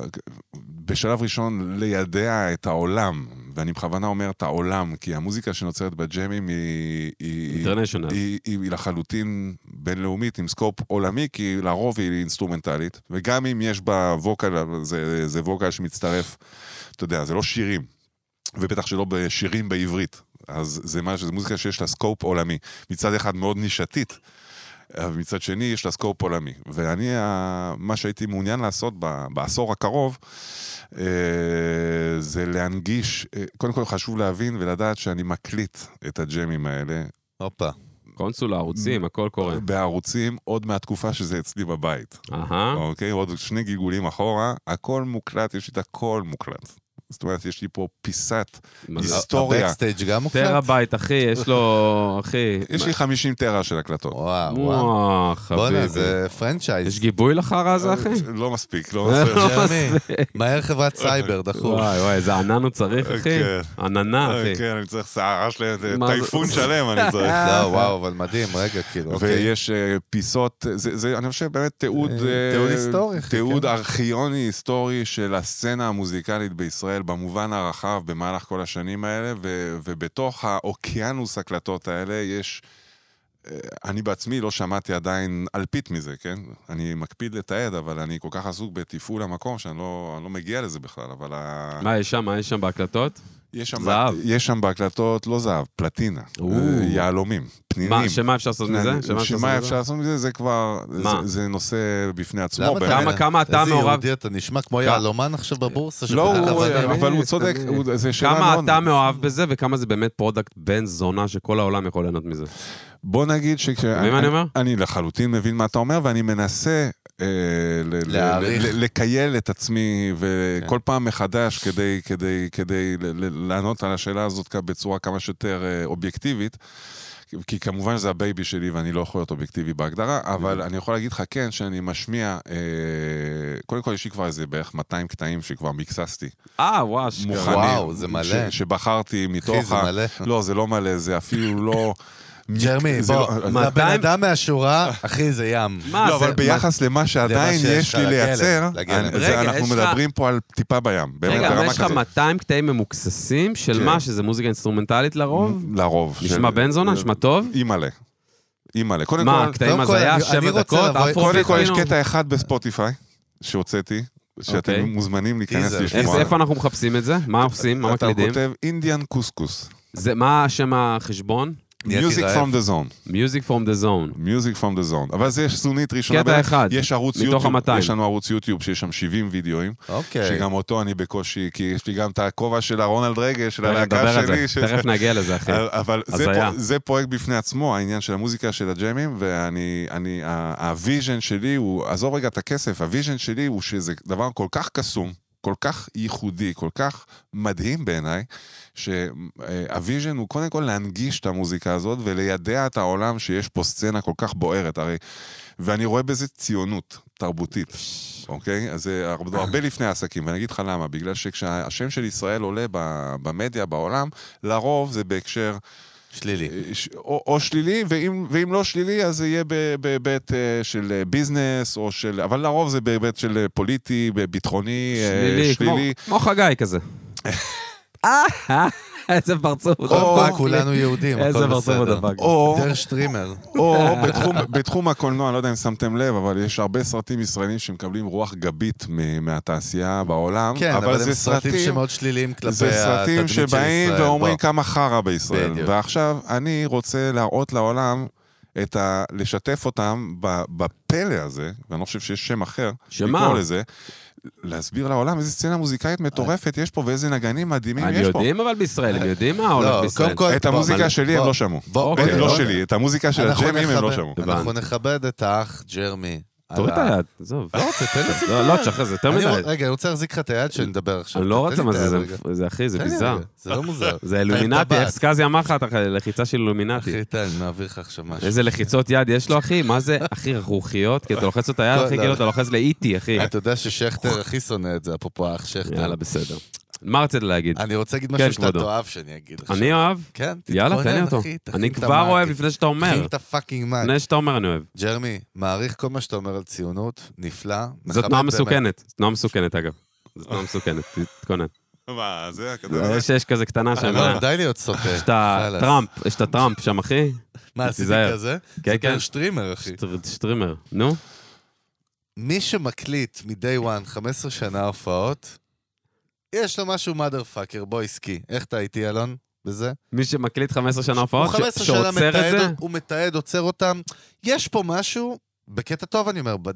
C: בשלב ראשון, לידע את העולם, ואני בכוונה אומר את העולם, כי המוזיקה שנוצרת בג'אמים היא... היא-
B: אינטרנשיונל.
C: היא, היא, היא לחלוטין בינלאומית, עם סקופ עולמי, כי לרוב היא אינסטרומנטלית. וגם אם יש בה ווקל, אבל זה, זה ווקל שמצטרף, אתה יודע, זה לא שירים. ובטח שלא בשירים בעברית. אז זה מה שזה מוזיקה שיש לה סקופ עולמי. מצד אחד מאוד נישתית, אבל מצד שני יש לה סקופ עולמי. ואני, ה- מה שהייתי מעוניין לעשות ב- בעשור הקרוב, אה, זה להנגיש, אה, קודם כל חשוב להבין ולדעת שאני מקליט את הג'מים האלה.
A: הופה.
B: קונסול
C: Mm.
B: הערוצים, הכל קורה.
C: בערוצים עוד מהתקופה שזה אצלי בבית,
B: אהה.
C: אוקיי? עוד שני גלגולים אחורה, הכל מוקלט, יש לי את הכל מוקלט. זאת אומרת, יש לי פה פיסת,
B: מזל.
C: היסטוריה.
A: הבקסטייג' גם מוקלט?
B: טראבייט, אחי, יש לו, אחי.
C: יש לי 50 טרה של הקלטות.
A: וואו, וואו.
B: וואו,
A: בואנה,
B: חביבי.
A: זה פרנצ'ייז.
B: יש גיבוי לחרא הזה, אחי?
C: לא מספיק, לא
B: לא
C: מספיק.
A: ג'רמי,
B: מספיק.
A: מהר חברת סייבר, דחוף.
B: וואי, וואי, איזה ענן הוא צריך, אחי.
C: כן.
B: עננה, אחי.
C: כן, אני צריך שערה שלהם, זה
B: אוקיי. מה זה-
C: טייפון שלם אני צריך.
A: לא, וואו, אבל מדהים, רגע, כאילו, אוקיי.
C: ויש אה, פיסות, זה, זה, אני חושב באמת תיעוד...
A: אה, תיעוד היסטורי, אחי,
C: תיעוד
A: כן.
C: ארכיוני היסטורי של הסצנה המוזיקלית בישראל במובן הרחב במהלך כל השנים האלה, ו, ובתוך האוקיינוס הקלטות האלה יש אה, אני בעצמי לא שמעתי עדיין אלפית מזה, כן? אני מקפיד לתעד, אבל אני כל כך עסוק בתפעול המקום, שאני לא, אני לא מגיע לזה בכלל, אבל ה...
B: מה יש שם? מה יש שם בהקלטות?
C: יש שם,
B: זהב.
C: יש שם בהקלטות, לא זהב, פלטינה.
B: או.
C: אה, יהלומים, פנינים.
B: מה, שמה אפשר לעשות מזה?
C: שמה
B: לעשות
C: שמה
B: מזה?
C: אפשר לעשות מזה? זה כבר,
B: מה?
C: זה, זה נושא בפני עצמו.
A: למה אתה-
C: באמת.
B: כמה, כמה אתה
A: איזה
B: מעורב? כן.
A: יהודי אתה נשמע כמו יהלומן עכשיו בבורסה.
C: לא,
A: שבדרך
C: הוא-
A: כלל אני-
B: תמיד,
C: אבל הוא צודק,
B: תמיד.
C: הוא- זה שאלה לא
B: כמה
C: מאוד...
B: אתה מאוהב בזה וכמה זה באמת פרודקט בן זונה שכל העולם יכול ליהנות מזה.
C: בוא נגיד שכש...
B: מבין מה אני אומר?
C: אני לחלוטין מבין מה אתה אומר, ואני מנסה אה, ל- ל-
A: להעריך. כן.
C: ל- לקייל את עצמי, וכל פעם מחדש כדי, כדי, כדי ל- ל- לענות על השאלה הזאת כ- בצורה כמה שיותר אה, אובייקטיבית. כי כמובן זה הבייבי שלי ואני לא יכול להיות אובייקטיבי בהגדרה, אבל אני יכול להגיד לך כן שאני משמיע, אה, קודם כל יש לי כבר איזה בערך 200 קטעים שכבר מיקססתי.
B: אה, וואו, אשכרה.
C: מוכנים.
A: וואו, זה מלא.
C: ש- שבחרתי מתוך
A: אחי, זה מלא.
C: לא, זה לא מלא, זה אפילו לא...
A: ג'רמי,
C: זה
A: בוא,
C: לא-
A: לבן
B: מאתיים-
A: אדם מהשורה, אחי, זה ים.
B: מה
C: לא,
B: זה?
C: אבל ביחס למה שעדיין
A: שיש לך,
C: יש לי
A: לגלם,
C: לייצר,
A: לגלם.
C: אני- זה-
B: רגע,
C: אנחנו
B: יש לך-
C: מדברים פה על טיפה בים. באמת,
B: רגע,
C: ברמה
B: אבל יש לך
C: כזאת.
B: 200 קטעים ממוקססים של
C: כן.
B: מה, שזה מוזיקה אינסטרומנטלית לרוב?
C: לרוב.
B: נשמע
C: של-
B: בן זונה? נשמע טוב?
C: אימא'לה. אימא'לה. כן. קודם
B: מה,
C: כל,
B: הקטעים
A: קודם כל,
B: הזיה,
A: אני- אני
B: שבע
A: רוצה
B: דקות,
A: לבוא-
B: אפרוביט,
C: קודם כל יש
B: כאילו?
C: קטע אחד בספוטיפיי שהוצאתי,
B: אוקיי.
C: שאתם מוזמנים להיכנס
A: טיזר.
B: איך
C: לשמוע.
B: זה- איפה אנחנו מחפשים את זה? מה עושים? מה
C: אתה
B: מקלידים?
C: כותב אינדיאן קוסקוס.
B: זה- מה השם החשבון?
A: נהייתי
C: Music
A: רעב.
C: from the zone.
B: Music from the Zone.
C: Music from the zone. אבל זה סנונית ראשונה.
B: קטע
C: בערך.
B: אחד,
C: יש ערוץ
B: מתוך
C: יוטיוב.
B: ה-מאתיים.
C: יש לנו ערוץ יוטיוב שיש שם 70 וידאוים.
A: אוקיי.
C: שגם אותו אני בקושי, כי יש לי גם את הכובע של הרונלד רגל, של
B: תכף
C: הלהקה
B: נדבר על
C: שלי. אה,
B: זה,
C: של-
B: תכף נגיע לזה, אחי.
C: אבל זה,
B: הזיה.
C: פרו, זה פרויקט בפני עצמו, העניין של המוזיקה של הג'מים, ואני, אני, ה- הוויז'ן שלי הוא, עזוב רגע את הכסף, הוויז'ן שלי הוא שזה דבר כל כך קסום, כל כך ייחודי, כל כך מדהים בעיניי, שהוויז'ן הוא קודם כל להנגיש את המוזיקה הזאת וליידע את העולם שיש פה סצנה כל כך בוערת, הרי, ואני רואה בזה ציונות תרבותית. אוקיי? אז זה הרבה, הרבה לפני העסקים, ואני אגיד לך למה, בגלל שכשהשם של ישראל עולה ב- במדיה, בעולם, לרוב זה בהקשר
A: שלילי.
C: ש- או, או שלילי, ואם, ואם לא שלילי, אז זה יהיה ב- בהיבט אה, של אה, ביזנס, או של... אבל לרוב זה בהיבט של אה, פוליטי, ב- ביטחוני, אה,
B: שלילי, כמו-
C: שלילי.
B: כמו חגי כזה. אה, איזה פרצוף.
A: קודם כל,
B: דפק לי.
A: כולנו יהודים, הכל
B: איזה
A: בסדר.
B: פרצוף הוא דפק.
C: או,
A: דרך שטרימר.
C: או בתחום, בתחום הקולנוע, לא יודע אם שמתם לב, אבל יש הרבה סרטים ישראלים שמקבלים רוח גבית מ- מהתעשייה בעולם.
A: כן, אבל
C: זה
A: הם סרטים שמאוד שליליים כלפי
C: זה סרטים
A: התדמית של ישראל.
C: שבאים ואומרים
A: בוא.
C: כמה חרא בישראל.
A: בדיוק.
C: ועכשיו אני רוצה להראות לעולם את ה... לשתף אותם ב- בפלא הזה, ואני לא חושב שיש שם אחר,
B: שמה?
C: לקרוא לזה, להסביר לעולם איזה סצנה מוזיקאית מטורפת יש פה ואיזה נגנים מדהימים
B: הם
C: יש פה.
B: יודעים אבל בישראל, הם יודעים מה הולך
A: לא,
B: בישראל.
A: קודם כל-
C: את
A: בוא,
C: המוזיקה
A: מלא.
C: שלי הם
A: בוא.
C: לא שמעו.
A: בוא,
B: אוקיי,
C: אה, לא
A: אוקיי.
C: שלי, את המוזיקה של
A: אנחנו
C: הג'מים הם לא
A: נכבד-
C: שמעו.
A: אנחנו נכבד את האח ג'רמי. על
B: תוריד את
A: ה-
B: היד, עזוב.
A: לא רוצה, תן לי לשים את
B: לא, לא, תשחרר, זה יותר
A: אני
B: מדי.
A: רוצ- רגע, אני רוצה להחזיק לך את היד שנדבר עכשיו.
B: אני לא
A: תן לי
B: רוצה מה
A: את
B: זה,
A: היד
B: זה-
A: רגע.
B: זה אחי, זה
A: תן לי
B: ביזאר.
A: רגע, זה לא מוזר.
B: זה אילומינטי,
A: טבעת.
B: איך סקאזי אמר לך, אתה לחיצה של אילומינטי.
A: אחי, תן, אני מעביר לך עכשיו משהו.
B: איזה לחיצות יד יש לו, אחי? מה זה, אחי, רכרוכיות? כי אתה לוחץ את היד,
A: לא, אה,
B: אחי,
A: לא.
B: כאילו אתה לוחץ לאיטי, אחי.
A: אתה יודע ששכטר הכי שונא את זה, אפרופו האח שכטר.
B: יאללה, בסדר. מה רצית להגיד?
A: אני רוצה להגיד
B: כן,
A: משהו שאתה
B: כבודו.
A: תאהב שאני אגיד עכשיו.
B: אני אוהב?
A: כן, תתכונן,
B: יאללה, תן לי אותו.
A: אחי, תכין
B: אני
A: את
B: כבר
A: המאק.
B: אוהב לפני שאתה אומר.
A: תכין את הפאקינג מאק.
B: לפני שאתה אומר אני אוהב.
A: ג'רמי, מעריך כל מה שאתה אומר על ציונות, נפלא.
B: זו
A: מכבד
B: תנועה
A: באמת.
B: מסוכנת. זו תנועה מסוכנת, אגב. זו תנועה מסוכנת, תתכונן.
C: מה, זה הכתב?
A: אה,
B: יש יש כזה קטנה שם. אה,
A: לא, די להיות סוטה.
B: יש את הטראמפ, יש את הטראמפ שם, אחי.
A: מה, עשיתי
B: תיזהר.
A: כזה?
B: כן, כן.
A: זה שטרימר, אחי.
B: שטר- שטרימר. נו,
A: מי שמקליט מ-day one 15 שנה הופעות, יש לו משהו מאדר פאקר, בוא עסקי. איך אתה איתי, אלון? בזה?
B: מי שמקליט 15 שנה
A: הוא
B: הופעות, ש-
A: 15 שנה
B: נכון? שעוצר את
A: מתעד,
B: זה,
A: הוא מתעד, עוצר אותם. יש פה משהו, בקטע טוב אני אומר, בד-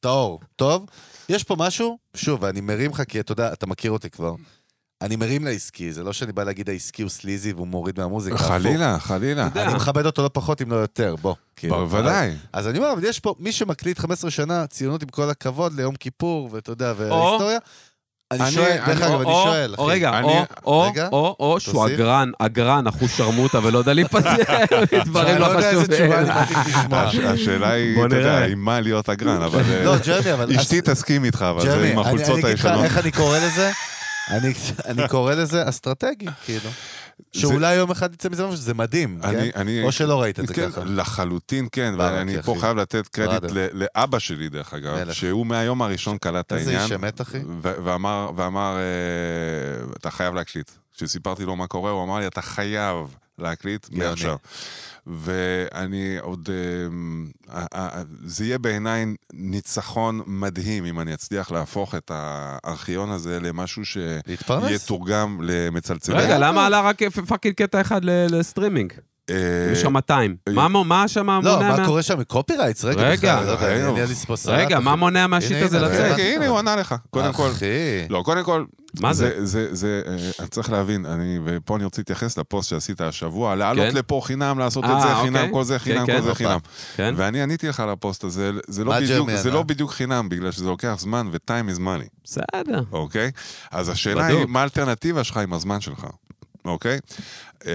A: טהור, טוב? יש פה משהו, שוב, אני מרים לך, כי אתה יודע, אתה מכיר אותי כבר. אני מרים לעסקי, זה לא שאני בא להגיד העסקי הוא סליזי והוא מוריד מהמוזיקה. הפוך.
C: חלילה, חלילה.
B: יודע.
A: אני מכבד אותו לא פחות, אם לא יותר, בוא. כאילו.
C: בוודאי.
A: אז אני אומר, אבל יש פה מי שמקליט 15 שנה, ציונות עם כל הכבוד ליום כיפור, ואתה יודע, וההיסטוריה. אני
C: אני-
A: שואל, דרך
C: אני-
A: אגב,
B: או-
A: אני
B: או-
A: שואל,
B: או
A: אחי.
B: רגע,
C: אני-
B: או- או,
A: רגע,
B: או, או, שהוא
A: תוסיף.
B: אגרן, אגרן, אחוז שרמוטה ולא לא יודע להיפטר, דברים
A: אני
B: לא
A: לא יודע איזה
B: חשובים.
A: תשובה אני מעדיף לשמוע.
C: הש- השאלה היא,
B: בוא
C: אתה
B: נראה.
C: יודע, עם מה להיות אגרן, אבל... אה,
A: לא, ג'רמי, אבל...
C: אשתי תסכים איתך, אבל זה עם
A: אני-
C: החולצות
A: אני אגיד לך
C: הישנות.
A: איך אני קורא לזה? אני, אני קורא לזה אסטרטגי, כאילו. שאולי יום אחד יצא מזה משהו, זה מדהים,
C: אני-
A: כן?
C: אני-
A: או שלא ראית את זה
C: כן,
A: ככה.
C: לחלוטין כן,
A: ברק,
C: ואני
A: אחי.
C: פה חייב לתת קרדיט
A: ברדה.
C: ל- לאבא שלי, דרך אגב,
A: מלך.
C: שהוא מהיום הראשון קלט את
A: איזה
C: העניין.
A: איש אמת, אחי.
C: ו- ואמר, ואמר, אה, אתה חייב להקליט. כשסיפרתי לו מה קורה, הוא אמר לי, אתה חייב להקליט
A: גאוני.
C: מעכשיו. ואני עוד... אמ, אה, אה, זה יהיה בעיניי ניצחון מדהים אם אני אצליח להפוך את הארכיון הזה למשהו
A: להתפרנס?
C: שיתורגם למצלצלים.
B: רגע, למה עלה רק פאקינג קטע אחד ל- לסטרימינג?
C: אה,
B: יש שם 200.
C: אה,
B: מה מו- מה שם מונע
A: לא, מה
B: מה-
A: קורה שם? קופירייטס? רגע,
B: רגע,
A: בכלל, לא יודע,
C: רגע.
A: אני על לספוס
B: רגע, מה מונע
A: הנה,
B: מהשיט הזה
A: הנה,
B: לצאת?
C: רגע, אה, הנה, הוא ענה לך. קודם כל...
A: אחי.
C: לא, קודם כל,
B: אה, מה זה?
C: זה, זה, זה אה, צריך להבין, אני, ופה אני רוצה להתייחס לפוסט שעשית השבוע, לעלות
B: כן.
C: לפה חינם, לעשות
B: אה,
C: את זה
B: אוקיי.
C: חינם, כל זה
B: כן,
C: חינם,
B: כן.
C: כל זה
A: הופה.
C: חינם.
B: כן?
C: ואני עניתי לך על הפוסט הזה, זה לא
A: מה
C: בדיוק-
A: ג'רמי
C: זה
A: ענה?
C: לא בדיוק חינם, בגלל שזה לוקח זמן, ו-time is money.
B: בסדר.
C: אוקיי? אז השאלה היא,
B: בדוק.
C: מה האלטרנטיבה שלך עם הזמן שלך, אוקיי? אה,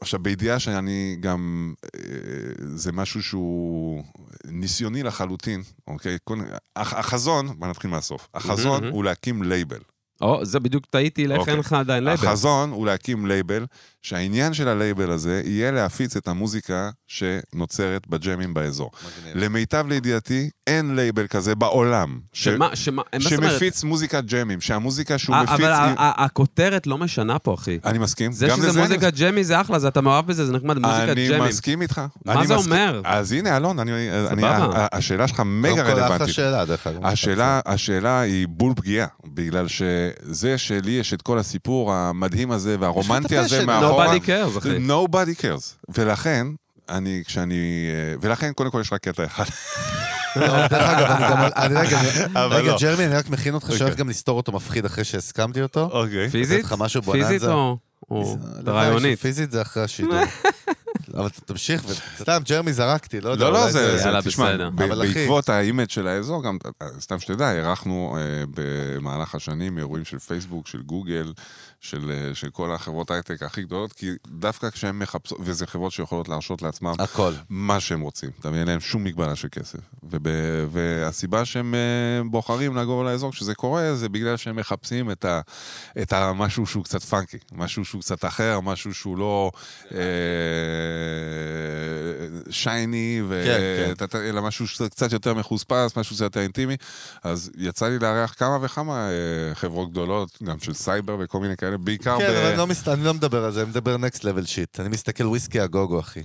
C: עכשיו, בידיעה שאני גם, אה, זה משהו שהוא ניסיוני לחלוטין, אוקיי? קודם- הח- החזון, בוא נתחיל מהסוף, החזון
B: מהמם.
C: הוא להקים לייבל.
B: או, זה בדיוק טעיתי, לאיך
C: אוקיי.
B: אין לך עדיין לייבל.
C: החזון הוא להקים לייבל, שהעניין של הלייבל הזה יהיה להפיץ את המוזיקה שנוצרת בג'מים באזור.
B: כן.
A: לא,
C: למיטב לידיעתי, אין לייבל כזה בעולם. ש-
B: שמה, שמה, מה זאת אומרת?
C: שמפיץ מוזיקת ג'מים, שהמוזיקה שהוא
B: אה,
C: מפיץ...
B: אבל
C: היא-
B: ה- ה- הכותרת לא משנה פה, אחי.
C: אני מסכים.
B: זה
C: גם לזה
B: שזה
C: אני
B: מוזיקה ג'מי זה אחלה, זה אתה מאוהב בזה, זה נחמד, מוזיקה
C: אני
B: ג'מים.
C: מסכים איתך.
B: מה
C: אני
B: זה
C: מסכים-
B: אומר?
C: אז הנה, אלון, אני, אני,
B: סבבה.
C: ה- ה- השאלה שלך מגה
A: קודם לא כל, אחלה
C: רלוונטית.
A: שאלה, דרך אגב.
C: השאלה, השאלה היא בול פגיעה, בגלל שזה שלי יש את כל הסיפור המדהים הזה והרומנטי הזה
A: passion,
C: מאחורה.
B: Nobody cares, אחי.
C: Nobody cares. ולכן, אני, כשאני... אה, ולכן, קודם כל יש רק קטע אחד.
A: לא, דרך אגב, אני גם... אני רגע,
C: אבל
A: רגע,
C: לא.
A: ג'רמי, אני רק מכין אותך
C: אוקיי.
A: שהולך גם לסתור אותו מפחיד אחרי שהסכמתי אותו.
C: אוקיי.
B: פיזית?
A: לך משהו
B: פיזית
A: בוננזה?
B: או- או רעיונית?
A: פיזית לא זה אחרי השידור. אבל תמשיך, ו- סתם, ג'רמי זרקתי, לא יודע.
C: לא, לא,
A: אולי
C: זה,
B: יאללה,
C: זה, תשמע,
B: בסדר.
C: ב-
A: אבל אחי-
C: בעקבות האימג' של האזור, גם, אה, סתם שתדע, אירחנו אה, במהלך השנים אירועים של פייסבוק, של גוגל, של, אה, של כל החברות הייטק הכי גדולות, כי דווקא כשהן מחפשות, וזה חברות שיכולות להרשות לעצמם
A: הכל.
C: מה שהם רוצים, אתה מבין? אין להם שום מגבלה של כסף. וב, והסיבה שהם אה, בוחרים לגור לאזור כשזה קורה, זה בגלל שהם מחפשים את, ה, את המשהו שהוא קצת פאנקי, משהו שהוא קצת אחר, משהו שהוא לא אה, שייני, ו,
A: כן,
C: כן. אלא משהו שזה קצת יותר מחוספס, משהו שזה יותר אינטימי. אז יצא לי לארח כמה וכמה אה, חברות גדולות, גם של סייבר וכל מיני כאלה, בעיקר
A: כן,
C: ב...
A: אבל אני לא מס- אני לא מדבר על זה, אני מדבר next level shit. אני מסתכל וויסקי הגוגו, אחי.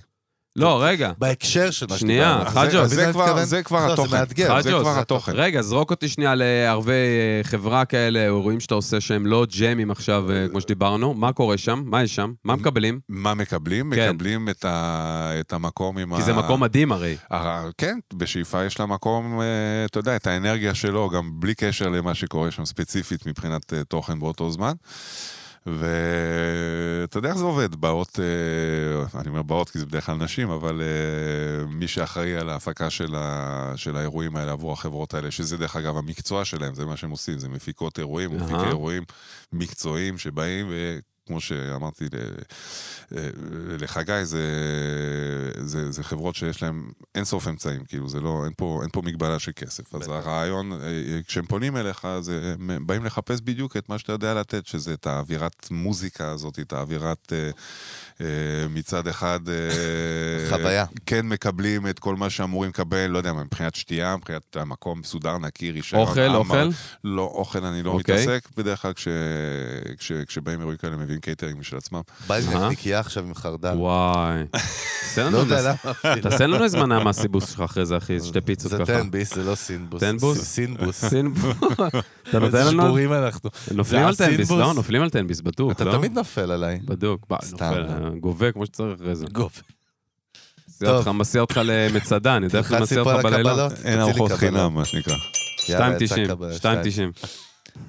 B: לא, רגע.
A: בהקשר של מה
B: שנייה,
A: שדיברנו.
C: אז
B: חג'ו,
C: זה- אז זה
A: בגלל
C: כבר-
A: התכוון-
C: זה כבר
A: לא, זה
C: התוכן.
A: מאתגר.
C: זה
B: חג'ו,
C: כבר התוכן.
B: רגע, זרוק אותי שנייה לערבי אה, חברה כאלה, או אירועים שאתה עושה שהם לא ג'מים עכשיו, אה, כמו שדיברנו. מה קורה שם? מה יש שם? מה מקבלים?
C: מה מקבלים?
B: כן.
C: מקבלים את, ה, את המקום עם ה...
B: כי זה מקום מדהים הרי.
C: ה... כן, בשאיפה יש לה מקום, אה, אתה יודע, את האנרגיה שלו, גם בלי קשר למה שקורה שם ספציפית מבחינת אה, תוכן באותו זמן. ואתה יודע איך זה עובד, באות, אה, אני אומר באות כי זה בדרך כלל נשים, אבל אה, מי שאחראי על ההפקה של, ה... של האירועים האלה עבור החברות האלה, שזה דרך אגב המקצוע שלהם, זה מה שהם עושים, זה מפיקות אירועים,
B: אהה.
C: מפיקי אירועים מקצועיים שבאים ו... כמו שאמרתי ל- אה, לחגי, זה, זה, זה חברות שיש להן אינסוף אמצעים, כאילו, זה לא, אין פה, אין פה מגבלה של כסף. אז
A: בטח.
C: הרעיון, אה, אה, כשהם פונים אליך, אז אה, הם באים לחפש בדיוק את מה שאתה יודע לתת, שזה את האווירת מוזיקה הזאת, את האווירת אה, אה, מצד אחד... אה,
A: חוויה.
C: כן מקבלים את כל מה שאמורים לקבל, לא יודע מה, מבחינת שתייה, מבחינת המקום מסודר, נקי, רישיון.
B: אוכל,
C: אמר,
B: אוכל?
C: לא, אוכל אני לא
B: אוקיי.
C: מתעסק, בדרך כלל כש- כש- כשבאים אירועים כאלה מביאים קייטרינג משל עצמם.
A: בא לי
B: אהה.
A: נקניקייה עכשיו עם חרדל.
B: וואי. תעשה
A: לא
B: לנו
A: יודע
B: איזה-
A: למה אפילו.
B: תעשה לנו איזה מנה מהסיבוס שלך אחרי זה, אחי, שתי פיצות
A: זה
B: ככה.
A: טנביס, זה לא סינבוס.
B: טנבוס?
A: זה סינבוס.
B: סינבוס. אתה
A: איזה
B: נותן לנו?
A: שבורים אנחנו.
B: נופלים
A: זה
B: על טנביס,
A: הסינבוס.
B: לא? נופלים על טנביס, בטוח,
A: אתה
B: לא?
A: תמיד נופל עליי.
B: בדוק. בא,
A: סתם.
B: נופל, גובה כמו שצריך אחרי זה.
A: גוף.
B: מסיע אותך- מסיע אותך למצדה, אני יודע איך זה
A: תלחץ
B: מסיע
A: לי פה
B: אותך
A: על
B: בלילה.
A: הקבלות.
C: אין
A: תוציא לי
C: ארוחות
A: קבלות.
C: חינם, מה שנקרא.
A: יאללה, יצא
B: 2.90,
A: קבלה,
B: 2.90.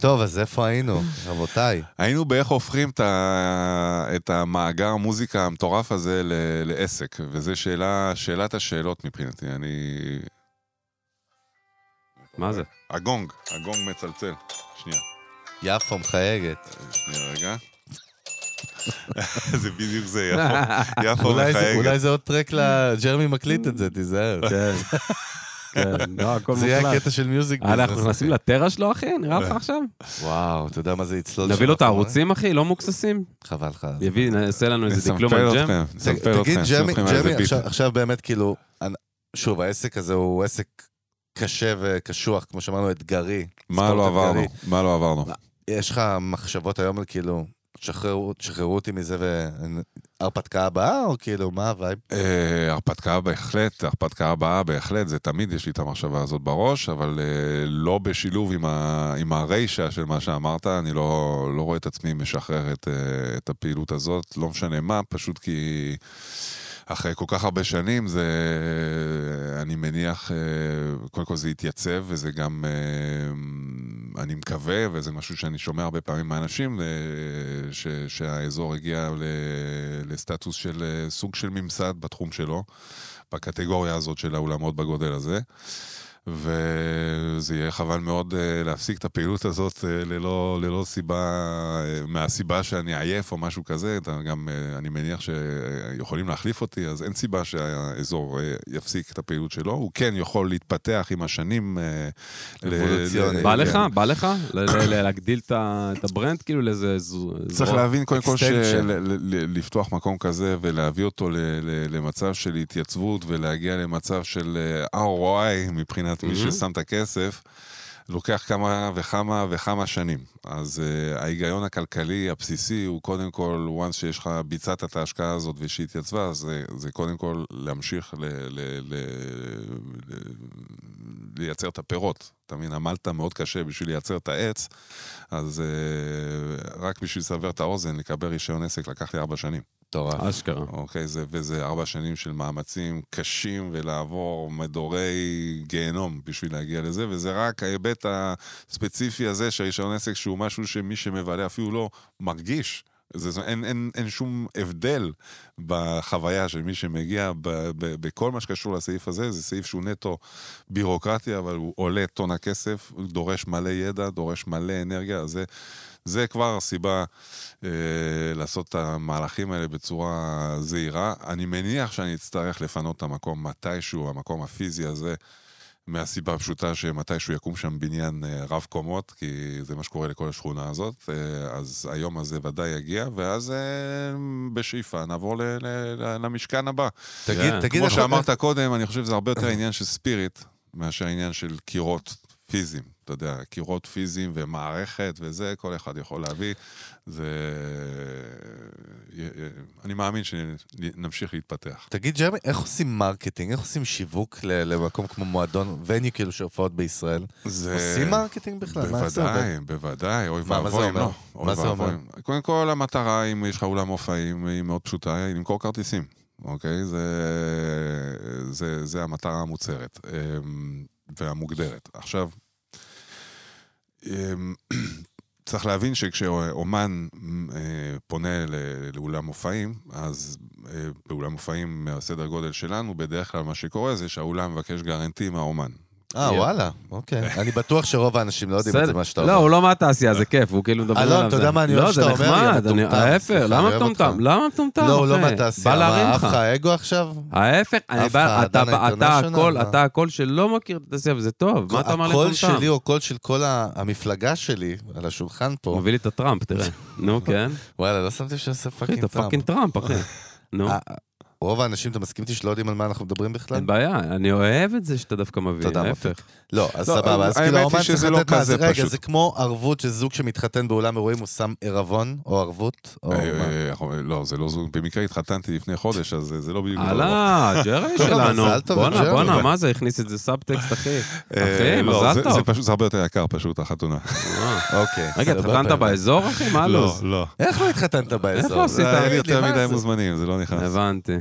A: טוב, אז איפה היינו, רבותיי?
C: היינו באיך הופכים את ה- את המאגר המוזיקה המטורף הזה ל- לעסק, וזו שאלה, שאלת השאלות מבחינתי. אני...
B: מה זה?
C: הגונג, הגונג מצלצל. שנייה,
A: יפו מחייגת.
C: שנייה רגע. זה בדיוק זה, יפו.
A: כן.
C: יפו
A: אולי זה-
C: מחייגת.
A: אולי זה עוד טרק לג'רמי מקליט את זה, תיזהר.
B: כן. כן, לא, הכל
A: זה יהיה
B: מוחלט.
A: הקטע של אה. מיוזיק
B: אה,
A: ביזנס,
B: אנחנו נכנסים
A: אחי.
B: לטרה שלו, אחי? נראה לך עכשיו?
A: וואו, אתה יודע מה זה יצלול
B: נביא
A: שם
B: לו את
A: אחורה?
B: הערוצים, אחי? לא מוקססים?
A: חבל לך.
B: יביא, נעשה לנו איזה
C: נסמפל
B: דקלום על ג'ם?
C: אתכם,
A: ת-
C: נסמפל
A: תגיד,
C: אתכם,
A: ג'רמי,
C: נשים לכם איזה
A: ג'רמי,
C: ביט.
A: עכשיו- עכשיו באמת כאילו, אנ- שוב, העסק הזה הוא עסק קשה וקשוח, כמו שאמרנו, אתגרי.
C: מה
A: ספורט
C: לא
A: אתגרי.
C: עברנו? מה לא עברנו?
A: יש לך מחשבות היום על כאילו, שחררו שחררו אותי מזה והרפתקה הבאה, או כאילו, מה הווייב?
C: אה, הרפתקה בהחלט, הרפתקה הבאה בהחלט, זה תמיד יש לי את המחשבה הזאת בראש, אבל אה, לא בשילוב עם, ה, עם הרישה של מה שאמרת, אני לא, לא רואה את עצמי משחרר את, אה, את הפעילות הזאת, לא משנה מה, פשוט כי אחרי כל כך הרבה שנים, זה, אני מניח, אה, קודם כל זה התייצב, וזה גם, אה, אני מקווה, וזה משהו שאני שומע הרבה פעמים מאנשים, אה, ש, שהאזור הגיע ל, לסטטוס של אה, סוג של ממסד בתחום שלו, בקטגוריה הזאת של האולמות בגודל הזה. וזה יהיה חבל מאוד אה, להפסיק את הפעילות הזאת אה, ללא, ללא סיבה, אה, מהסיבה שאני עייף או משהו כזה, אתה גם, אה, אני מניח שיכולים להחליף אותי, אז אין סיבה שהאזור אה, יפסיק את הפעילות שלו. הוא כן יכול להתפתח עם השנים. אה, ל-
A: אבולוציוני.
C: ל-
B: בא
A: כן.
B: לך? בא לך? ל- ל- ל- להגדיל את ה- את הברנד כאילו לאיזה... זו-
C: צריך
B: זרוע?
C: להבין קודם כל של-
A: extension.
C: ל- ל- לפתוח מקום כזה ולהביא אותו ל- ל- למצב של התייצבות ולהגיע למצב של אה, ROI מבחינת מי
B: Mhm.
C: ששם את הכסף, לוקח כמה וכמה וכמה שנים. אז אה, ההיגיון הכלכלי הבסיסי הוא קודם כל, once שיש לך, ביצעת את ההשקעה הזאת ושהיא התייצבה, אז זה- זה קודם כל להמשיך ל- ל- ל- ל- לייצר את הפירות. אתה מבין, עמלת מאוד קשה בשביל לייצר את העץ, אז אה, רק בשביל לסבר את האוזן, לקבל רישיון עסק לקח לי ארבע שנים.
A: מטורף.
B: אשכרה.
A: לא
C: אוקיי, זה, וזה ארבע שנים של מאמצים קשים ולעבור מדורי גיהנום בשביל להגיע לזה, וזה רק ההיבט הספציפי הזה של רישיון עסק, שהוא משהו שמי שמבלה אפילו לא מרגיש. זה, זה, אין, אין, אין שום הבדל בחוויה של מי שמגיע ב, ב, בכל מה שקשור לסעיף הזה, זה סעיף שהוא נטו בירוקרטיה, אבל הוא עולה טונה כסף, הוא דורש מלא ידע, דורש מלא אנרגיה, אז זה, זה כבר הסיבה אה, לעשות את המהלכים האלה בצורה זהירה. אני מניח שאני אצטרך לפנות את המקום מתישהו, המקום הפיזי הזה, מהסיבה הפשוטה שמתישהו יקום שם בניין אה, רב קומות, כי זה מה שקורה לכל השכונה הזאת. אה, אז היום הזה ודאי יגיע, ואז אה, בשאיפה נעבור ל- ל- ל- למשכן הבא.
A: תגיד,
B: כן.
A: תגיד,
C: אה, כמו
A: איך-
C: שאמרת קודם, אני חושב שזה הרבה יותר עניין של ספיריט מאשר עניין של קירות פיזיים. אתה יודע, קירות פיזיים ומערכת וזה, כל אחד יכול להביא. זה... אני מאמין שנמשיך להתפתח.
A: תגיד, ג'רמי, איך עושים מרקטינג? איך עושים שיווק ל- למקום כמו מועדון, וניו כאילו של הופעות בישראל?
C: זה...
A: עושים מרקטינג בכלל? מה זה עובד?
C: בוודאי, בוודאי, אוי
A: מה- מה זה
C: ואבוי, אם
A: אומר?
C: לא.
A: מה
C: אוי
A: זה אומר?
C: ואבוי. קודם כל, המטרה, אם יש לך אולם מופעים, היא מאוד פשוטה, היא למכור כרטיסים, אוקיי? זה, זה, זה המטרה המוצהרת אמ, והמוגדרת. עכשיו, אמ, צריך להבין שכשאומן אה, פונה ל- לאולם מופעים, אז אה, באולם מופעים מהסדר גודל שלנו, בדרך כלל מה שקורה זה שהאולם מבקש גרנטי מהאומן.
A: אה, וואלה, אוקיי. אני בטוח שרוב האנשים לא יודעים את זה,
B: בסדר.
A: מה שאתה
B: לא,
A: אומר.
B: הוא לא מהתעשייה, זה כיף, הוא כאילו מדבר
A: אלון,
B: עליו.
A: אתה
B: זה-
A: יודע מה, אני אוהב שאתה אומר לי,
B: לא, זה
A: אבל
B: נחמד,
A: מטומטם.
B: אני- ההפך,
A: סליחה, אני
B: למה
A: אוהב
B: מטומטם?
A: אותך.
B: למה מטומטם?
A: לא, הוא לא
B: אחי?
A: מהתעשייה.
B: בא להרים
A: מה,
B: לך.
A: עף לך אגו עכשיו?
B: ההפך, אני
A: אף
B: בא,
A: אחד,
B: אתה,
A: דנה
B: אתה, אתה
A: International,
B: הכל,
A: מה?
B: אתה הכל שלא מכיר את התעשייה, וזה טוב, מה אתה אומר
A: הקול
B: לטומטם?
A: שלי או קול של כל ה- המפלגה שלי על השולחן
B: הוא
A: פה,
B: מביא לי את הטראמפ, תראה. נו, כן.
A: וואלה, לא שמתי שאני עושה
B: אחי,
A: פאקינג
B: כן, אתה
A: טראמפ.
B: פאקינג טראמפ, אחי. נו,
A: אה, רוב האנשים, אתה מסכים איתי שלא יודעים על מה אנחנו מדברים בכלל?
B: אין בעיה, אני אוהב את זה שאתה דווקא מביא,
A: תודה,
B: להפך.
A: לא, אז
C: לא,
A: סבבה, אז
C: האמת
A: כאילו
C: היא
A: האומן
C: שזה
A: צריך
C: לא
A: לתת מה,
C: כזה
A: זה- רגע,
C: פשוט.
A: זה כמו ערבות שזוג שמתחתן באולם אירועים, הוא שם עירבון או ערבות? או
C: אה,
A: מה?
C: אה, אה, לא, זה לא זוג, במקרה התחתנתי לפני חודש, אז אה, זה לא בדיוק... אותו
B: הלאה, ג'רי שלנו.
A: מזל טוב
B: בואנה,
A: לג'רי.
B: בואנה, מה זה, הכניס את זה סאבטקסט, אחי.
C: דבר.
B: אחי,
C: אה, לא,
B: מזל
C: זה- זה
B: טוב.
C: פשוט, זה הרבה יותר יקר פשוט, החתונה.
B: אה.
A: אוקיי.
B: רגע,
A: סבבה.
B: התחתנת באזור, אחי? מה
C: לא,
B: הלו"ז?
C: לא.
A: איך לא התחתנת באזור?
B: לא עשית?
C: זה היה לי
A: תגיד לי,
C: יותר
A: מה
C: מדי
A: זה?
C: מוזמנים, זה לא נכנס.
B: הבנתי.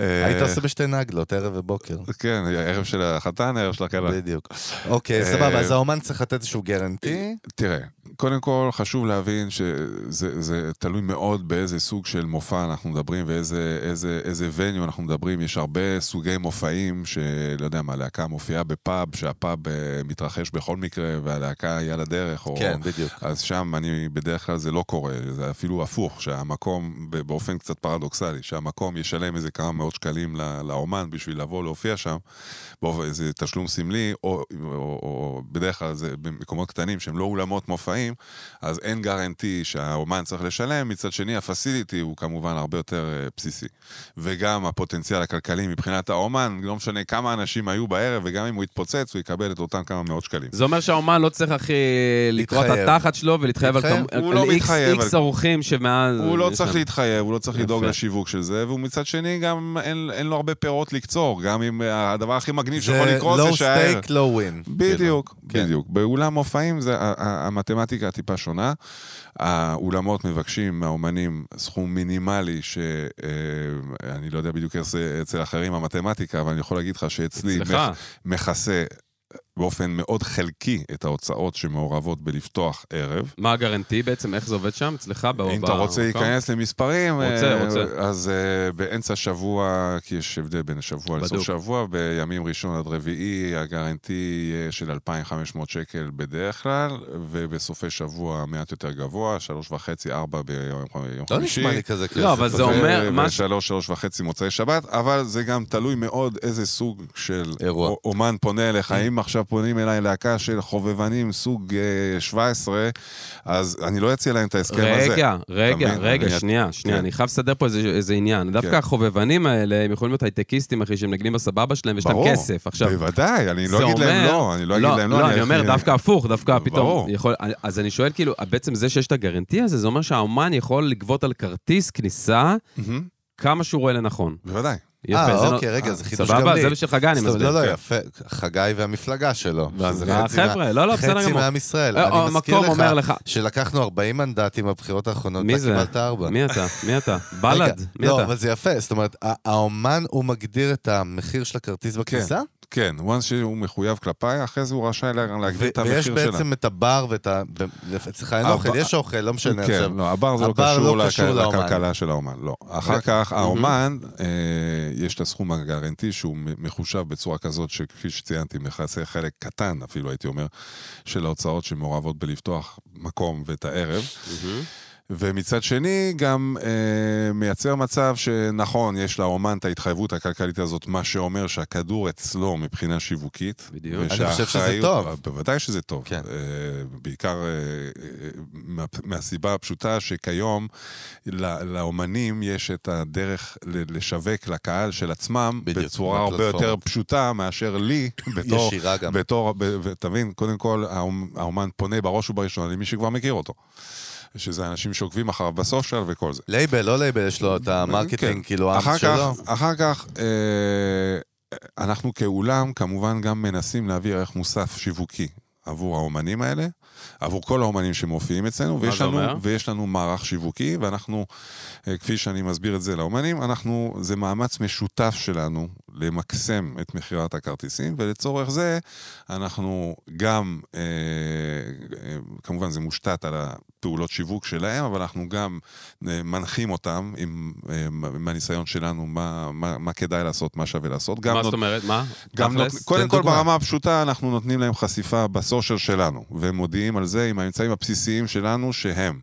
C: אה,
A: היית עושה בשתי נגלות, ערב ובוקר.
C: כן, ערב של החתן, ערב של הכלה.
A: בדיוק. אוקיי,
C: אה,
A: סבבה, אז האומן צריך לתת איזשהו גרנטי.
C: תראה, קודם כל חשוב להבין שזה זה תלוי מאוד באיזה סוג של מופע אנחנו מדברים ואיזה איזה, איזה וניו אנחנו מדברים. יש הרבה סוגי מופעים שלא יודע מה, להקה מופיעה בפאב, שהפאב אה, מתרחש בכל מקרה והלהקה היא על הדרך. או,
A: כן, בדיוק.
C: אז שם אני, בדרך כלל זה לא קורה, זה אפילו הפוך, שהמקום, ב- באופן קצת פרדוקסלי, שהמקום ישלם איזה כמה מאות שקלים לא- לאומן בשביל לבוא להופיע שם, באופ- איזה תשלום סמלי, או, או, או, או בדרך כלל זה במקומות קטנים שהם לא אולמות מופעים. במופעים, אז אין גרנטי שהאומן צריך לשלם, מצד שני הפסיליטי הוא כמובן הרבה יותר אה, בסיסי. וגם הפוטנציאל הכלכלי מבחינת האומן, לא משנה כמה אנשים היו בערב, וגם אם הוא יתפוצץ, הוא יקבל את אותם כמה מאות שקלים.
B: זה אומר שהאומן לא צריך הכי לקרוא את
A: להתחייב.
B: התחת שלו ולהתחייב על
A: להתחייב?
B: כמ-
C: הוא
B: על
C: לא
B: X-
C: מתחייב,
B: X
C: אבל-
B: אורחים שמאז...
C: הוא לא
B: אה, יש
C: צריך
B: להם.
C: להתחייב, הוא לא צריך לדאוג
B: יפה.
C: לשיווק של זה, והוא מצד שני גם אין, אין לו הרבה פירות לקצור, גם אם אה, הדבר הכי מגניב שיכול
A: זה
C: לקרות זה
A: low
C: שהער.
A: stake, low win.
C: בדיוק,
A: כן.
C: בדיוק. באולם מופעים זה, ה- ה- המתמטיקה טיפה שונה. האולמות מבקשים מהאומנים סכום מינימלי, שאני לא יודע בדיוק איך זה אצל אחרים המתמטיקה, אבל אני יכול להגיד לך שאצלי
B: אצלך.
C: מח- מכסה באופן מאוד חלקי את ההוצאות שמעורבות בלפתוח ערב.
B: מה הגרנטי בעצם? איך זה עובד שם? אצלך? ב-
C: אם
B: ב-
C: אתה רוצה
B: במקום?
C: להיכנס למספרים,
B: אוקיי. רוצה,
C: אה,
B: רוצה.
C: אז אה, באמצע שבוע, כי יש הבדל בין שבוע לסוף
B: בדוק.
C: שבוע, בימים ראשון עד רביעי הגרנטי יהיה של 2,500 שקל בדרך כלל, ובסופי שבוע מעט יותר גבוה, שלוש וחצי, ארבע ביום יום
A: לא
C: חמישי.
A: נשמע לי כזה כסף. אוקיי.
B: אבל זה
C: ו-
B: אומר מה ש-
C: ושלוש, שלוש וחצי מוצאי שבת, אבל זה גם תלוי מאוד איזה סוג של
A: אירוע.
C: א- אומן פונה
B: כן.
C: אליך. אם עכשיו פונים אליי להקה של חובבנים סוג אה, 17, אז אני לא אציע להם את ההסכם הזה.
B: רגע, רגע,
C: אתה מבין?
B: רגע,
C: אני-
B: שנייה, שנייה,
C: כן.
B: אני חייב לסדר פה איזה- איזה עניין. דווקא החובבנים האלה, הם יכולים להיות הייטקיסטים, אחי, שמנגנים בסבבה שלהם, ויש להם
C: ברור.
B: כסף. עכשיו,
C: בוודאי, אני לא
B: זה
C: אגיד להם
B: אומר-
C: לא, אני לא אגיד להם לא.
B: לא, אני אומר דווקא הפוך, דווקא פתאום.
C: ברור.
B: יכול- אז אני שואל, כאילו, בעצם זה שיש את הגרנטי הזה, זה אומר שהאומן יכול לגבות על כרטיס כניסה
C: מהמם, כמה
B: כמה שהוא רואה לנכון.
C: בוודאי.
B: יפה, זה
A: אה,
B: לא-
A: אוקיי, רגע, זה חידוש גם לי.
B: סבבה, זה בשביל חגי, אני
A: סתם,
B: מסביר. כן.
A: לא, לא, יפה. חגי והמפלגה שלו. שזה חצי מה-
B: החבר'ה, לא, לא, בסדר
A: חצי
B: גמור.
A: מעם ישראל.
B: אה, אה,
A: אני מזכיר
B: המקום אומר
A: לך
B: לך.
A: שלקחנו 40 מנדטים בבחירות האחרונות,
B: מי
A: אתה
B: זה?
A: קיבלת ארבע.
B: מי אתה? מי אתה?
A: רגע,
B: בל"ד? מי
A: לא,
B: אתה?
A: אבל זה יפה, זאת אומרת, ה- האומן הוא מגדיר את המחיר של הכרטיס בכניסה,
C: כן, once שהוא מחויב כלפיי, אחרי זה הוא רשאי לה- להגדיל את
A: ו- ויש
C: המחיר שלה.
A: בעצם את הבר ואת ה... ו- אצלך אין
C: הב-
A: אוכל, יש אוכל, לא משנה
C: כן,
A: עכשיו.
C: לא, הבר זה לא
A: הבר
C: קשור
A: לא
C: לכ-
A: קשור לאומן.
C: לכלכלה של האומן, לא. אחר כך, האומן, אה, יש את הסכום הגרנטי שהוא מ- מחושב בצורה כזאת שכפי שציינתי, מכסה חלק קטן אפילו, הייתי אומר, של ההוצאות שמעורבות בלפתוח מקום ואת הערב. ומצד שני, גם אה, מייצר מצב שנכון, יש לאומן את ההתחייבות הכלכלית הזאת, מה שאומר שהכדור אצלו מבחינה שיווקית.
B: בדיוק.
A: אני חושב שזה
C: ושהאחריות- אה,
A: טוב.
C: בוודאי שזה טוב.
A: כן.
C: אה, בעיקר אה, אה, מה, מהסיבה הפשוטה שכיום לא, לאומנים יש את הדרך ל, לשווק לקהל של עצמם
A: בדיוק,
C: בצורה הרבה
A: בפלטפורמה.
C: יותר פשוטה מאשר לי, בתור...
A: ישירה גם.
C: בתור, ב- ו- תבין, קודם כל, האומ- האומן פונה בראש ובראשונה למי שכבר מכיר אותו. שזה אנשים שעוקבים אחריו בסושיאל וכל זה.
A: לייבל, לא לייבל, יש לו את המרקטינג,
C: כן.
A: כאילו,
C: אחר
A: העם שלו.
C: כך, אחר כך, אה, אנחנו כאולם כמובן גם מנסים להביא ערך מוסף שיווקי עבור האומנים האלה, עבור כל האומנים שמופיעים אצלנו, ויש
B: זה
C: לנו,
B: אומר?
C: ויש לנו מערך שיווקי, ואנחנו, אה, כפי שאני מסביר את זה לאומנים, אנחנו, זה מאמץ משותף שלנו למקסם את מכירת הכרטיסים, ולצורך זה אנחנו גם, אה, אה, כמובן זה מושתת על הפעולות שיווק שלהם, אבל אנחנו גם אה, מנחים אותם עם, אה, עם הניסיון שלנו, מה, מה, מה כדאי לעשות, מה שווה לעשות. גם
B: מה
C: נות-
B: זאת אומרת? מה?
C: גם נות...
B: תכלס?
C: קודם
A: תן
C: כל
A: דוגמה.
C: ברמה הפשוטה, אנחנו נותנים להם חשיפה בסושיאל שלנו, ומודיעים על זה עם האמצעים הבסיסיים שלנו, שהם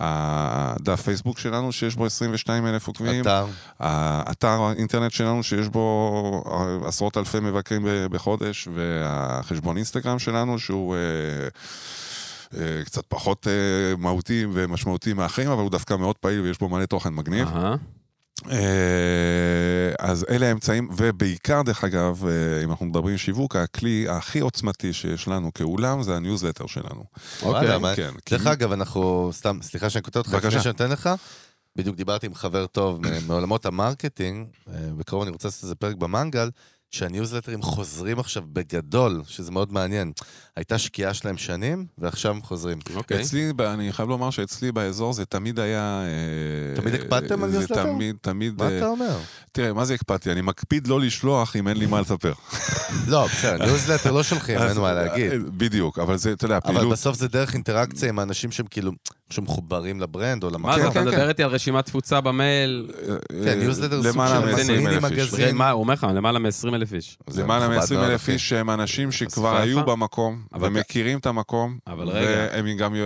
C: הדף פייסבוק שלנו, שיש בו 22 אלף עוקבים,
A: אתר.
C: האתר האינטרנט שלנו, שיש בו עשרות אלפי מבקרים ב- בחודש, והחשבון אינסטגרם שלנו, שהוא... אה, אה, קצת פחות אה, מהותי ומשמעותי מאחרים, אבל הוא דווקא מאוד פעיל ויש בו מלא תוכן מגניב.
B: אהה.
C: אה, אז אלה האמצעים, ובעיקר, דרך אגב, אה, אם אנחנו מדברים שיווק, הכלי הכי עוצמתי שיש לנו כאולם זה הניוזלטר שלנו.
A: וואלה,
B: אוקיי.
A: מה-
C: כן,
A: אה, דרך
C: כי-
A: אגב, אנחנו, סתם, סליחה שאני קוטע אותך,
C: בבקשה.
A: לפני שאני אתן לך, בדיוק דיברתי עם חבר טוב מ- מעולמות המרקטינג, אה, בקרוב אני רוצה לעשות איזה פרק במנגל, שהניוזלטרים חוזרים עכשיו בגדול, שזה מאוד מעניין. הייתה שקיעה שלהם שנים, ועכשיו הם חוזרים.
B: אוקיי.
C: אצלי, ב- אני חייב לומר שאצלי באזור זה תמיד היה... אה,
A: תמיד הקפדתם על
C: זה
A: ניוזלטר?
C: תמיד, תמיד...
A: מה
C: אה,
A: אתה אומר?
C: תראה, מה זה הקפדתי? אני מקפיד לא לשלוח אם אין לי מה לספר.
A: לא, בסדר, ניוזלטר לא שולחים, אין
C: אז- אה,
A: מה להגיד.
C: בדיוק, אבל זה, אתה יודע,
A: אבל
C: פעילות...
A: בסוף זה דרך אינטראקציה עם האנשים שהם כאילו, שמחוברים לברנד או
B: מה זה,
A: למקום. אוקיי,
B: אתה
C: כן,
B: מדבר
C: כן.
B: איתי על רשימת תפוצה במייל?
A: כן, ניוזלטר הוא סוג
C: אה, למעלה
A: של
C: מ-
A: מגזין,
C: 20,000
A: עם
C: איש.
A: הגזין.
B: זה- מה, הוא אומר לך, למעלה מ-20 אלף איש.
A: זה
C: למעלה
A: מכובד
C: מ-20
A: מאוד,
C: אלף
A: אחי.
C: איש שהם אנשים שכבר
B: חשיפה
C: היו
B: יפה.
C: במקום,
B: אבל
C: ומכירים את המקום.
B: אבל רגע.
C: והם גם, אה,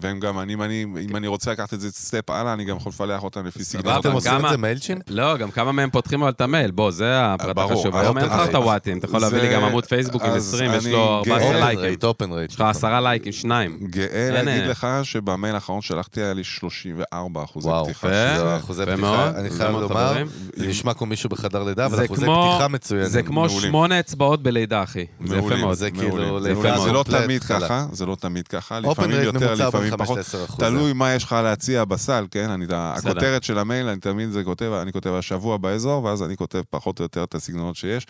C: והם גם, אני, אני, אם אני רוצה לקחת את זה סטפ הלאה, אני גם יכול לפלח אותם לפי
B: סבבה,
C: סגנון.
A: אתם עושים את
B: כמה-
A: זה מיילצ'ינט?
B: לא, גם כמה מהם פותחים אבל את המייל, בוא, זה הפרט
C: אה, ברור,
B: החשוב.
C: אבל
B: היום אין
C: אתה-
B: לך את הוואטים, אתה יכול להביא לי
C: זה-
B: גם עמוד פייסבוק עם
C: אז
B: 20, יש
C: אני
B: לו 14
C: גאה-
B: לייקים.
A: רייט, אופן רייט.
B: יש לך 10 לייקים, שניים.
C: גאה
B: אין,
C: להגיד
B: אה.
C: לך שבמייל האחרון שלחתי היה לי 34 אחוזי
A: וואו,
C: פתיחה.
B: יפה.
C: שזה-
A: זה אחוזי
B: יפה
A: פתיחה,
B: מאוד,
A: אני
B: זה
A: חייב
B: מאוד,
A: לומר,
B: חברים.
A: זה נשמע כמו מישהו בחדר לידה, אבל
B: זה
A: אחוזי
B: כמו-
A: פתיחה מצוינים.
B: זה כמו
C: מעולים.
B: שמונה אצבעות בלידה, אחי. זה יפה
C: מעולים,
B: מאוד.
A: זה
C: מעולים.
A: כאילו
C: זה
B: לידה
C: לא- זה לא
A: קומפלט,
C: תמיד
A: חלק.
C: ככה, זה לא תמיד ככה,
A: אופן
C: לפעמים
A: רייט
C: יותר,
A: ממוצע בין
C: לפעמים
A: 5
C: פחות.
A: ל-10 אחוז. אה.
C: תלוי מה יש לך להציע בסל, כן? אני,
B: בסדר.
C: הכותרת של המייל, אני תמיד זה כותב, אני כותב השבוע באזור, ואז אני כותב פחות או יותר את הסגנונות שיש,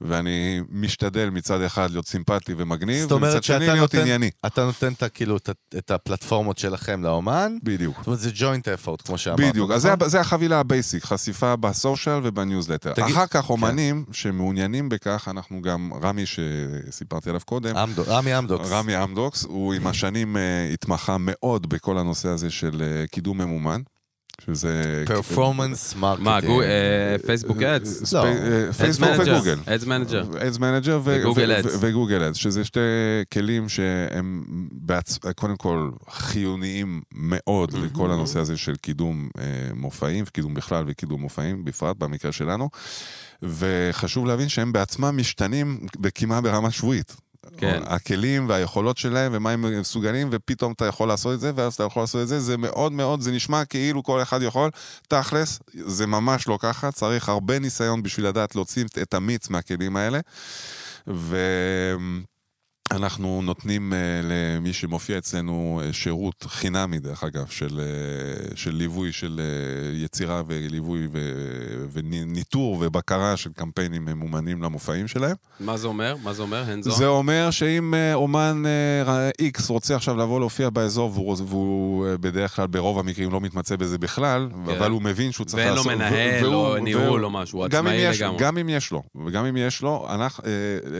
C: ואני משתדל מצד אחד להיות סימפטי ומגניב,
A: זאת אומרת
C: ומצד שני
A: שאתה
C: להיות
A: נותן-
C: ענייני.
A: אתה נותן את ה- כאילו את ה- את הפלטפורמות שלכם לאומן,
C: בדיוק.
A: זאת אומרת זה ג'וינט אפורט, כמו שאמרת.
C: בדיוק, אז זה
A: נכון?
C: ה- זה החבילה הבייסיק, חשיפה בסושיאל ובניוזלטר.
A: תגיד- כן.
C: אחר כך אומנים שמעוניינים בכך, אנחנו גם, רמי שסיפרתי עליו קודם,
A: אמדו- רמי אמדוקס.
C: רמי אמדוקס, הוא עם השנים אה, התמחה מאוד בכל הנושא הזה של אה, קידום ממומן, שזה...
A: פרפורמנס
B: מה,
A: מרקטינג.
B: גו- אה, פייסבוק אדס?
C: ספי-
A: לא.
C: כן. אה,
B: אדס
C: פייסבוק וגוגל.
B: מנג'ר. אדס מנג'ר.
C: אדס מנג'ר
B: וגוגל Ads.
C: וגוגל אדס, שזה שתי כלים שהם בעצ... קודם כל חיוניים מאוד
B: Mm-hmm.
C: לכל הנושא הזה של קידום אה, מופעים, קידום בכלל וקידום מופעים, בפרט במקרה שלנו. וחשוב להבין שהם בעצמם משתנים כמעט ברמה שבועית.
B: כן.
C: אה, הכלים והיכולות שלהם ומה הם מסוגלים, ופתאום אתה יכול לעשות את זה, ואז אתה יכול לעשות את זה, זה מאוד מאוד, זה נשמע כאילו כל אחד יכול, תכלס, זה ממש לא ככה, צריך הרבה ניסיון בשביל לדעת להוציא את המיץ מהכלים האלה. ואנחנו נותנים אה, למי שמופיע אצלנו אה, שירות חינמי, דרך אגב, של, אה, של ליווי, של אה, יצירה וליווי ו- וניטור ובקרה של קמפיינים ממומנים למופעים שלהם.
B: מה זה אומר? מה זה אומר? הנזו?
C: זה אומר שאם אה, אומן איקס רוצה עכשיו לבוא להופיע באזור, והוא, רוצ- והוא אה, בדרך כלל ברוב המקרים לא מתמצא בזה בכלל,
B: כן.
C: אבל הוא מבין שהוא צריך
B: ואין לו
C: לעשות... ו-
B: מנהל,
C: והוא-
B: או
C: והוא-
B: ניהול, או משהו. הוא
C: גם אם,
B: עצמאי
C: יש,
B: לגמרי.
C: גם אם יש לו, וגם אם יש לו, אנחנו, אה, אה,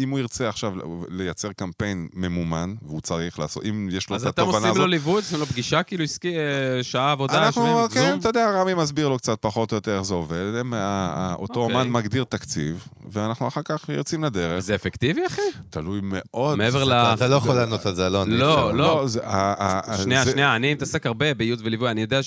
C: אם הוא ירצה עכשיו לייצר קמפיין ממומן, והוא צריך לעשות, אם יש לו את
B: אז אתם
C: התובנה
B: עושים
C: הזאת,
B: לו ליווי, עושים לו פגישה כאילו עסקי, אה, שעה עבודה,
C: אנחנו,
B: שניהם,
C: כן,
B: זום?
C: אתה יודע, רמי מסביר לו קצת פחות או יותר איך זה עובד, הם, ה- ה- אותו
B: אוקיי.
C: אומן מגדיר תקציב, ואנחנו אחר כך יוצאים לדרך,
B: זה אפקטיבי, אחי?
C: תלוי מאוד.
B: מעבר ל...
A: אתה לא יכול לענות על זה, אלון. אי
B: אה, לא,
A: אפשר.
B: לא.
C: זה- ה- ה-
B: שנייה,
C: זה-
B: שנייה, אני מתעסק הרבה בייעוץ וליווי, אני יודע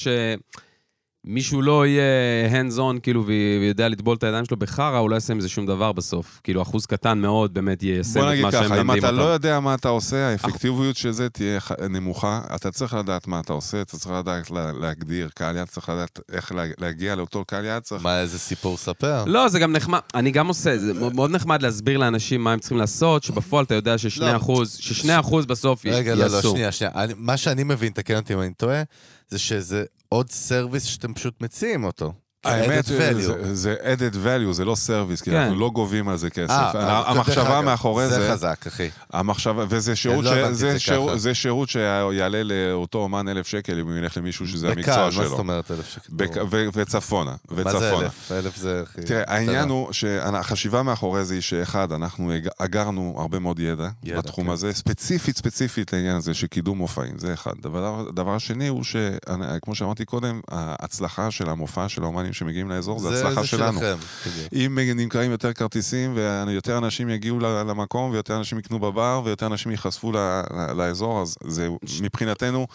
B: שמישהו לא יהיה hands on, כאילו, ו- ויודע לטבול את הידיים שלו בחרא, הוא לא יעשה עם זה שום דבר בסוף. כאילו, אחוז קטן מאוד באמת יישם
C: בוא
B: את
C: נגיד
B: מה שהם
C: ככה, אם
B: מלמדים
C: אתה
B: אותם.
C: לא יודע מה אתה עושה, האפקטיביות של זה תהיה ח- נמוכה. אתה צריך לדעת מה אתה עושה, אתה צריך לדעת לה- להגדיר קהל יעד, צריך לדעת איך לה- להגיע לאותו קהל יעד, צריך...
A: מה, איזה סיפור ספר?
B: לא, זה גם נחמד, אני גם עושה, זה מאוד- מאוד נחמד להסביר לאנשים מה הם צריכים לעשות, שבפועל אתה יודע
A: לא.
B: ששני אחוז, ששני אחוז בסוף י- יעשו.
A: רגע, לא, לא, שנייה, שנייה. אני- מה שאני מבין, תקן אותי אם אני טועה, זה שזה עוד סרוויס שאתם פשוט מציעים אותו.
C: האמת,
A: added value.
C: זה- זה added value, זה לא סרוויס, כי
B: כן.
C: אנחנו לא גובים על זה כסף.
A: אה,
C: ה-
A: אז דרך
C: המחשבה
A: אגב,
C: מאחורי
A: זה
C: זה,
A: חזק, אחי.
C: המחשבה, וזה שירות,
A: לא
C: ש-
A: הבנתי את
C: זה
A: זה
C: שירות-
A: ככה.
C: זה שירות שיעלה לאותו אומן אלף שקל אם הוא ילך למישהו שזה
A: בקהל,
C: המקצוע
A: מה זאת
C: שלו.
A: אומרת אלף שקל?
C: בק- ו- וצפונה,
A: מה זה
C: וצפונה.
A: אלף? אלף זה, אחי.
C: תראה,
A: קטנה.
C: העניין הוא שהחשיבה מאחורי זה היא שאחד, אנחנו הג- אגרנו הרבה מאוד ידע,
A: ידע,
C: בתחום
A: כן.
C: הזה, ספציפית ספציפית לעניין הזה של קידום מופעים, זה אחד. דבר, דבר שני הוא שכמו שאמרתי קודם, ההצלחה של המופע של האומנים שמגיעים לאזור זה, הצלחה שלנו.
A: שלכם, בדיוק.
C: אם נמכרים יותר כרטיסים ויותר אנשים יגיעו ל- למקום ויותר אנשים יקנו בבר ויותר אנשים ייחשפו ל- ל- לאזור, אז זה מבחינתנו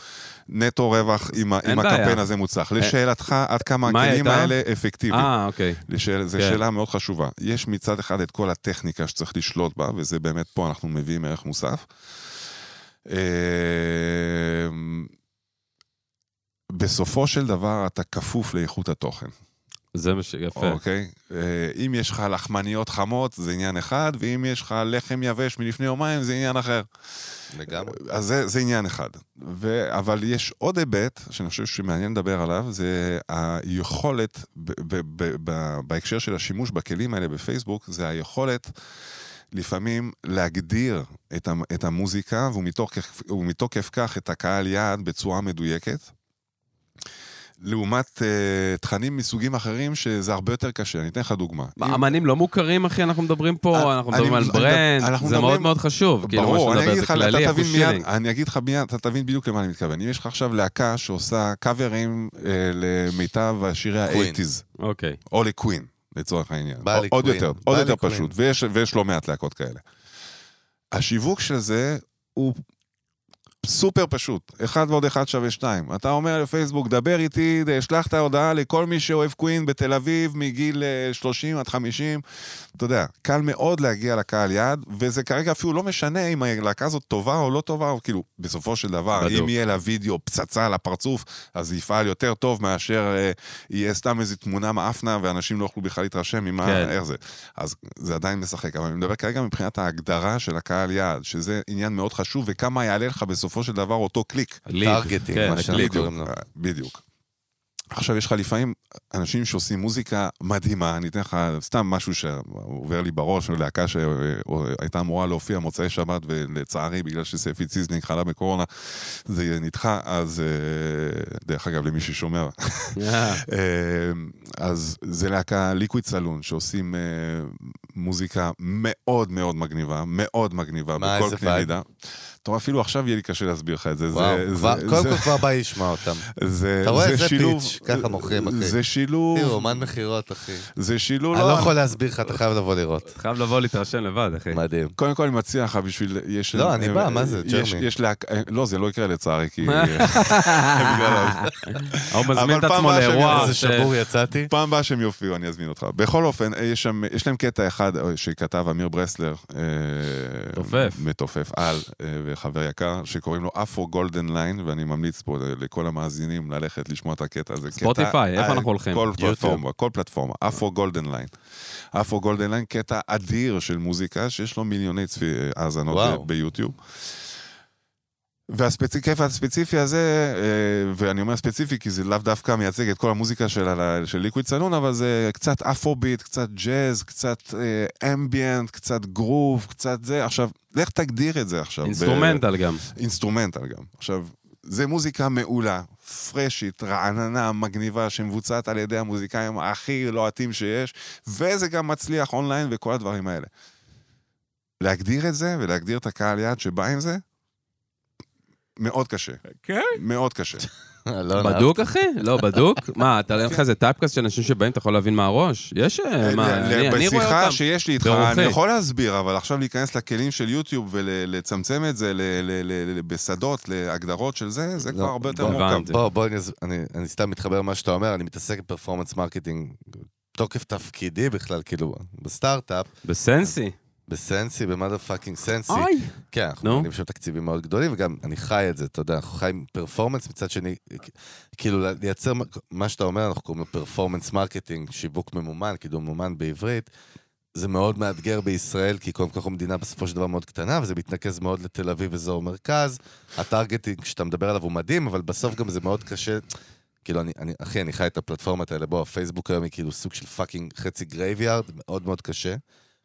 C: נטו רווח אם ה-
B: אין
C: אם
B: בעיה.
C: הקמפיין הזה מוצלח. לשאלתך, עד כמה
B: מה
C: הכלים
B: הייתה?
C: האלה אפקטיביים.
B: אה, אוקיי.
C: לשאל, זו
B: כן.
C: כן. שאלה מאוד חשובה. יש מצד אחד את כל הטכניקה שצריך לשלוט בה, וזה באמת פה אנחנו מביאים ערך מוסף. אה, בסופו של דבר אתה כפוף לאיכות התוכן,
B: זה מה ש... יפה.
C: אוקיי? אה, אם יש לך לחמניות חמות זה עניין אחד, ואם יש לך לחם יבש מלפני יומיים זה עניין אחר.
A: לגמרי.
C: אז זה, זה עניין אחד. ו, אבל יש עוד היבט שאני חושב שמעניין לדבר עליו, זה היכולת, ב, ב, ב, ב, בהקשר של השימוש בכלים האלה בפייסבוק, זה היכולת לפעמים להגדיר את, המ, את המוזיקה, ומתוקף, ומתוקף כך את הקהל יעד בצורה מדויקת. לעומת uh, תכנים מסוגים אחרים שזה הרבה יותר קשה. אני אתן לך דוגמה.
B: מה, אמנים לא מוכרים, אחי, אנחנו מדברים פה,
C: אוקיי. אה,
B: אנחנו
C: אני-
B: מדברים על
C: אני-
B: ברנד,
C: אנחנו
B: זה מאוד
C: מדברים-
B: מאוד חשוב. כאילו, מה
C: ברור,
B: שאתה
C: אני
B: מדבר
C: אגיד
B: זה
C: לך,
B: כללי,
C: אתה
B: אחוז
C: תבין מיד,
B: שילינג.
C: אני אגיד לך מיד, אתה תבין בדיוק למה אני מתכוון. אם יש לך עכשיו להקה שעושה קאברים אה, למיטב השירי
A: קווין.
C: האייטיז,
B: אוקיי.
C: או לקווין, לצורך העניין.
A: בא
C: או- עוד
A: לקווין,
C: יותר,
A: בא
C: עוד יותר
A: לקווין.
C: פשוט, ויש- ויש לא מעט להקות כאלה. השיווק של זה הוא סופר פשוט. אחד ועוד אחד שווה שתיים. אתה אומר לפייסבוק, דבר איתי, שלח את ההודעה לכל מי שאוהב קווין בתל אביב מגיל אה, 30 עד 50. אתה יודע, קל מאוד להגיע לקהל יעד, וזה כרגע אפילו לא משנה אם הלהקה הזאת טובה או לא טובה, או כאילו, בסופו של דבר,
B: בדיוק.
C: אם יהיה לה וידאו פצצה על הפרצוף, אז זה יפעל יותר טוב מאשר אה, יהיה סתם איזו תמונה מאפנה, ואנשים לא יוכלו בכלל להתרשם ממה,
B: כן.
C: איך זה. אז זה עדיין משחק, אבל אני מדבר כרגע מבחינת ההגדרה של הקהל יעד, שזה עניין מאוד חשוב, וכמה יעלה לך בסופו של דבר אותו קליק.
A: טרגטינג,
B: כן,
A: מה שאנחנו
B: הקליק.
A: קוראים לו.
C: אה, בדיוק. עכשיו יש לך לפעמים אנשים שעושים מוזיקה מדהימה, אני אתן לך סתם משהו שעובר לי בראש, להקה שהייתה אמורה להופיע מוצאי שבת, ולצערי, בגלל שספי ציזניק חלה בקורונה, זה נדחה, אז אה, דרך אגב, למי ששומע,
B: אה,
C: אה, אז זה להקה ליקוויד סלון, שעושים אה, מוזיקה מאוד מאוד מגניבה, מאוד מגניבה,
A: מה,
C: בכל
A: איזה
C: קנה
A: וייב?
C: מידה. טוב, אפילו עכשיו יהיה לי קשה להסביר לך את זה. זה-
A: וואו,
C: זה-
A: כבר- קודם
C: זה-
A: כל כבר בא לי לשמוע אותם.
C: זה,
A: אתה רואה?
C: זה
A: זה
C: שילוב,
A: פיץ', ככה מוכרים, אחי.
C: זה שילוב,
A: תראו, אומן מכירות, אחי. אני
C: זה שילוב,
A: לא יכול להסביר לך, אתה חייב לבוא לראות.
B: חייב לבוא להתרשם לבד, אחי.
C: אוקיי.
A: מדהים.
C: קודם כל אני מציע לך בשביל, יש...
A: לא, אני בא, מה זה,
C: יש-
A: ג'רמי?
C: יש להק... לא, זה לא יקרה לצערי, כי...
B: הוא מזמין את
C: אבל פעם
B: עצמו
C: הבאה שאני
B: לאירוע.
C: אעשה
A: איזה
B: ש-
A: שבור יצאתי.
C: פעם הבאה שהם יופיעו, אני אזמין אותך. בכל אופן, אה, יש, שם, יש להם קטע אחד אה, שכתב אמיר ברסלר. אה,
B: מתופף.
C: מתופף על, אה, וחבר יקר, שקוראים לו אפרו גולדן ליין, ואני ממליץ פה אה, לכל המאזינים ללכת לשמוע את הקטע הזה. קטע-
B: ספוטיפיי, איפה
C: אה,
B: אנחנו הולכים?
C: כל
B: יוטיוב.
C: פלטפורמה, כל פלטפורמה, אפרו גולדן ליין. אפרו גולדן ליין, קטע אדיר של מוזיקה, שיש לו מיליוני צפי- אה, האזנות
A: וואו.
C: ב- ביוטיוב. והספציפי הספציפי הזה, אה, ואני אומר ספציפי כי זה לאו דווקא מייצג את כל המוזיקה של, ה- של ליקוויד סלון, אבל זה קצת אפרוביט, קצת ג'אז, קצת אה, אמביאנט, קצת גרוב, קצת זה. עכשיו, לך תגדיר את זה עכשיו. ב-
B: אינסטרומנטל גם.
C: אינסטרומנטל גם. עכשיו, זה מוזיקה מעולה, פרשית, רעננה, מגניבה, שמבוצעת על ידי המוזיקאים הכי לוהטים שיש, וזה גם מצליח אונליין וכל הדברים האלה. להגדיר את זה ולהגדיר את הקהל יעד שבא עם זה, מאוד קשה,
B: כן.
C: מאוד קשה.
A: אלון,
B: בדוק, אחי? לא, בדוק? מה, אתה אין לך איזה טייפקאסט של אנשים שבאים, אתה יכול להבין מה הראש? יש... אה, מה,
C: ל-
B: אני- אני רואה
C: בשיחה
B: אותם.
C: שיש לי איתך,
B: ברוחי.
C: אני יכול להסביר, אבל עכשיו להיכנס לכלים של יוטיוב ולצמצם את זה ל- ל- ל- ל- בשדות, להגדרות של זה, זה
A: לא,
C: כבר הרבה יותר
A: בוא,
C: מורכב.
B: הבנתי.
A: בוא, בוא, אני אז- אני- אני סתם מתחבר למה שאתה אומר, אני מתעסק בפרפורמנס מרקטינג. תוקף תפקידי בכלל, כאילו, בסטארט-אפ,
B: בסנסי.
A: בסנסי, במאדר פאקינג סנסי.
B: אוי.
A: כן, אנחנו
B: נו.
A: מבינים שם תקציבים מאוד גדולים, וגם אני חי את זה, אתה יודע, אנחנו חיים פרפורמנס מצד שני, כ- כאילו לייצר, מ- מה שאתה אומר, אנחנו קוראים לו פרפורמנס מרקטינג, שיווק ממומן, קידום ממומן בעברית. זה מאוד מאתגר בישראל, כי קודם כל אנחנו מדינה בסופו של דבר מאוד קטנה, וזה מתנקז מאוד לתל אביב אזור מרכז. הטרגטינג שאתה מדבר עליו הוא מדהים, אבל בסוף גם זה מאוד קשה. כאילו, אני, אני, אחי, אני חי את הפלטפורמות האלה, בוא, הפייסבוק היום היא כאילו סוג של פאקינג חצי גרייביארד, מאוד מאוד קשה.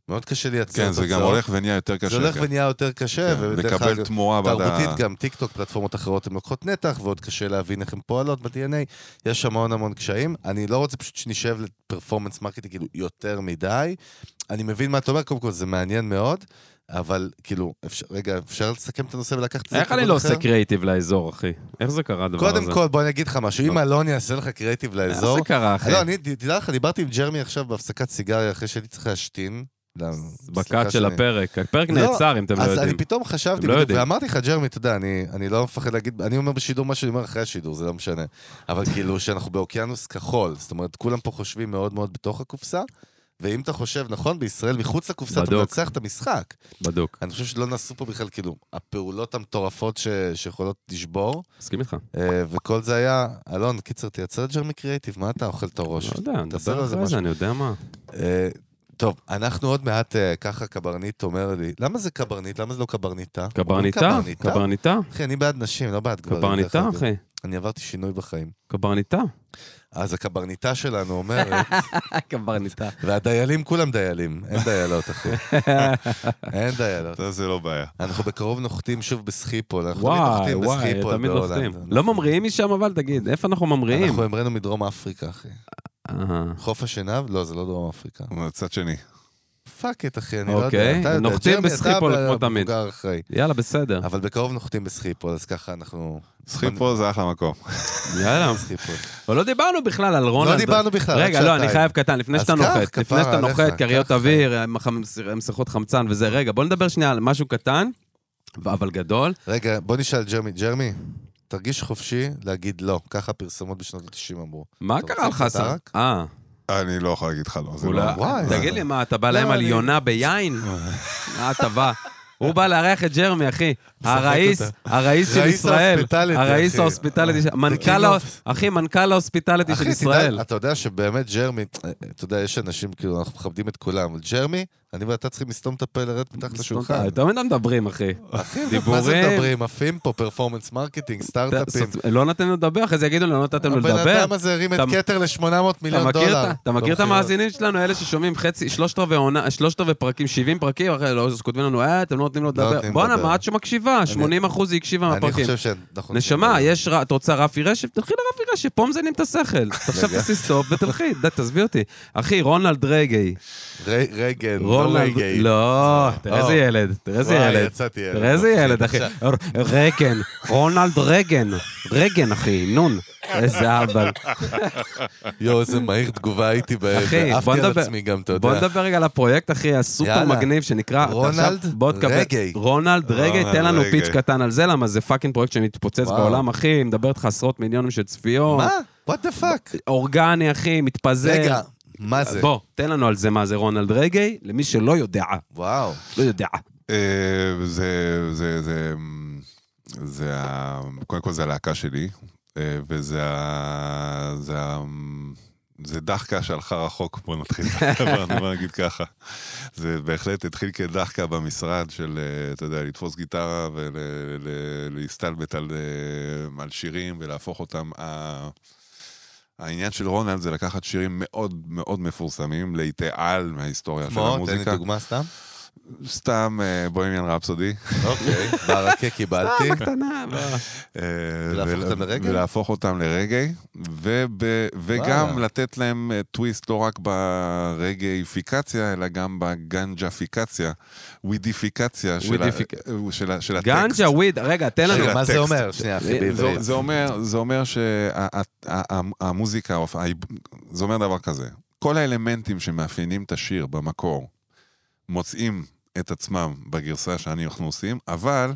A: מאוד קשה לייצר
C: כן, זה גם
A: תוצאות.
C: הולך ונהיה יותר קשה.
A: זה הולך
C: כן.
A: ונהיה יותר קשה,
C: כן,
A: ודרך
C: לקבל
A: אגב,
C: תמורה בעד ה-
A: תרבותית גם טיק טוק, פלטפורמות אחרות הן לוקחות נתח, ועוד קשה להבין איך הן פועלות ב-DNA, יש המון המון קשיים. אני לא רוצה פשוט שנשב לפרפורמנס מרקטינג כאילו יותר מדי. אני מבין מה אתה אומר, קודם כל זה מעניין מאוד, אבל כאילו, אפשר, רגע, אפשר לסכם את הנושא ולקחת את זה
B: איך אני
A: לכיוון
B: לא
A: אחר?
B: עושה קרייטיב לאזור, אחי? איך זה קרה הדבר הזה? לא.
A: קודם כל, בוא אני אגיד לך משהו, אם אלון יעשה לך קריאיטיב
B: איך
A: לאזור...
B: זה קרה, אחי?
A: לא, אני, ת- תדע לך, דיברתי עם ג'רמי עכשיו בהפסקת סיגריה, אחרי שהייתי צריך להשתין.
B: בקאט של
A: הפרק.
B: הפרק. הפרק
A: לא,
B: נעצר, אם אתם לא
A: אז
B: יודעים.
A: אני פתאום חשבתי,
B: לא
A: בדיוק,
B: יודעים.
A: ואמרתי לך, ג'רמי, אתה יודע, אני, אני לא מפחד להגיד, אני אומר בשידור מה שאני אומר אחרי השידור, זה לא משנה. אבל כאילו, שאנחנו באוקיינוס כחול, זאת אומרת, כולם פה חושבים מאוד מאוד בתוך הקופסה, ואם אתה חושב נכון, בישראל, מחוץ לקופסה, אתה
B: בדוק.
A: מנצח את המשחק.
B: בדוק.
A: אני חושב שלא נעשו פה בכלל, כאילו, הפעולות המטורפות ש, שיכולות לשבור,
B: מסכים איתך. לא
A: אה, וכל זה היה, אלון, קיצר, תייצר את ג'רמי קריאיטיב, מה אתה אוכל את
B: לא
A: הראש?
B: יודע,
A: תעשה לו
B: נדבר
A: איזה
B: אחרי זה,
A: משהו.
B: אני יודע מה.
A: אה, טוב, אנחנו עוד מעט, אה, ככה קברניט אומר לי, למה זה קברניט? למה זה לא קברניטה?
B: קברניטה?
A: אומרים קברניטה?
B: קברניטה?
A: אחי, אני בעד נשים, לא בעד גברים. דרך
B: קברניטה,
A: אגב.
B: אחי.
A: אני עברתי שינוי בחיים.
B: קברניטה.
A: אז הקברניטה שלנו אומרת,
B: קברניטה.
A: והדיילים כולם דיילים, אין דיילות, אחי. אין דיילות.
C: אתה, זה לא בעיה.
A: אנחנו בקרוב נוחתים שוב בסחיפול, אנחנו תמיד
B: וואי,
A: נוחתים
B: וואי,
A: בסחיפול
B: תמיד
A: בהולנד.
B: נוחתים. לא ממריאים משם, אבל תגיד, איפה אנחנו ממריאים?
A: אנחנו המראנו מדרום אפריקה, אחי.
B: אה.
A: חוף השנהב? לא, זה לא דרום אפריקה.
C: מצד שני.
A: פאק את, אחי, אני לא יודע.
B: אוקיי,
A: אתה יודע,
B: נוחתים
A: ג'רמי, אתה
B: בסחיפול כמו תמיד.
A: המבוגר אחראי.
B: יאללה, בסדר.
A: אבל בקרוב נוחתים בסחיפול, אז ככה אנחנו...
C: סחיפו זה אחלה מקום.
B: יאללה.
A: סחיפול.
B: אבל לא דיברנו בכלל על רולנד.
A: לא דיברנו בכלל,
B: רגע,
A: רק
B: לא, אני
A: שעתיים.
B: חייב קטן, לפני
A: אז
B: שאתה
A: קח,
B: נוחת,
A: כפרה
B: לפני שאתה
A: עליך,
B: נוחת, כריות
A: קח,
B: אוויר, מח- מסכות חמצן וזה, רגע, בוא נדבר שנייה על משהו קטן. אבל גדול.
A: רגע, בוא נשאל ג'רמי. ג'רמי, תרגיש חופשי להגיד לא. ככה הפרסומות בשנות ה-90 אמרו.
B: מה
A: אתה
B: קרה
A: רוצה
B: לך,
A: קצת
B: השר?
A: ערק?
B: אה,
C: אני לא יכול להגיד לך לא, זה לא...
B: אולי...
A: וואי.
B: תגיד לי, מה, אתה בא להם
A: לא,
B: על
A: אני-
B: יונה ביין? מה אתה בא? הוא בא לארח את ג'רמי, אחי. הראיס,
A: אותה.
B: הראיס של
A: ראיס
B: ישראל.
A: ההוספיטליטי,
B: הראיס
A: אחי. כאילו-
B: ההוספיטליטי, של- מנכ"ל ה... אחי, מנכ"ל ההוספיטליטי של
A: אחי,
B: ישראל.
A: תדע, אתה יודע שבאמת ג'רמי, אה, אתה יודע, יש אנשים, כאילו, אנחנו מכבדים את כולם, אבל ג'רמי, אני ואתה צריכים לסתום את הפה לרדת מתחת לשולחן.
B: תמיד הם מדברים, אחי.
A: אחי, מה זה
B: דיבורים.
A: מדברים? עפים פה, פרפורמנס מרקטינג, סטארט-אפים.
B: לא נתנו לדבר, אחרי זה יגידו לי, לא נתתם לו
A: הבן
B: לדבר.
A: אדם הזה הרים את
B: אתה-
A: כתר ל-800
B: אתה
A: מיליון
B: מכיר,
A: דולר. לא
B: את- אתה מכיר
A: במכירות.
B: את המאזינים שלנו, אלה ששומעים חצי, שלושת רבעי עונה, שלושת רבעי פרקים, 70 פרקים, אחרי לא, אז כותבים לנו, אה, אתם לא נותנים לו לדבר.
A: נותנים
B: בואנה,
A: לדבר.
B: מה את שמקשיבה? 80% היא הקשיבה
A: אני
B: מהפרקים.
A: חושב נכון, כן, שאנחנו...
B: נשמה, יש, ר- את רוצה רפי רשף? תלכי לרפי רשף, פה מזיינים את השכל. עכשיו תעשי סטופ ותלכי, די, תעזבי אותי. אחי, רונלד רייגי.
A: ר- רגל, לא
B: רונלד...
A: רגל.
B: לא, תראה איזה
A: או.
B: ילד, תראה איזה
A: אה, וואי,
B: ילד.
A: יצאתי ילד.
B: תראה איזה ילד, אחי.
A: עכשיו,
B: ר- רייגן, רונלד רייגן. רייגן, אחי, נון. איזה אהבל.
A: אה, יואו, איזה מהיר תגובה הייתי ב...
B: אחי,
A: עפתי
B: בוא
A: על
B: נדבר-
A: עצמי גם, אתה יודע.
B: בוא נדבר רגע על הפרויקט, אחי, הסופר
A: יאללה.
B: מגניב שנקרא...
A: רונלד
B: עכשיו, בוא תקבל-
A: רגעי.
B: רונלד רגעי,
C: רונלד
B: תן לנו
C: רגעי.
B: פיץ' קטן על זה, למה זה פאקינג פרויקט שמתפוצץ
A: וואו.
B: בעולם, אחי, מדבר איתך עשרות מיליונים של צפיות.
A: מה? וואט דה פאק?
B: אורגני, אחי, מתפזר.
A: רגע, מה זה?
B: בוא, תן לנו על זה מה זה רונלד רגעי, למי שלא יודע.
A: וואו.
B: לא יודע.
A: כן.
C: אה, זה, זה, זה, זה, ה- קודם כל זה הלהקה שלי, אה, וזה, ה- זה, ה- זה דחקה שהלכה רחוק, בוא נתחיל, בוא בוא נגיד ככה. זה בהחלט התחיל כדחקה במשרד של, אה, אתה יודע, לתפוס גיטרה ולהסתלבט על, אה, על שירים ולהפוך אותם. ה- העניין של רונלד זה לקחת שירים מאוד מאוד מפורסמים, לעיתי על מההיסטוריה של
A: כמו, תן לי
C: המוזיקה.
A: דוגמה סתם.
C: סתם אה, בוהמיאן רפסודי.
A: אוקיי, ברקה קיבלתי.
B: סתם הקטנה. מה.
C: אה,
A: ולהפוך
C: ול-
A: אותם לרגעי?
C: ולהפוך אותם לרגעי, וב- וגם
A: וואלה.
C: לתת להם אה, טוויסט לא רק ברגעיפיקציה, אלא גם בגנג'אפיקציה, ווידיפיקציה של ה-
B: ווידיפיק-
C: אה, של ה- של הטקסט.
B: גנג'ה וויד, רגע, תן לנו.
A: רגע, מה זה
C: הטקסט.
A: אומר? שנייה, אחי,
B: זה-
A: בעברית.
C: זה- זה אומר- זה אומר שהמוזיקה, זה אומר דבר כזה, כל האלמנטים שמאפיינים את השיר במקור, מוצאים את עצמם בגרסה שאנחנו עושים, אבל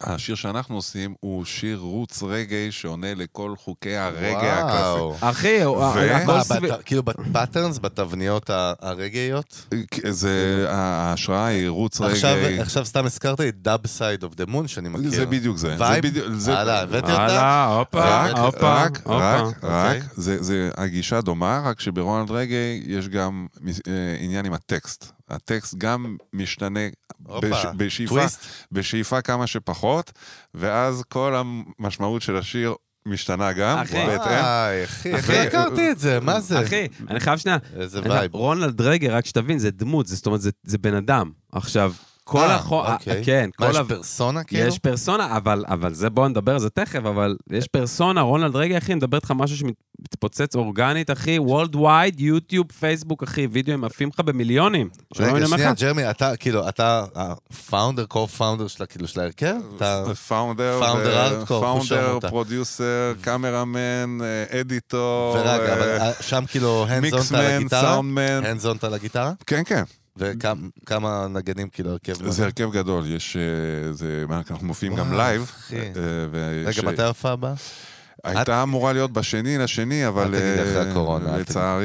C: השיר שאנחנו עושים הוא שיר רוץ רגעי שעונה לכל חוקי הרגע הקלאסי.
A: וואו.
B: אחי, הוא-
C: ו-
B: הכל
A: מה,
B: סביב...
A: בת- כאילו בפאטרנס, בתבניות ה- הרגעיות?
C: זה, ההשראה היא רוץ
A: עכשיו-
C: רגעי.
A: עכשיו סתם הזכרת לי דאב סייד אוף דה מון שאני מכיר.
C: זה בדיוק זה. זה
A: וייב?
C: בדיוק- זה-
A: הלאה, הבאתי אותה?
B: הלאה, הופה,
C: רק,
B: הופה,
C: רק,
B: הופה.
C: רק,
A: אוקיי.
C: רק, זה, זה הגישה דומה, רק שברונלד רגעי יש גם מס- אה, עניין עם הטקסט. הטקסט גם משתנה
A: הופה,
C: בש, בשאיפה,
A: טוויסט?
C: בשאיפה כמה שפחות, ואז כל המשמעות של השיר משתנה גם,
B: אחי.
A: אה?
C: בהתאם.
A: וואי, אחי, איך
B: אחי,
A: לא הכרתי את זה? מה זה?
B: אחי, אני חייב שנייה.
A: איזה וייב.
B: רונלד רגע, רק שתבין, זה דמות, זה- זאת אומרת, זה- זה בן אדם. עכשיו, כל
A: אה,
B: החו...
A: אוקיי.
B: כן,
A: מה,
B: כל
A: יש
B: ה-
A: פרסונה כאילו?
B: יש פרסונה, אבל, אבל זה, בואו נדבר על זה תכף, אבל יש פרסונה, רונלד רגע, אחי, מדבר איתך משהו שמתפוצץ אורגנית, אחי, וולד וייד, יוטיוב, פייסבוק, אחי, וידאוים עפים לך במיליונים. שלא
A: רגע,
B: מבינים לך.
A: שנייה, ג'רמי, אתה כאילו, אתה הפאונדר, co-founder שלה, כאילו, של ההרכב?
B: אה,
A: אתה...
C: פאונדר,
A: פאונדר
C: אה,
A: הארדקור, הוא שם
C: פאונדר,
A: אותה.
C: פרודיוסר, קאמרמן, אה, אדיטור,
A: ורגע, אבל
C: אה,
A: אה, שם כאילו הנדזונט על
C: מיקסמן,
A: הגיטרה?
C: סאונדמן.
A: הנדזונט על הגיטרה?
C: כן, כן.
A: וכמה נגנים כאילו הרכב?
C: זה הרכב גדול, יש... אה, זה, אנחנו מופיעים גם
A: וואו,
C: לייב.
A: אחי.
C: אה, ויש-
A: רגע, מתי ההופעה הבאה?
C: הייתה אמורה להיות בשני לשני, אבל
A: אל תגיד
C: אה,
A: אחרי הקורונה, אל תגיד.
C: לצערי,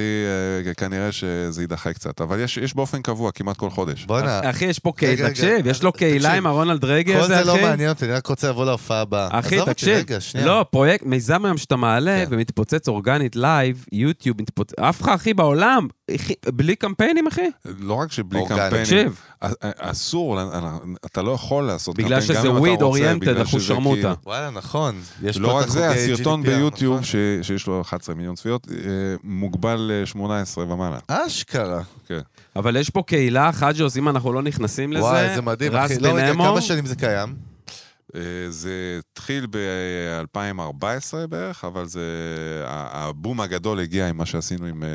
C: אה, כנראה שזה יידחה קצת. אבל יש- יש באופן קבוע, כמעט כל חודש.
A: בואנה,
B: אחי, יש פה קהילה,
A: רגע,
B: תקשיב, יש לו
A: תקשיב.
B: קהילה עם הרונלד רגע
A: כל
B: הזה,
A: זה
B: אחי.
A: לא מעניין אותי, אני רק רוצה לבוא להופעה הבאה.
B: אחי,
A: עזוב אותי,
B: תקשיב.
A: רגע, שנייה.
B: לא, פרויקט, מיזם היום שאתה מעלה
A: כן.
B: ומתפוצץ אורגנית לייב, יוטיוב, מתפוצ- אף אחד, אחי, בעולם, אחי, בלי קמפיינים, אחי.
C: לא רק שבלי
A: אורגני.
C: קמפיינים,
B: תקשיב,
C: א- א- אסור, אה, אתה לא יכול לעשות
B: בגלל
C: קמפיין, גם
B: שזה
C: אם אתה
B: weed
C: רוצה,
B: oriented,
C: בגלל
B: אנחנו
C: שזה
B: שרמוטה.
C: כאילו-
A: וואלה, נכון. יש
C: לא
A: פה את
C: רק זה,
A: החוקי
C: הסרטון
A: GDPR,
C: ביוטיוב
A: נכון?
C: ש- שיש לו 11 מיליון צפיות, אה, מוגבל ל-18 ומעלה.
A: נכון? אשכרה.
C: כן.
B: אבל יש פה קהילה אחת שעושים, אנחנו לא נכנסים לזה.
A: וואי, זה מדהים,
B: רס
A: אחי. לא, רגע,
B: בן אמו.
A: כמה שנים זה קיים?
C: אה, זה התחיל ב-2014 בערך, אבל זה... ה- הבום הגדול הגיע עם מה שעשינו עם אה,